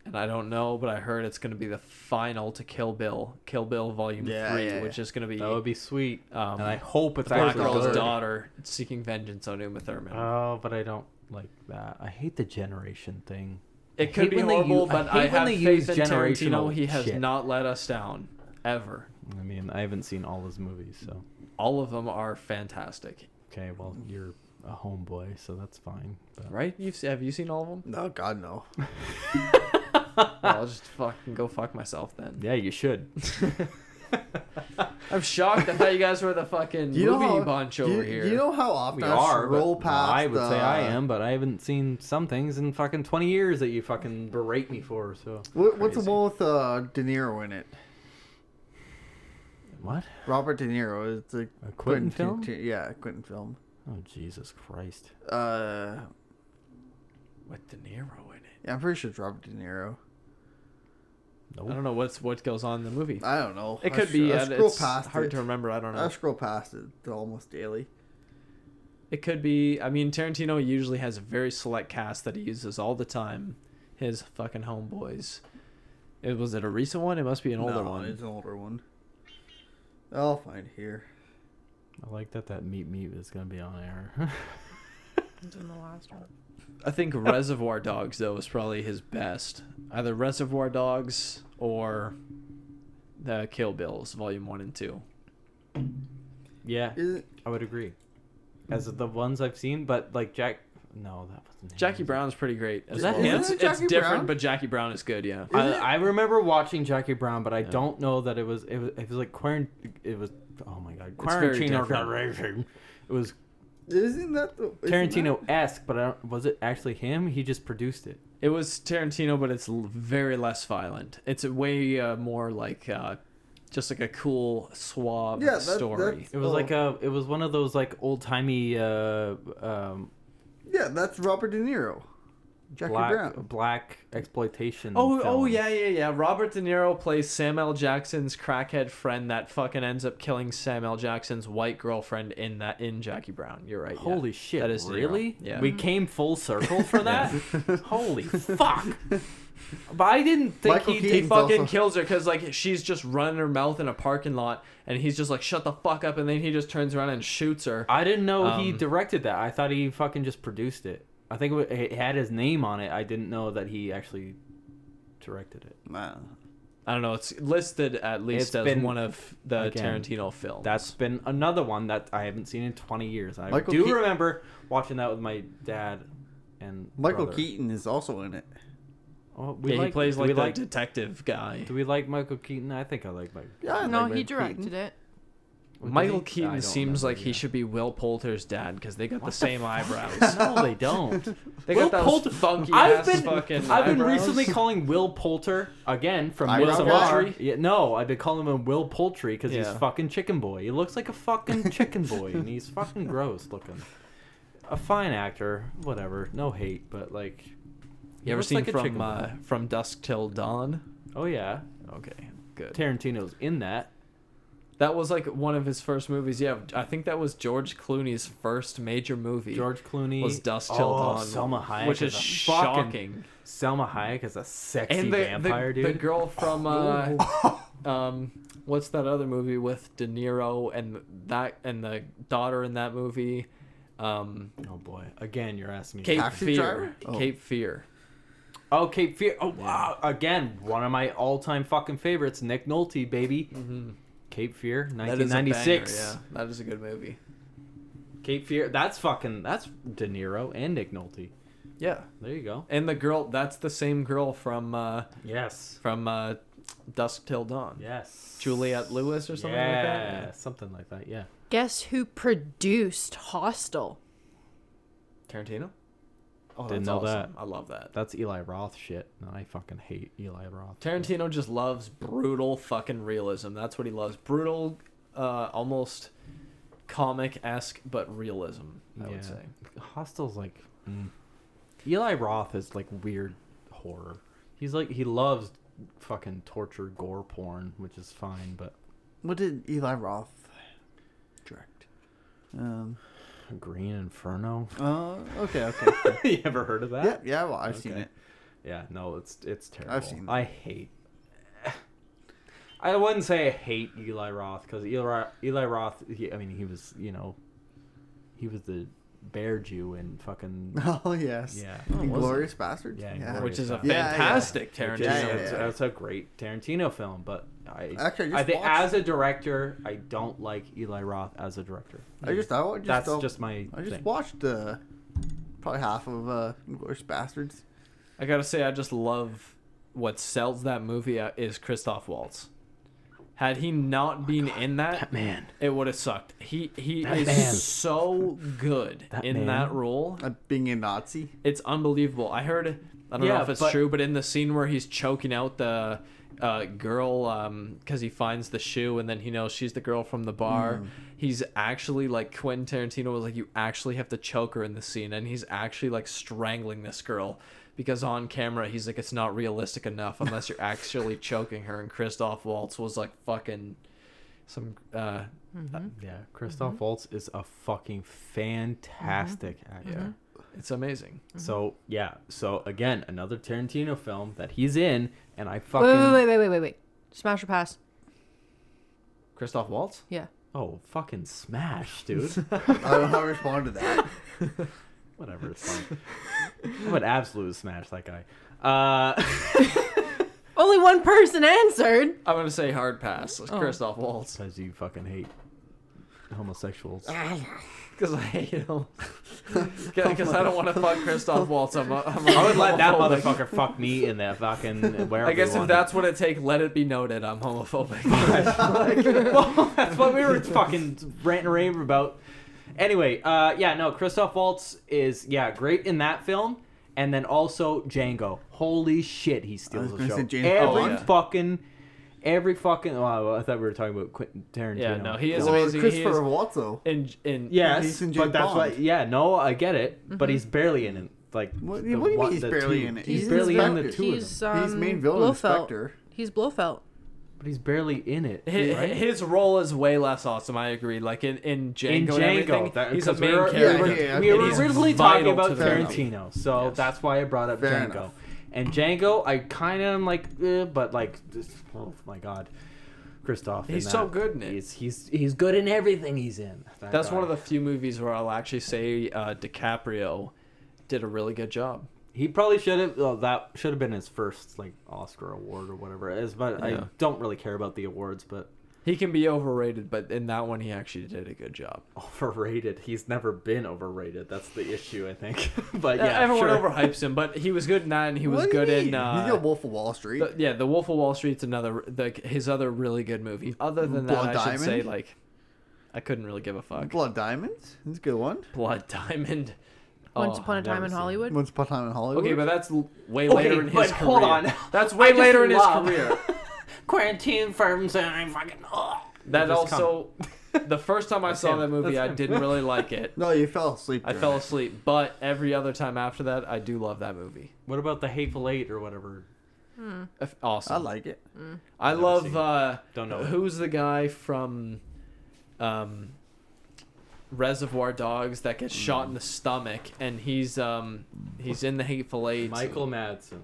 Speaker 2: and I don't know, but I heard it's going to be the final to Kill Bill, Kill Bill Volume
Speaker 1: Yeah,
Speaker 2: Three,
Speaker 1: yeah,
Speaker 2: which is going to be
Speaker 3: that would be sweet.
Speaker 2: um,
Speaker 3: and I hope it's
Speaker 2: the Black
Speaker 3: actually
Speaker 2: Girl's
Speaker 3: good.
Speaker 2: daughter seeking vengeance on Uma Thurman.
Speaker 3: Oh, but I don't like that. I hate the generation thing.
Speaker 2: it
Speaker 3: hate
Speaker 2: could be
Speaker 3: when they
Speaker 2: horrible,
Speaker 3: use- I
Speaker 2: but
Speaker 3: hate
Speaker 2: I,
Speaker 3: when
Speaker 2: have
Speaker 3: they
Speaker 2: faith in
Speaker 3: use
Speaker 2: Tarantino.
Speaker 3: generational
Speaker 2: He has
Speaker 3: shit.
Speaker 2: not let us down ever.
Speaker 3: I mean, I haven't seen all his movies, so
Speaker 2: All of them are fantastic,
Speaker 3: okay. Well,
Speaker 1: Mm.
Speaker 3: you're a homeboy, so that's fine. But
Speaker 2: right? You've se- have you seen all
Speaker 3: [LAUGHS]
Speaker 2: of them?
Speaker 1: No, God no.
Speaker 2: Well, I'll just fucking go fuck myself then.
Speaker 3: yeah, you should.
Speaker 2: I'm shocked. I thought you guys
Speaker 3: [LAUGHS]
Speaker 2: were the fucking
Speaker 1: You know
Speaker 2: movie
Speaker 1: how-
Speaker 2: bunch
Speaker 1: you,
Speaker 2: over here.
Speaker 1: you know how often
Speaker 3: We
Speaker 1: I
Speaker 3: are. but-
Speaker 1: roll
Speaker 3: well,
Speaker 1: past.
Speaker 3: I would say
Speaker 1: uh,
Speaker 3: I am, but I haven't seen some things in fucking twenty years that you fucking berate me for. So
Speaker 1: What, what's the
Speaker 3: Crazy.
Speaker 1: one with uh, De Niro in it?
Speaker 3: what?
Speaker 1: Robert De Niro. It's a
Speaker 3: A Quentin film?
Speaker 1: Tarantino- yeah, Quentin film.
Speaker 3: Oh Jesus Christ!
Speaker 1: Uh,
Speaker 2: with De Niro in it.
Speaker 1: yeah, I'm pretty sure it's Robert De Niro.
Speaker 2: I don't know what's what goes on in the movie.
Speaker 1: I don't know.
Speaker 2: It
Speaker 1: I
Speaker 2: could
Speaker 1: sh-
Speaker 2: be.
Speaker 1: I
Speaker 2: uh,
Speaker 1: scroll
Speaker 2: it's
Speaker 1: past
Speaker 2: hard
Speaker 1: it.
Speaker 2: to remember. I don't know.
Speaker 1: I scroll past it almost daily.
Speaker 2: It could be. I mean, Tarantino usually has a very select cast that he uses all the time. His fucking homeboys. It was it a recent one? It must be an older
Speaker 1: No,
Speaker 2: one.
Speaker 1: It's an older one. I'll find it here.
Speaker 3: I like that that meat meat is gonna be on air. [LAUGHS]
Speaker 4: It's in the last one.
Speaker 2: I think Reservoir Dogs though is probably his best. Either Reservoir Dogs or the Kill Bills Volume One and Two.
Speaker 3: yeah,
Speaker 1: Is it? Mm.
Speaker 3: I would agree. As of the ones I've seen, but like Jack, no, that wasn't him.
Speaker 2: Jackie Brown's pretty great. as
Speaker 3: Is that
Speaker 2: well.
Speaker 3: him?
Speaker 2: It's,
Speaker 1: Isn't it
Speaker 2: it's
Speaker 1: Jackie
Speaker 2: different,
Speaker 1: Brown?
Speaker 2: but Jackie Brown is good. Yeah.
Speaker 3: I,
Speaker 1: Is it?
Speaker 3: I remember watching Jackie Brown, but I
Speaker 2: Yeah.
Speaker 3: don't know that it was it was, it was like quarant it was oh my god
Speaker 2: very
Speaker 3: Quarantino
Speaker 2: different.
Speaker 3: Generation. It was
Speaker 1: Isn't that the isn't that-
Speaker 3: Tarantino esque, but I don't, was it actually him? He just produced it.
Speaker 2: It was Tarantino, but it's l- very less violent. It's a way uh, more like uh, just like a cool suave
Speaker 1: Yeah, that-
Speaker 2: story.
Speaker 1: that's-
Speaker 3: It was
Speaker 1: Oh.
Speaker 3: like a. It was one of those like old timey uh, um,
Speaker 1: Yeah, that's Robert De Niro. Jackie
Speaker 3: black
Speaker 1: Brown.
Speaker 3: black exploitation.
Speaker 2: Oh, oh
Speaker 3: films.
Speaker 2: yeah, yeah, yeah. Robert De Niro plays Sam L. Jackson's crackhead friend that fucking ends up killing Sam L. Jackson's white girlfriend in that in Jackie Brown. You're right. yeah.
Speaker 3: Holy shit!
Speaker 2: That is De Niro.
Speaker 3: really?
Speaker 2: Yeah.
Speaker 3: We came full circle
Speaker 2: [LAUGHS]
Speaker 3: for that. Holy fuck! But I didn't think
Speaker 1: Michael
Speaker 3: he.
Speaker 1: Keaton.
Speaker 2: he
Speaker 1: Keaton's
Speaker 2: fucking
Speaker 1: also-
Speaker 2: kills her because like she's just running her mouth in a parking lot, and he's just like, "Shut the fuck up!" and then he just turns around and shoots her.
Speaker 3: I didn't know he
Speaker 2: Um,
Speaker 3: directed that. I thought he fucking just produced it. I think it wa- it had his name on it. I didn't know that he actually directed it.
Speaker 1: Man.
Speaker 2: I don't know. It's listed at least
Speaker 3: It's
Speaker 2: as
Speaker 3: been-
Speaker 2: one of the
Speaker 3: again,
Speaker 2: Tarantino films.
Speaker 3: That's been another one that I haven't seen in 20 years. I
Speaker 1: Michael
Speaker 3: do
Speaker 1: Keat-
Speaker 3: remember watching that with my dad and
Speaker 1: Michael
Speaker 3: brother.
Speaker 1: Keaton is also in it.
Speaker 3: Oh, we
Speaker 2: yeah,
Speaker 3: like,
Speaker 2: he plays
Speaker 3: do
Speaker 2: like
Speaker 3: we
Speaker 2: the
Speaker 3: like,
Speaker 2: detective guy.
Speaker 3: Do we like Michael Keaton? I think I like Michael.
Speaker 1: Yeah, I
Speaker 4: no,
Speaker 1: like
Speaker 4: he
Speaker 1: Michael
Speaker 4: directed
Speaker 1: Keaton.
Speaker 4: it.
Speaker 2: Michael
Speaker 3: Did he? I
Speaker 2: Keaton
Speaker 3: don't
Speaker 2: seems
Speaker 3: remember,
Speaker 2: like he
Speaker 3: yeah.
Speaker 2: should be Will Poulter's dad because they got the same eyebrows.
Speaker 3: [LAUGHS]
Speaker 2: [LAUGHS]
Speaker 3: No, they don't.
Speaker 2: They
Speaker 3: Will
Speaker 2: got those
Speaker 3: Poulter-
Speaker 2: funky
Speaker 3: I've
Speaker 2: ass
Speaker 3: been
Speaker 2: fucking
Speaker 3: I've been
Speaker 2: eyebrows.
Speaker 3: recently calling Will Poulter again from
Speaker 1: Eyebrow
Speaker 3: Midsommar.
Speaker 1: guy?
Speaker 3: Yeah, no, I've been calling him Will Poultry because he's
Speaker 2: Yeah.
Speaker 3: fucking chicken boy. He looks like a fucking chicken boy, and he's fucking gross looking. A fine actor, whatever. No hate, but like, he
Speaker 2: You ever
Speaker 3: looks
Speaker 2: seen
Speaker 3: like a chicken
Speaker 2: from
Speaker 3: boy.
Speaker 2: uh, from dusk till dawn?
Speaker 3: Oh yeah,
Speaker 2: Okay, good.
Speaker 3: Tarantino's in that.
Speaker 2: That was like one of his first movies. Yeah, I think that was George Clooney's first major movie.
Speaker 3: George Clooney
Speaker 2: was Dusk Till
Speaker 3: Oh,
Speaker 2: Dawn,
Speaker 3: Selma Hayek,
Speaker 2: which is
Speaker 3: a fucking-
Speaker 2: shocking.
Speaker 3: Selma Hayek is a sexy
Speaker 2: And the,
Speaker 3: vampire
Speaker 2: the,
Speaker 3: dude. Oh.
Speaker 2: the girl from uh, um, what's that other movie with De Niro and that and the daughter in that movie, um,
Speaker 3: oh boy, again, you're asking me.
Speaker 2: Cape
Speaker 1: Taxi
Speaker 2: Fear.
Speaker 1: Driver? Oh.
Speaker 2: Cape Fear.
Speaker 3: Oh, Cape Fear. Oh, wow. Again, one of my all time fucking favorites, Nick Nolte, baby. Cape Fear,
Speaker 2: Mm-hmm. That is a banger,
Speaker 3: 1996.
Speaker 2: yeah, that is a good movie.
Speaker 3: Cape Fear. That's fucking, that's De Niro and Nick Nolte.
Speaker 2: Yeah,
Speaker 3: There you go.
Speaker 2: and the girl that's the same girl from uh,
Speaker 3: Yes.
Speaker 2: from uh, Dusk Till Dawn.
Speaker 3: Yes.
Speaker 2: Juliette Lewis or something like that.
Speaker 3: Yeah, Something like that, yeah.
Speaker 4: Guess who produced Hostel?
Speaker 2: Tarantino. Oh,
Speaker 3: Didn't
Speaker 2: that's
Speaker 3: know
Speaker 2: awesome. I love that.
Speaker 3: That's Eli Roth shit. No, I fucking hate Eli Roth.
Speaker 2: Tarantino just loves brutal fucking realism. That's what he loves. Brutal, uh, almost comic esque, but realism. I
Speaker 3: Yeah.
Speaker 2: would say. Mm.
Speaker 3: Hostel's like. Eli Roth is like weird horror. He's like, he loves fucking torture gore porn, which is fine, but.
Speaker 1: What did Eli Roth direct? Um.
Speaker 3: Green Inferno.
Speaker 1: Uh, okay. [LAUGHS] Okay.
Speaker 3: [LAUGHS] you ever heard of that?
Speaker 1: yeah. Yeah. Well, I've seen
Speaker 3: Okay.
Speaker 1: it.
Speaker 3: Yeah, no, it's it's terrible.
Speaker 1: seen that.
Speaker 3: I hate. I wouldn't say I hate Eli Roth because Eli Eli Roth. He, I mean, he was you know, he was the bear Jew and
Speaker 1: [LAUGHS]
Speaker 3: fucking
Speaker 1: [LAUGHS] Oh yes.
Speaker 3: yeah.
Speaker 1: Inglorious Bastards.
Speaker 3: Yeah,
Speaker 1: Yeah.
Speaker 3: Inglourious
Speaker 2: Which is a
Speaker 1: Yeah, yeah.
Speaker 2: fantastic Tarantino.
Speaker 3: Yeah,
Speaker 1: yeah,
Speaker 3: it's-
Speaker 1: yeah.
Speaker 3: That's a great Tarantino film, but I
Speaker 1: Actually, I just
Speaker 3: I think
Speaker 1: watched-
Speaker 3: as a director, I don't like Eli Roth as a director.
Speaker 1: I just I just
Speaker 3: that's
Speaker 1: don't,
Speaker 3: just my
Speaker 1: I just
Speaker 3: thing.
Speaker 1: watched uh, probably half of uh, Inglorious Bastards.
Speaker 2: I gotta say, I just love what sells that movie out is Christoph Waltz. Had he
Speaker 3: Oh
Speaker 2: not been in that,
Speaker 3: man.
Speaker 2: it would have sucked. He he
Speaker 3: That
Speaker 2: is
Speaker 3: man.
Speaker 2: so good
Speaker 3: That
Speaker 2: in
Speaker 3: man.
Speaker 2: that role.
Speaker 1: Uh, being a Nazi. [LAUGHS]
Speaker 2: It's unbelievable. I heard. I don't know
Speaker 3: Yeah,
Speaker 2: if it's
Speaker 3: but-
Speaker 2: true, but in the scene where he's choking out the uh, girl because he finds the shoe and then he knows she's the girl from the bar, he's actually like Quentin Tarantino was like, you actually have to choke her in the scene, and he's actually like strangling this girl because on camera he's like, it's not realistic enough unless you're actually [LAUGHS] choking her. And Christoph Waltz was like fucking some. Uh,
Speaker 4: Mm-hmm.
Speaker 3: Yeah, Christoph Waltz is a fucking fantastic
Speaker 4: Mm-hmm.
Speaker 3: actor.
Speaker 2: it's amazing.
Speaker 3: So yeah, so again, another Tarantino film that he's in, and I fucking
Speaker 4: Wait, wait, wait, wait, wait, wait, wait. Smash or pass?
Speaker 2: Christoph Waltz.
Speaker 4: Yeah.
Speaker 3: oh fucking smash,
Speaker 4: [LAUGHS]
Speaker 3: dude.
Speaker 1: I don't know how to respond to that.
Speaker 3: Whatever, it's fine. I'm an absolute smash that guy. Uh,
Speaker 4: Only one person answered.
Speaker 2: I'm gonna say hard pass. Christoph [LAUGHS]
Speaker 3: [LAUGHS]
Speaker 2: Waltz.
Speaker 3: because you fucking hate
Speaker 2: [LAUGHS]
Speaker 3: homosexuals.
Speaker 2: Because I hate him. Because I don't want to fuck Christoph Waltz. I'm, a, I'm a
Speaker 3: I would let that
Speaker 2: homophobic.
Speaker 3: motherfucker fuck me in that fucking. Wherever
Speaker 2: Oh [LAUGHS] I guess
Speaker 3: he
Speaker 2: if
Speaker 3: wanted.
Speaker 2: that's what it takes, let it be noted. I'm homophobic.
Speaker 3: well, that's what we were fucking ranting and raving about. Anyway, uh, yeah, no, Christoph Waltz is yeah great in that film, and then also Django. Holy shit, he steals
Speaker 1: I was
Speaker 3: the
Speaker 1: gonna
Speaker 3: show.
Speaker 1: say Oh, James
Speaker 3: every
Speaker 1: Bond.
Speaker 3: fucking, every fucking. Oh, I thought we were talking about Quentin Tarantino.
Speaker 2: Yeah, no, he is
Speaker 1: Well,
Speaker 2: amazing. He
Speaker 1: Christopher
Speaker 2: is
Speaker 1: Waltz though.
Speaker 2: in in
Speaker 3: Yes,
Speaker 1: He's in James
Speaker 3: but that's
Speaker 1: Bond.
Speaker 3: why. Yeah, no, I get it,
Speaker 2: Mhm.
Speaker 3: but he's barely in it. Like,
Speaker 1: What, what do
Speaker 3: the
Speaker 1: you mean
Speaker 3: one-
Speaker 1: he's
Speaker 3: the
Speaker 1: barely
Speaker 3: two.
Speaker 1: in it?
Speaker 3: He's,
Speaker 4: He's
Speaker 3: barely in the
Speaker 1: inspector.
Speaker 3: two of them.
Speaker 4: He's um,
Speaker 1: He's main villain
Speaker 4: Blofeld.
Speaker 1: inspector.
Speaker 4: He's Blofeld.
Speaker 3: But he's barely in it.
Speaker 2: His,
Speaker 3: right?
Speaker 2: his role is way less awesome. I agree. Like in in Django,
Speaker 3: in
Speaker 2: and
Speaker 3: Django,
Speaker 2: everything,
Speaker 3: that,
Speaker 2: he's a
Speaker 3: 'cause we
Speaker 2: main
Speaker 3: were-
Speaker 1: yeah,
Speaker 2: character.
Speaker 1: yeah, yeah,
Speaker 3: We
Speaker 1: okay.
Speaker 3: were
Speaker 1: It is
Speaker 3: originally talking
Speaker 2: vital
Speaker 3: about
Speaker 2: to the
Speaker 3: Tarantino, so
Speaker 2: Yes.
Speaker 3: that's why I brought up
Speaker 1: Fair
Speaker 3: Django.
Speaker 1: enough.
Speaker 3: And Django, I kind of am like, eh, but like, this, oh my god, Christoph.
Speaker 2: He's
Speaker 3: that.
Speaker 2: so good in it.
Speaker 3: He's he's he's good in everything he's in. That
Speaker 2: That's
Speaker 3: guy.
Speaker 2: one of the few movies where I'll actually say uh, DiCaprio did a really good job.
Speaker 3: He probably should have. Well, that should have been his first like Oscar award or whatever it is. But I
Speaker 2: Yeah.
Speaker 3: don't really care about the awards. But [LAUGHS]
Speaker 2: He can be overrated, but in that one, he actually did a good job.
Speaker 3: overrated. He's never been overrated. That's the issue, I think. [LAUGHS] but
Speaker 2: Yeah,
Speaker 3: yeah,
Speaker 2: everyone
Speaker 3: sure.
Speaker 2: overhypes him, but he was good in that, and he was
Speaker 1: What do you
Speaker 2: good in.
Speaker 1: mean?
Speaker 2: Uh,
Speaker 1: he's got Wolf of Wall Street.
Speaker 2: the- yeah, The Wolf of Wall Street's another like his other really good movie. Other than that,
Speaker 1: Blood
Speaker 2: I should say
Speaker 1: Diamond?
Speaker 2: like I couldn't really give a fuck.
Speaker 1: Blood Diamonds. That's a good one.
Speaker 2: Blood Diamond.
Speaker 4: [LAUGHS] Once
Speaker 2: Oh,
Speaker 4: upon a
Speaker 2: I've
Speaker 4: time
Speaker 2: never
Speaker 4: in
Speaker 2: seen it.
Speaker 4: Hollywood.
Speaker 1: Once upon a time in Hollywood.
Speaker 2: Okay, but that's l- way
Speaker 3: Okay,
Speaker 2: later in his
Speaker 3: but
Speaker 2: career.
Speaker 3: hold on.
Speaker 2: That's way
Speaker 3: I just
Speaker 2: later in his
Speaker 3: love-
Speaker 2: career.
Speaker 3: quarantine firms and I'm fucking. Ugh.
Speaker 2: That
Speaker 3: Just
Speaker 2: also, the first time I saw
Speaker 3: him.
Speaker 2: that movie,
Speaker 3: That's
Speaker 2: I
Speaker 3: him.
Speaker 2: didn't really like it.
Speaker 1: no, you fell asleep. [LAUGHS]
Speaker 2: I
Speaker 1: during
Speaker 2: fell
Speaker 1: it.
Speaker 2: asleep, but every other time after that, I do love that movie.
Speaker 3: What about the Hateful Eight or whatever?
Speaker 2: If-
Speaker 1: I
Speaker 2: Awesome.
Speaker 1: like it.
Speaker 2: I
Speaker 3: never
Speaker 2: love.
Speaker 3: seen it.
Speaker 2: Uh,
Speaker 3: Don't know.
Speaker 2: Who's the guy from, um, Reservoir Dogs that
Speaker 3: Hmm.
Speaker 2: gets shot in the stomach, and he's um he's in the Hateful Eight.
Speaker 3: Michael Madsen.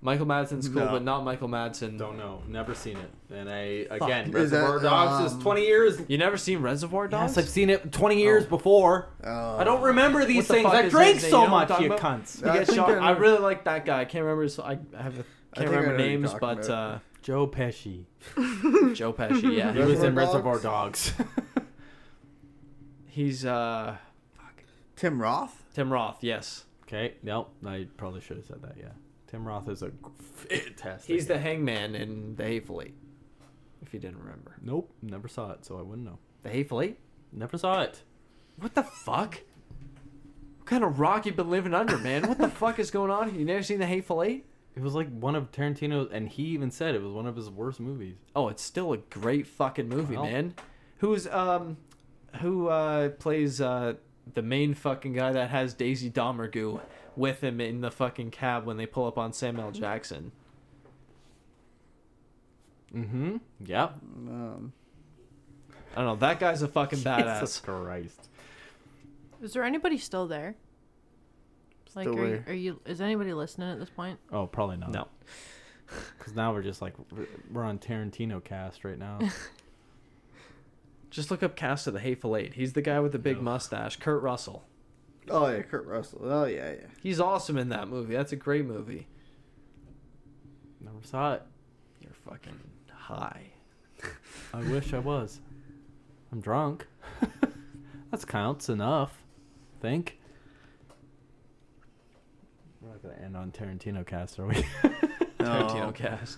Speaker 2: Michael Madsen's cool,
Speaker 1: No.
Speaker 2: but not Michael Madsen.
Speaker 3: Don't know. Never seen it. And I again,
Speaker 1: Fuck. Is that,
Speaker 3: Reservoir Dogs
Speaker 1: um,
Speaker 3: is twenty years.
Speaker 2: You never seen Reservoir Dogs?
Speaker 3: Yes, I've seen it twenty years before.
Speaker 1: Oh.
Speaker 3: I don't remember these
Speaker 2: the
Speaker 3: things.
Speaker 2: fuck
Speaker 3: I
Speaker 2: is
Speaker 3: drank
Speaker 2: his name?
Speaker 3: so
Speaker 2: You know what
Speaker 3: much,
Speaker 2: I'm
Speaker 3: you
Speaker 2: talking
Speaker 3: cunts.
Speaker 1: I
Speaker 2: He gets
Speaker 1: think
Speaker 2: shot.
Speaker 1: I know-
Speaker 2: I really like that guy. I can't remember his. I I have a,
Speaker 1: I think I
Speaker 2: can't remember
Speaker 1: know who you're
Speaker 2: names,
Speaker 1: talking
Speaker 2: but
Speaker 1: about.
Speaker 2: uh,
Speaker 3: Joe Pesci.
Speaker 2: Joe Pesci.
Speaker 1: [LAUGHS]
Speaker 3: He
Speaker 2: Yeah,
Speaker 3: was in
Speaker 1: Reservoir
Speaker 3: Reservoir Dogs.
Speaker 2: he's uh
Speaker 1: Tim Roth.
Speaker 2: Tim Roth. Yes,
Speaker 3: [LAUGHS] okay. Nope. I probably should have said that. Yeah. Tim Roth is a g- fantastic.
Speaker 2: he's the hangman in The Hateful Eight. If you didn't remember,
Speaker 3: Nope. Never saw it, so I wouldn't know.
Speaker 2: The Hateful Eight.
Speaker 3: Never saw it.
Speaker 2: What the fuck? What kind of rock you been living under, man? What the fuck is going on? You never seen The Hateful Eight?
Speaker 3: It was like one of Tarantino's, and he even said it was one of his worst movies.
Speaker 2: Oh, it's still a great fucking movie,
Speaker 3: Well.
Speaker 2: man. Who's um, who uh plays uh the main fucking guy that has Daisy Domergue with him in the fucking cab when they pull up on Samuel Jackson?
Speaker 3: Mm-hmm. Yep.
Speaker 1: Um,
Speaker 2: I don't know. That guy's a
Speaker 3: [LAUGHS]
Speaker 2: fucking
Speaker 3: Jesus
Speaker 2: badass.
Speaker 3: Christ.
Speaker 4: Is there anybody still there? Like,
Speaker 1: Still
Speaker 4: are,
Speaker 1: there.
Speaker 4: You, are you? Is anybody listening at this point?
Speaker 3: Oh, probably not.
Speaker 2: No.
Speaker 3: Because now we're just like we're on Tarantino cast right
Speaker 2: [LAUGHS]
Speaker 3: now.
Speaker 2: Just look up cast of the Hateful Eight. He's the guy with the big
Speaker 3: No.
Speaker 2: mustache, Kurt Russell.
Speaker 1: oh yeah, Kurt Russell. Oh yeah, yeah.
Speaker 2: He's awesome in that movie. That's a great movie.
Speaker 3: Never saw it.
Speaker 2: You're fucking high.
Speaker 3: I wish I was. I'm drunk. [LAUGHS] That's counts enough. Think. We're not gonna end on Tarantino cast, are we? [LAUGHS]
Speaker 2: Tarantino
Speaker 1: No.
Speaker 2: cast.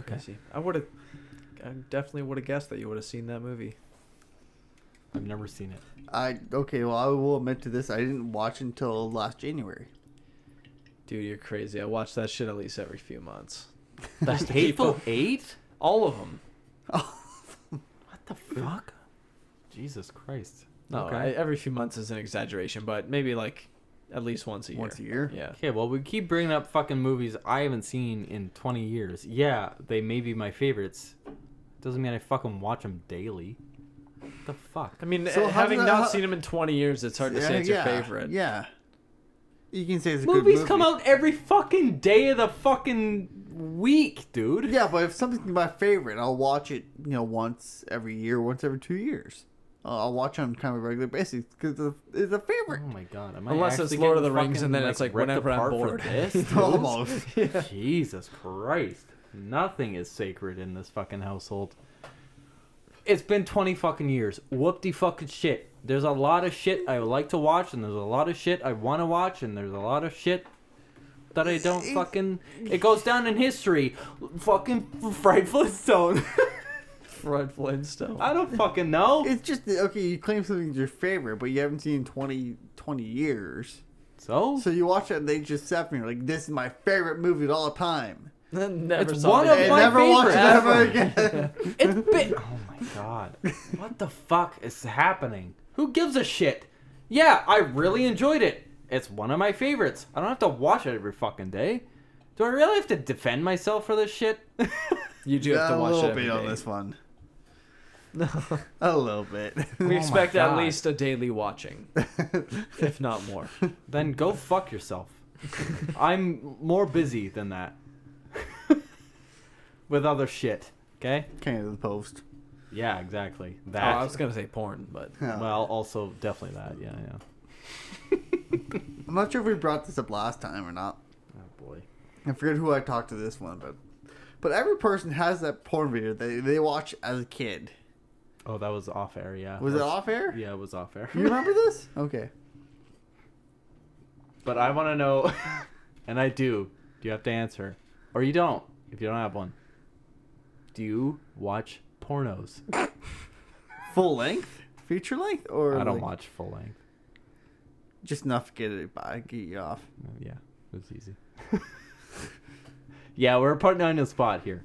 Speaker 2: Okay. See, I would have. I definitely would have guessed that you would have seen that movie.
Speaker 3: I've never seen it.
Speaker 1: I okay. Well, I will admit to this. I didn't watch until last January.
Speaker 2: Dude, you're crazy. I watch that shit at least every few months.
Speaker 1: [LAUGHS]
Speaker 3: That's Hateful Eight.
Speaker 2: All of them.
Speaker 1: Oh.
Speaker 3: What the fuck? Jesus Christ.
Speaker 2: No,
Speaker 3: Okay.
Speaker 2: Oh, I- every few months is an exaggeration, but maybe like at least once a year.
Speaker 1: Once a year.
Speaker 2: Yeah.
Speaker 3: Okay, well, we keep bringing up fucking movies I haven't seen in 20 years. Yeah, they may be my favorites. Doesn't mean I fucking watch them daily. What the fuck?
Speaker 2: I mean,
Speaker 1: So
Speaker 2: eh,
Speaker 1: how
Speaker 2: having
Speaker 1: does that-
Speaker 2: not
Speaker 1: how-
Speaker 2: seen him in 20 years, it's hard to say it's
Speaker 1: yeah,
Speaker 2: your favorite.
Speaker 1: Yeah. You can say it's a
Speaker 3: Movies
Speaker 1: good movie.
Speaker 3: come out every fucking day of the fucking week, dude.
Speaker 1: Yeah, but if something's my favorite, I'll watch it. You know, once every year, once every two years. Uh, I'll watch on kind of a regular basis because it's, a- it's a
Speaker 3: Oh
Speaker 1: favorite. [LAUGHS]
Speaker 3: my god. Am I
Speaker 2: Unless it's
Speaker 3: actually
Speaker 2: Lord of the
Speaker 3: getting
Speaker 2: Rings, and
Speaker 3: fucking,
Speaker 2: then it's like
Speaker 3: ripped
Speaker 2: whenever I'm
Speaker 3: apart for
Speaker 2: bored.
Speaker 3: this,
Speaker 2: [LAUGHS]
Speaker 1: [LAUGHS]
Speaker 3: dude?
Speaker 1: Almost.
Speaker 3: [LAUGHS] Jesus Christ. Nothing is sacred in this fucking household. It's been 20 fucking years. Whoop de fucking shit. There's a lot of shit I would like to watch, and there's a lot of shit I want to watch, and there's a lot of shit that I don't fucking. It goes down in history. Fucking Frightful Stone. [LAUGHS]
Speaker 2: Fred Flintstone.
Speaker 3: I don't fucking know.
Speaker 1: It's just that, okay. You claim something's your favorite, but you haven't seen it in 20, 20 years.
Speaker 3: So
Speaker 1: So you watch it and they just seven. You're like, this is my favorite movie of all time.
Speaker 2: [LAUGHS] Never
Speaker 3: It's
Speaker 2: saw
Speaker 3: one
Speaker 2: it
Speaker 3: of
Speaker 1: And
Speaker 2: again.
Speaker 3: my
Speaker 1: never watch it
Speaker 3: favorite.
Speaker 1: ever again. [LAUGHS]
Speaker 3: it's been. Oh
Speaker 2: [LAUGHS]
Speaker 3: my god! What the fuck is happening? Who gives a shit? Yeah, I really enjoyed it. It's one of my favorites. I don't have to watch it every fucking day. Do I really have to defend myself for this shit? [LAUGHS]
Speaker 2: Oh You do have
Speaker 1: a
Speaker 2: to watch
Speaker 1: little
Speaker 2: it. every
Speaker 1: bit on
Speaker 2: day.
Speaker 1: this one. a little bit.
Speaker 2: We
Speaker 1: [LAUGHS]
Speaker 2: expect at
Speaker 3: God.
Speaker 2: least a daily watching, if not more.
Speaker 3: then go fuck
Speaker 2: [LAUGHS]
Speaker 3: yourself. I'm more busy than that. With other shit. Okay?
Speaker 1: Kind of the post.
Speaker 3: Yeah, exactly.
Speaker 2: Oh,
Speaker 3: That.
Speaker 2: I was gonna say porn,
Speaker 1: [LAUGHS]
Speaker 2: but
Speaker 3: Well, also definitely that. Yeah, yeah.
Speaker 1: I'm not sure if we brought this up last time or not.
Speaker 3: Oh boy.
Speaker 1: I forget who I talked to this one, but but every person has that porn video they they watch as a kid.
Speaker 3: Oh, that was off air. Yeah.
Speaker 1: Was it
Speaker 3: That's-
Speaker 1: off air?
Speaker 3: Yeah, it was off air.
Speaker 1: You remember this? Okay.
Speaker 3: But I want to know, [LAUGHS] and I do. Do you have to answer, or you don't? If you don't have one, do you watch pornos?
Speaker 1: Full length, feature length, or
Speaker 3: I don't
Speaker 1: like,
Speaker 3: watch full length.
Speaker 1: Just enough to get it by, get you off.
Speaker 3: Yeah, it was easy. [LAUGHS] yeah, we're putting on the spot here.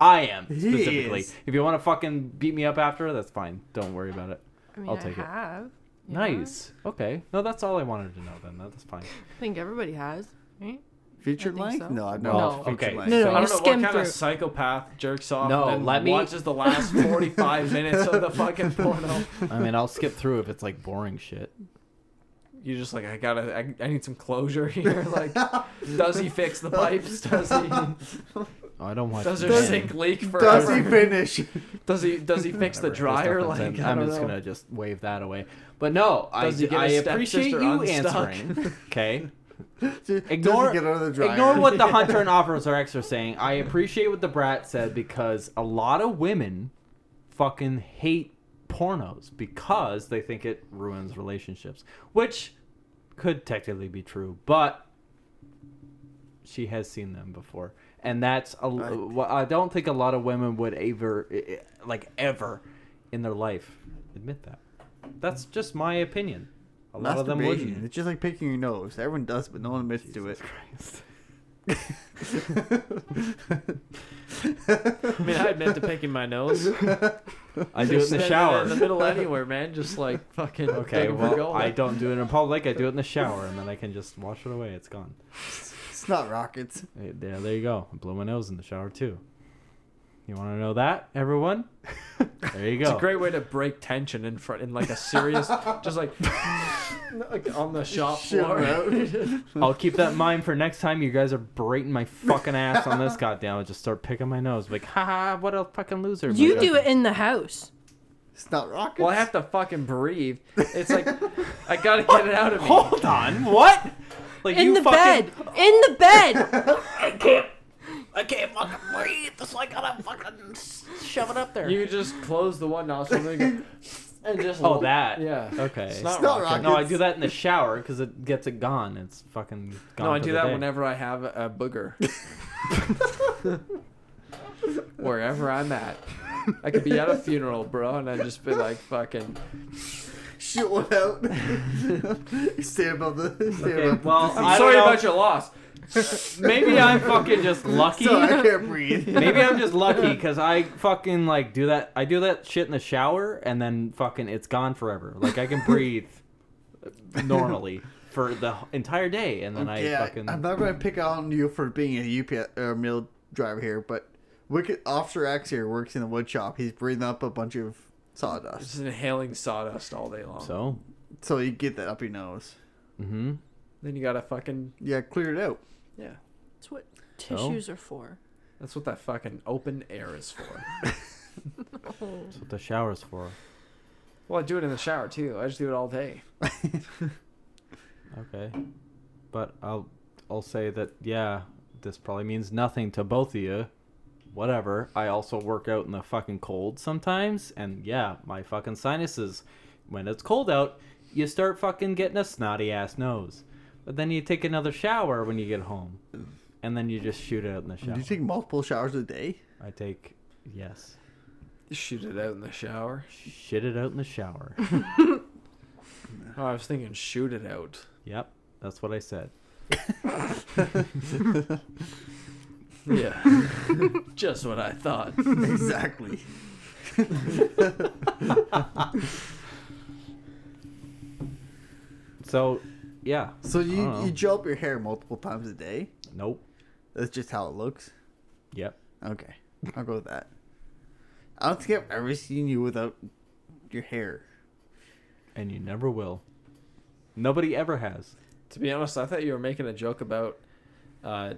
Speaker 3: I am
Speaker 1: He
Speaker 3: specifically.
Speaker 1: is.
Speaker 3: If you want to fucking beat me up after, that's fine. Don't worry about it.
Speaker 4: I mean,
Speaker 3: I'll
Speaker 4: I
Speaker 3: take it.
Speaker 4: have. yeah.
Speaker 3: Nice. Okay. No, that's all I wanted to know. Then that's fine.
Speaker 4: I think everybody has. Right?
Speaker 1: Feature
Speaker 4: think
Speaker 1: length?
Speaker 4: so.
Speaker 1: No, I don't
Speaker 4: No.
Speaker 1: watch feature
Speaker 3: Okay.
Speaker 1: length.
Speaker 4: No,
Speaker 2: I
Speaker 4: no,
Speaker 2: don't
Speaker 4: you
Speaker 2: know what
Speaker 4: skim
Speaker 2: kind
Speaker 4: through.
Speaker 2: of psychopath jerks off
Speaker 3: No,
Speaker 2: and then
Speaker 3: let me-
Speaker 2: watches the last
Speaker 3: [LAUGHS]
Speaker 2: 45 minutes of the fucking porno.
Speaker 3: [LAUGHS] I mean, I'll skip through if it's like boring shit.
Speaker 2: You're just like, I gotta, I, I need some closure here. [LAUGHS] Like, does he fix the pipes? Does he,
Speaker 3: I don't watch.
Speaker 2: does her
Speaker 3: men. [LAUGHS]
Speaker 2: sink leak
Speaker 1: Does he
Speaker 2: forever?
Speaker 1: finish? [LAUGHS]
Speaker 2: Does he, does he fix the
Speaker 3: Whatever.
Speaker 2: dryer?
Speaker 3: Just
Speaker 2: Like,
Speaker 3: offensive.
Speaker 2: I
Speaker 3: I'm
Speaker 2: don't
Speaker 3: just
Speaker 2: know.
Speaker 3: gonna just wave that away. But no, I,
Speaker 2: Does he get
Speaker 3: I
Speaker 2: his
Speaker 3: appreciate
Speaker 2: stepsister
Speaker 3: you
Speaker 2: unstuck? [LAUGHS]
Speaker 3: answering. Okay,
Speaker 1: Does he
Speaker 3: Ignore-
Speaker 1: get out of the dryer?
Speaker 3: ignore
Speaker 1: [LAUGHS]
Speaker 3: what the hunter and officer X are saying. I appreciate what the brat said because a lot of women fucking hate pornos because they think it ruins relationships, which could technically be true, but she has seen them before. And that's a,
Speaker 1: Right.
Speaker 3: well, I don't think a lot of women would ever, eh, eh, like ever, in their life admit that. That's just my opinion. A lot of them
Speaker 1: Masturbation.
Speaker 3: wouldn't.
Speaker 1: It's just like picking your nose. Everyone does, but no one admits to it. [LAUGHS]
Speaker 2: I mean, I admit to picking my nose.
Speaker 3: I do it in the
Speaker 2: In the
Speaker 3: shower.
Speaker 2: middle anywhere, man. Just
Speaker 3: [LAUGHS]
Speaker 2: like fucking. [LAUGHS]
Speaker 3: Okay,
Speaker 2: looking for
Speaker 3: well,
Speaker 2: gold.
Speaker 3: I don't do it in public. I do it in the shower, and then I can just wash it away. It's gone.
Speaker 1: It's not rockets.
Speaker 3: Eh, Yeah, there you go. I blow my nose in the shower too. You want to know that, everyone? There you go.
Speaker 2: It's a great way to break tension in front in like a serious,
Speaker 3: [LAUGHS]
Speaker 2: just like, like on the shop
Speaker 1: Shit,
Speaker 2: floor.
Speaker 1: bro.
Speaker 2: [LAUGHS]
Speaker 3: I'll keep that in mind for next time you guys are breaking my fucking ass on
Speaker 2: [LAUGHS]
Speaker 3: this goddamn. I'll just start picking my nose. Like, haha, what a fucking loser.
Speaker 4: You
Speaker 3: Like,
Speaker 4: do it in the house.
Speaker 1: It's not rockets.
Speaker 2: Well, I have to fucking breathe. It's like I gotta get it out of
Speaker 3: [LAUGHS]
Speaker 2: me.
Speaker 3: Hold on, what? Like
Speaker 4: In
Speaker 3: you
Speaker 4: the
Speaker 3: fucking
Speaker 4: bed. In the bed.
Speaker 8: I can't fucking breathe. That's why I gotta fucking shove it up there.
Speaker 2: You just close the one nostril and, go, [LAUGHS] and just
Speaker 3: Oh, that.
Speaker 2: Yeah.
Speaker 3: Okay.
Speaker 1: It's not rockets.
Speaker 3: no, I do that in the shower because it gets it gone. It's fucking gone.
Speaker 2: No, I
Speaker 3: for
Speaker 2: do
Speaker 3: the
Speaker 2: that
Speaker 3: day.
Speaker 2: whenever I have a [LAUGHS] booger. Wherever I'm at, I could be at a funeral, bro, and I'd just be like, fucking.
Speaker 1: Shit one out. [LAUGHS] stay above the. Stay
Speaker 3: Okay,
Speaker 1: above [LAUGHS]
Speaker 3: well,
Speaker 2: [LAUGHS] I'm
Speaker 3: I
Speaker 2: sorry
Speaker 3: don't know.
Speaker 2: about your loss.
Speaker 3: Maybe I'm fucking
Speaker 2: [LAUGHS]
Speaker 3: just
Speaker 1: the
Speaker 3: lucky.
Speaker 1: so
Speaker 3: [LAUGHS]
Speaker 1: I can't breathe.
Speaker 3: Maybe I'm just
Speaker 1: [LAUGHS]
Speaker 3: lucky because I fucking like do that. I do that shit in the shower and then fucking it's gone forever. Like
Speaker 1: [LAUGHS]
Speaker 3: I can breathe normally for the entire day and then
Speaker 1: Oh, [LAUGHS] yeah,
Speaker 3: I fucking.
Speaker 1: I'm not gonna pick on you for being a UPS or mail driver here, but Wicked Officer X here works in the wood shop. He's breathing up a bunch of sawdust,
Speaker 2: Just inhaling sawdust all day long.
Speaker 3: So,
Speaker 1: so you get that up your nose.
Speaker 3: mm-hmm.
Speaker 2: Then you gotta fucking
Speaker 1: Yeah, clear it out. [LAUGHS]
Speaker 2: yeah.
Speaker 4: That's what
Speaker 2: Oh.
Speaker 4: tissues are for.
Speaker 2: That's what that fucking open air is for. Oh.
Speaker 3: that's what the shower's for.
Speaker 2: well, I do it in the shower too. I just do it all day.
Speaker 3: Okay, but I'll I'll say that yeah, this probably means nothing to both of you. Whatever. I also work out in the fucking cold sometimes, and yeah, my fucking sinuses. When it's cold out, you start fucking getting a snotty ass nose. But then you take another shower when you get home, and then you just shoot it out in the shower. [LAUGHS]
Speaker 1: Do you take multiple showers a day?
Speaker 3: I take yes.
Speaker 2: Shoot it out in the shower.
Speaker 3: Shit it out in
Speaker 1: [LAUGHS]
Speaker 3: the shower.
Speaker 2: Oh, I was thinking shoot it out.
Speaker 3: yep, that's what I said.
Speaker 2: Yeah. [LAUGHS] Just what I thought.
Speaker 1: exactly.
Speaker 3: So, yeah,
Speaker 1: So you,
Speaker 3: Oh.
Speaker 1: you gel up your hair multiple times a day.
Speaker 3: nope.
Speaker 1: That's just how it looks.
Speaker 3: Yep.
Speaker 1: Okay, I'll go with that. I don't think I've ever seen you without your
Speaker 2: [LAUGHS]
Speaker 1: hair.
Speaker 3: And you never will. Nobody ever has.
Speaker 2: To be honest, I thought you were making a joke about uh,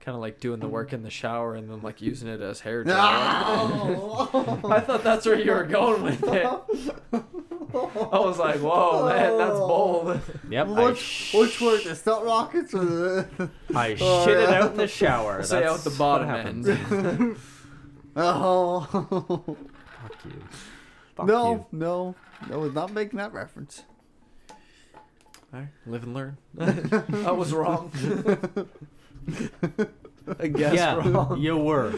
Speaker 2: kind of like doing the work in the shower and then like using it as hair dryer. [LAUGHS] I thought that's where you were going with it. I was like, whoa, man, that's [LAUGHS] bold.
Speaker 3: Yep. I,
Speaker 1: Which, which was the Stout Rockets or
Speaker 3: [LAUGHS]
Speaker 1: the.
Speaker 3: I
Speaker 1: Oh,
Speaker 3: shit it
Speaker 1: yeah.
Speaker 3: out in the shower.
Speaker 2: Say out
Speaker 3: That's
Speaker 2: the
Speaker 3: what
Speaker 2: bottom
Speaker 3: happens.
Speaker 2: end. [LAUGHS]
Speaker 1: Oh.
Speaker 3: Fuck you. Fuck
Speaker 1: no,
Speaker 3: you.
Speaker 1: no, no, it's not making that reference. [LAUGHS]
Speaker 2: All right, live and learn. [LAUGHS] I was wrong. [LAUGHS] I guess
Speaker 3: yeah,
Speaker 2: wrong.
Speaker 3: you
Speaker 2: [LAUGHS]
Speaker 3: were.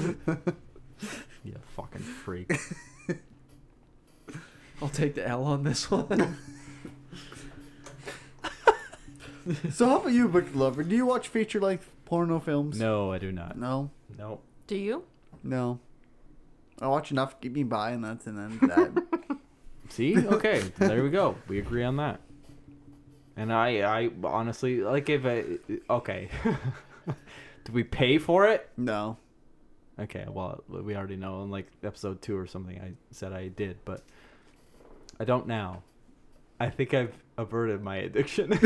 Speaker 3: you fucking freak.
Speaker 2: I'll take the L on this one. [LAUGHS]
Speaker 1: So, how about you, Book Lover? Do you watch feature length porno films?
Speaker 3: No, I do not.
Speaker 1: No,
Speaker 3: No.
Speaker 4: Do you?
Speaker 1: no. I watch enough, get me by, and that's an end to
Speaker 3: [LAUGHS]
Speaker 1: that.
Speaker 3: See? Okay, there we go. We agree on that. And I, I honestly like if I. Okay. [LAUGHS] Did we pay for it?
Speaker 1: no.
Speaker 3: Okay, well, we already know in like episode two or something. I said I did, but I don't now. I think I've averted my addiction [LAUGHS]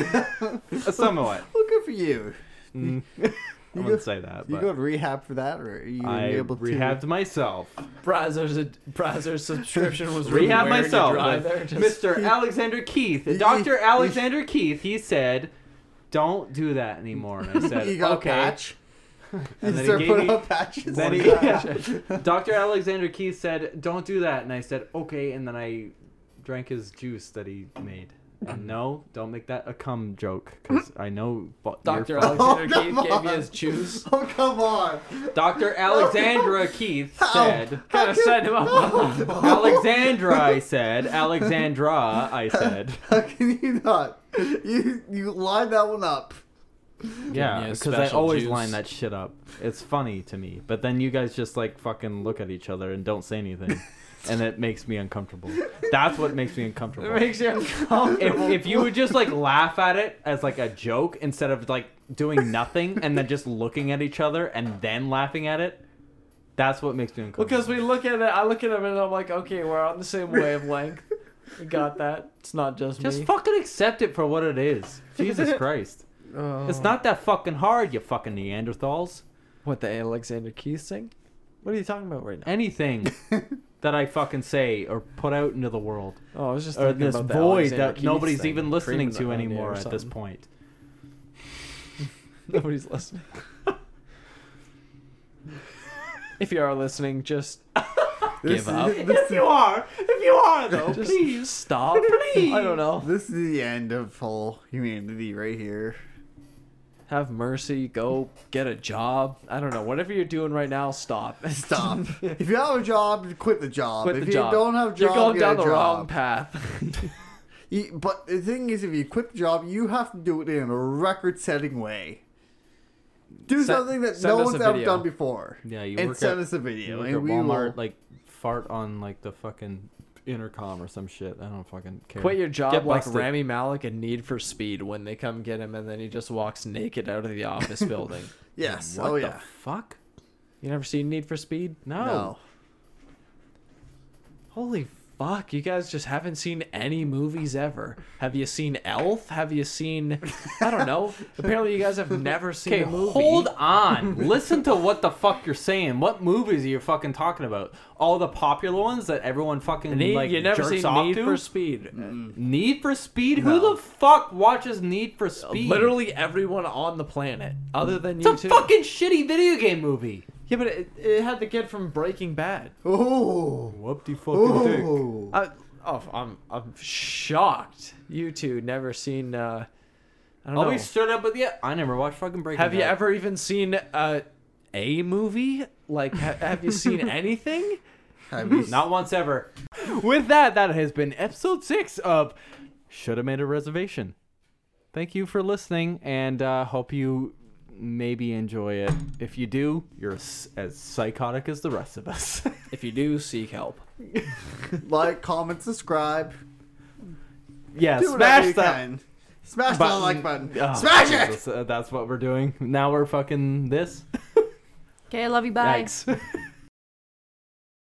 Speaker 3: somewhat.
Speaker 1: Well, good for you. [LAUGHS]
Speaker 3: Mm, I
Speaker 1: You
Speaker 3: wouldn't
Speaker 1: go-
Speaker 3: say that,
Speaker 1: You go
Speaker 3: but
Speaker 1: to rehab for that, or are you gonna
Speaker 3: I
Speaker 1: be able to?
Speaker 3: rehabbed myself.
Speaker 2: Brazzers, Brazzers subscription was really
Speaker 3: Rehab
Speaker 2: wearing you
Speaker 3: myself.
Speaker 2: dry
Speaker 3: with
Speaker 2: there. [LAUGHS]
Speaker 1: [LAUGHS]
Speaker 2: Just-
Speaker 3: Mr. Alexander Keith,
Speaker 1: You- [LAUGHS]
Speaker 3: Dr.
Speaker 1: you-
Speaker 3: Alexander Keith, he said, "Don't do that anymore." And I
Speaker 1: [LAUGHS]
Speaker 3: said,
Speaker 1: You got
Speaker 3: "Okay."
Speaker 1: a patch.
Speaker 3: And
Speaker 1: you
Speaker 3: then he
Speaker 1: start
Speaker 3: gave
Speaker 1: putting
Speaker 3: me-
Speaker 1: up patches.
Speaker 3: Then he,
Speaker 1: [LAUGHS]
Speaker 3: [LAUGHS]
Speaker 2: [LAUGHS]
Speaker 3: yeah. Dr. Alexander Keith said, "Don't do that," and I said, "Okay." And then I drank his juice that he made. And no, don't make that a cum joke because I know fu- you're
Speaker 2: Dr.
Speaker 3: fu-
Speaker 2: [LAUGHS]
Speaker 1: Oh,
Speaker 2: Alexander
Speaker 1: come
Speaker 2: Keith gave me
Speaker 1: on.
Speaker 2: his juice.
Speaker 1: Oh come on!
Speaker 3: Dr. Alexandra Keith
Speaker 1: Ow.
Speaker 3: said,
Speaker 2: Kind of set him up on [LAUGHS]
Speaker 3: "Alexandra," I said, "Alexandra,"
Speaker 2: [LAUGHS]
Speaker 3: I said.
Speaker 1: [LAUGHS] How can you not? You you lined that one up.
Speaker 3: Yeah,
Speaker 2: me a
Speaker 3: because I
Speaker 2: special
Speaker 3: always
Speaker 2: juice.
Speaker 3: line that shit up. It's funny to me, but then you guys just like fucking look at each other and don't say
Speaker 2: [LAUGHS]
Speaker 3: anything, and it makes me uncomfortable. That's what makes me uncomfortable. if, if you would just like laugh at it as like a joke instead of like doing nothing and then just looking at each other and then laughing at it, that's what makes me uncomfortable.
Speaker 2: [LAUGHS] Because we look at it, I look at him and I'm like, okay, we're on the
Speaker 1: [LAUGHS]
Speaker 2: same wavelength. We got that. It's not just,
Speaker 3: just
Speaker 2: me.
Speaker 3: fucking accept it for what it is.
Speaker 2: [LAUGHS]
Speaker 3: Jesus Christ,
Speaker 2: Oh.
Speaker 3: it's not that fucking hard, you fucking Neanderthals.
Speaker 2: what the Alexander Keith thing? What are you talking about right now?
Speaker 1: [LAUGHS]
Speaker 2: [LAUGHS]
Speaker 3: Anything that I fucking say or put out into the world.
Speaker 2: Oh, I was just
Speaker 3: or
Speaker 2: thinking
Speaker 3: this
Speaker 2: about the
Speaker 3: void
Speaker 2: Alexander
Speaker 3: that
Speaker 2: Keith
Speaker 3: nobody's
Speaker 2: thing,
Speaker 3: even
Speaker 2: the
Speaker 3: listening
Speaker 2: cream
Speaker 3: to
Speaker 2: that on the air
Speaker 3: anymore
Speaker 2: or
Speaker 3: at this
Speaker 2: something.
Speaker 3: point.
Speaker 2: [LAUGHS] Nobody's listening. if you are
Speaker 3: [LAUGHS]
Speaker 2: listening, just
Speaker 1: Give
Speaker 2: up.
Speaker 1: This,
Speaker 3: you are, if you are [LAUGHS]
Speaker 2: just stop. I don't know.
Speaker 1: this is the end of all humanity right here.
Speaker 2: Have mercy. Go get a job. I don't know. Whatever you're doing right now, stop. [LAUGHS]
Speaker 1: Stop. if you have a job, quit the job.
Speaker 2: Quit
Speaker 1: if
Speaker 2: the
Speaker 1: you
Speaker 2: job.
Speaker 1: don't have a job,
Speaker 2: You're going
Speaker 1: get
Speaker 2: down
Speaker 1: a
Speaker 2: the
Speaker 1: job.
Speaker 2: wrong path.
Speaker 3: [LAUGHS]
Speaker 2: [LAUGHS]
Speaker 1: You- But the thing is, if you quit the job, you have to do it in a record-setting way. Do
Speaker 2: Send-
Speaker 1: something that
Speaker 2: send
Speaker 1: no
Speaker 2: us
Speaker 1: one's
Speaker 2: a
Speaker 1: ever
Speaker 2: video.
Speaker 1: done before,
Speaker 3: Yeah, you
Speaker 1: and
Speaker 3: work
Speaker 1: send
Speaker 3: at,
Speaker 1: us a
Speaker 3: you
Speaker 1: video,
Speaker 3: work
Speaker 1: and
Speaker 3: at
Speaker 1: we
Speaker 3: Walmart,
Speaker 1: will.
Speaker 3: like fart on like the fucking intercom or some shit. I don't fucking care.
Speaker 2: Quit your job
Speaker 3: Get
Speaker 2: like
Speaker 3: busted.
Speaker 2: Rami Malik and Need for Speed when they come get him, and then he just walks naked out of
Speaker 3: [LAUGHS]
Speaker 2: the office building.
Speaker 1: yes.
Speaker 3: What
Speaker 1: oh
Speaker 3: the
Speaker 1: yeah.
Speaker 3: fuck?
Speaker 2: You never seen Need for Speed?
Speaker 3: No.
Speaker 1: No.
Speaker 2: Holy fuck! You guys just haven't seen any movies ever. Have you seen Elf? Have you seen? I
Speaker 3: [LAUGHS]
Speaker 2: don't know. Apparently, you guys have never seen
Speaker 3: Okay,
Speaker 2: a movie.
Speaker 3: hold
Speaker 2: [LAUGHS]
Speaker 3: on. Listen to what the fuck you're saying. What movies are you fucking talking about? All the popular ones that everyone fucking
Speaker 2: Need,
Speaker 3: like
Speaker 2: you never
Speaker 3: jerks
Speaker 2: seen
Speaker 3: off
Speaker 2: Need
Speaker 3: to? Mm.
Speaker 2: for Speed.
Speaker 3: Need for Speed?
Speaker 1: No.
Speaker 3: Who the fuck watches Need for Speed?
Speaker 2: Uh, Mm. Literally everyone on the planet, other than you
Speaker 3: It's
Speaker 2: two.
Speaker 3: a fucking shitty video game movie.
Speaker 2: yeah, but it, it had the kid from Breaking Bad.
Speaker 1: Oh.
Speaker 3: Whoop de fucking
Speaker 1: Oh.
Speaker 2: I, oh, I'm I'm shocked. You two never seen. Uh, I don't know.
Speaker 3: Always straight up with you. I never watched fucking Breaking
Speaker 2: Have you
Speaker 3: Bad.
Speaker 9: [LAUGHS]
Speaker 2: uh, ever even seen a a movie? Like, ha- have you seen anything?
Speaker 1: Have
Speaker 2: [LAUGHS]
Speaker 1: you
Speaker 2: Not once ever. With that, that has been episode six of Should Have Made a Reservation. Thank you for listening, and uh, hope you maybe enjoy it. If you do, you're as, as psychotic as the rest of us.
Speaker 9: If you do, seek help.
Speaker 1: like, comment, subscribe.
Speaker 2: [LAUGHS] yeah,
Speaker 1: Do whatever
Speaker 2: smash
Speaker 1: you
Speaker 2: that
Speaker 1: can. Smash that
Speaker 2: button.
Speaker 1: like button.
Speaker 2: Oh,
Speaker 1: Smash it.
Speaker 2: Jesus, uh, that's what we're doing. Now we're fucking this.
Speaker 4: [LAUGHS] Okay, I love you. Bye.
Speaker 2: Yikes.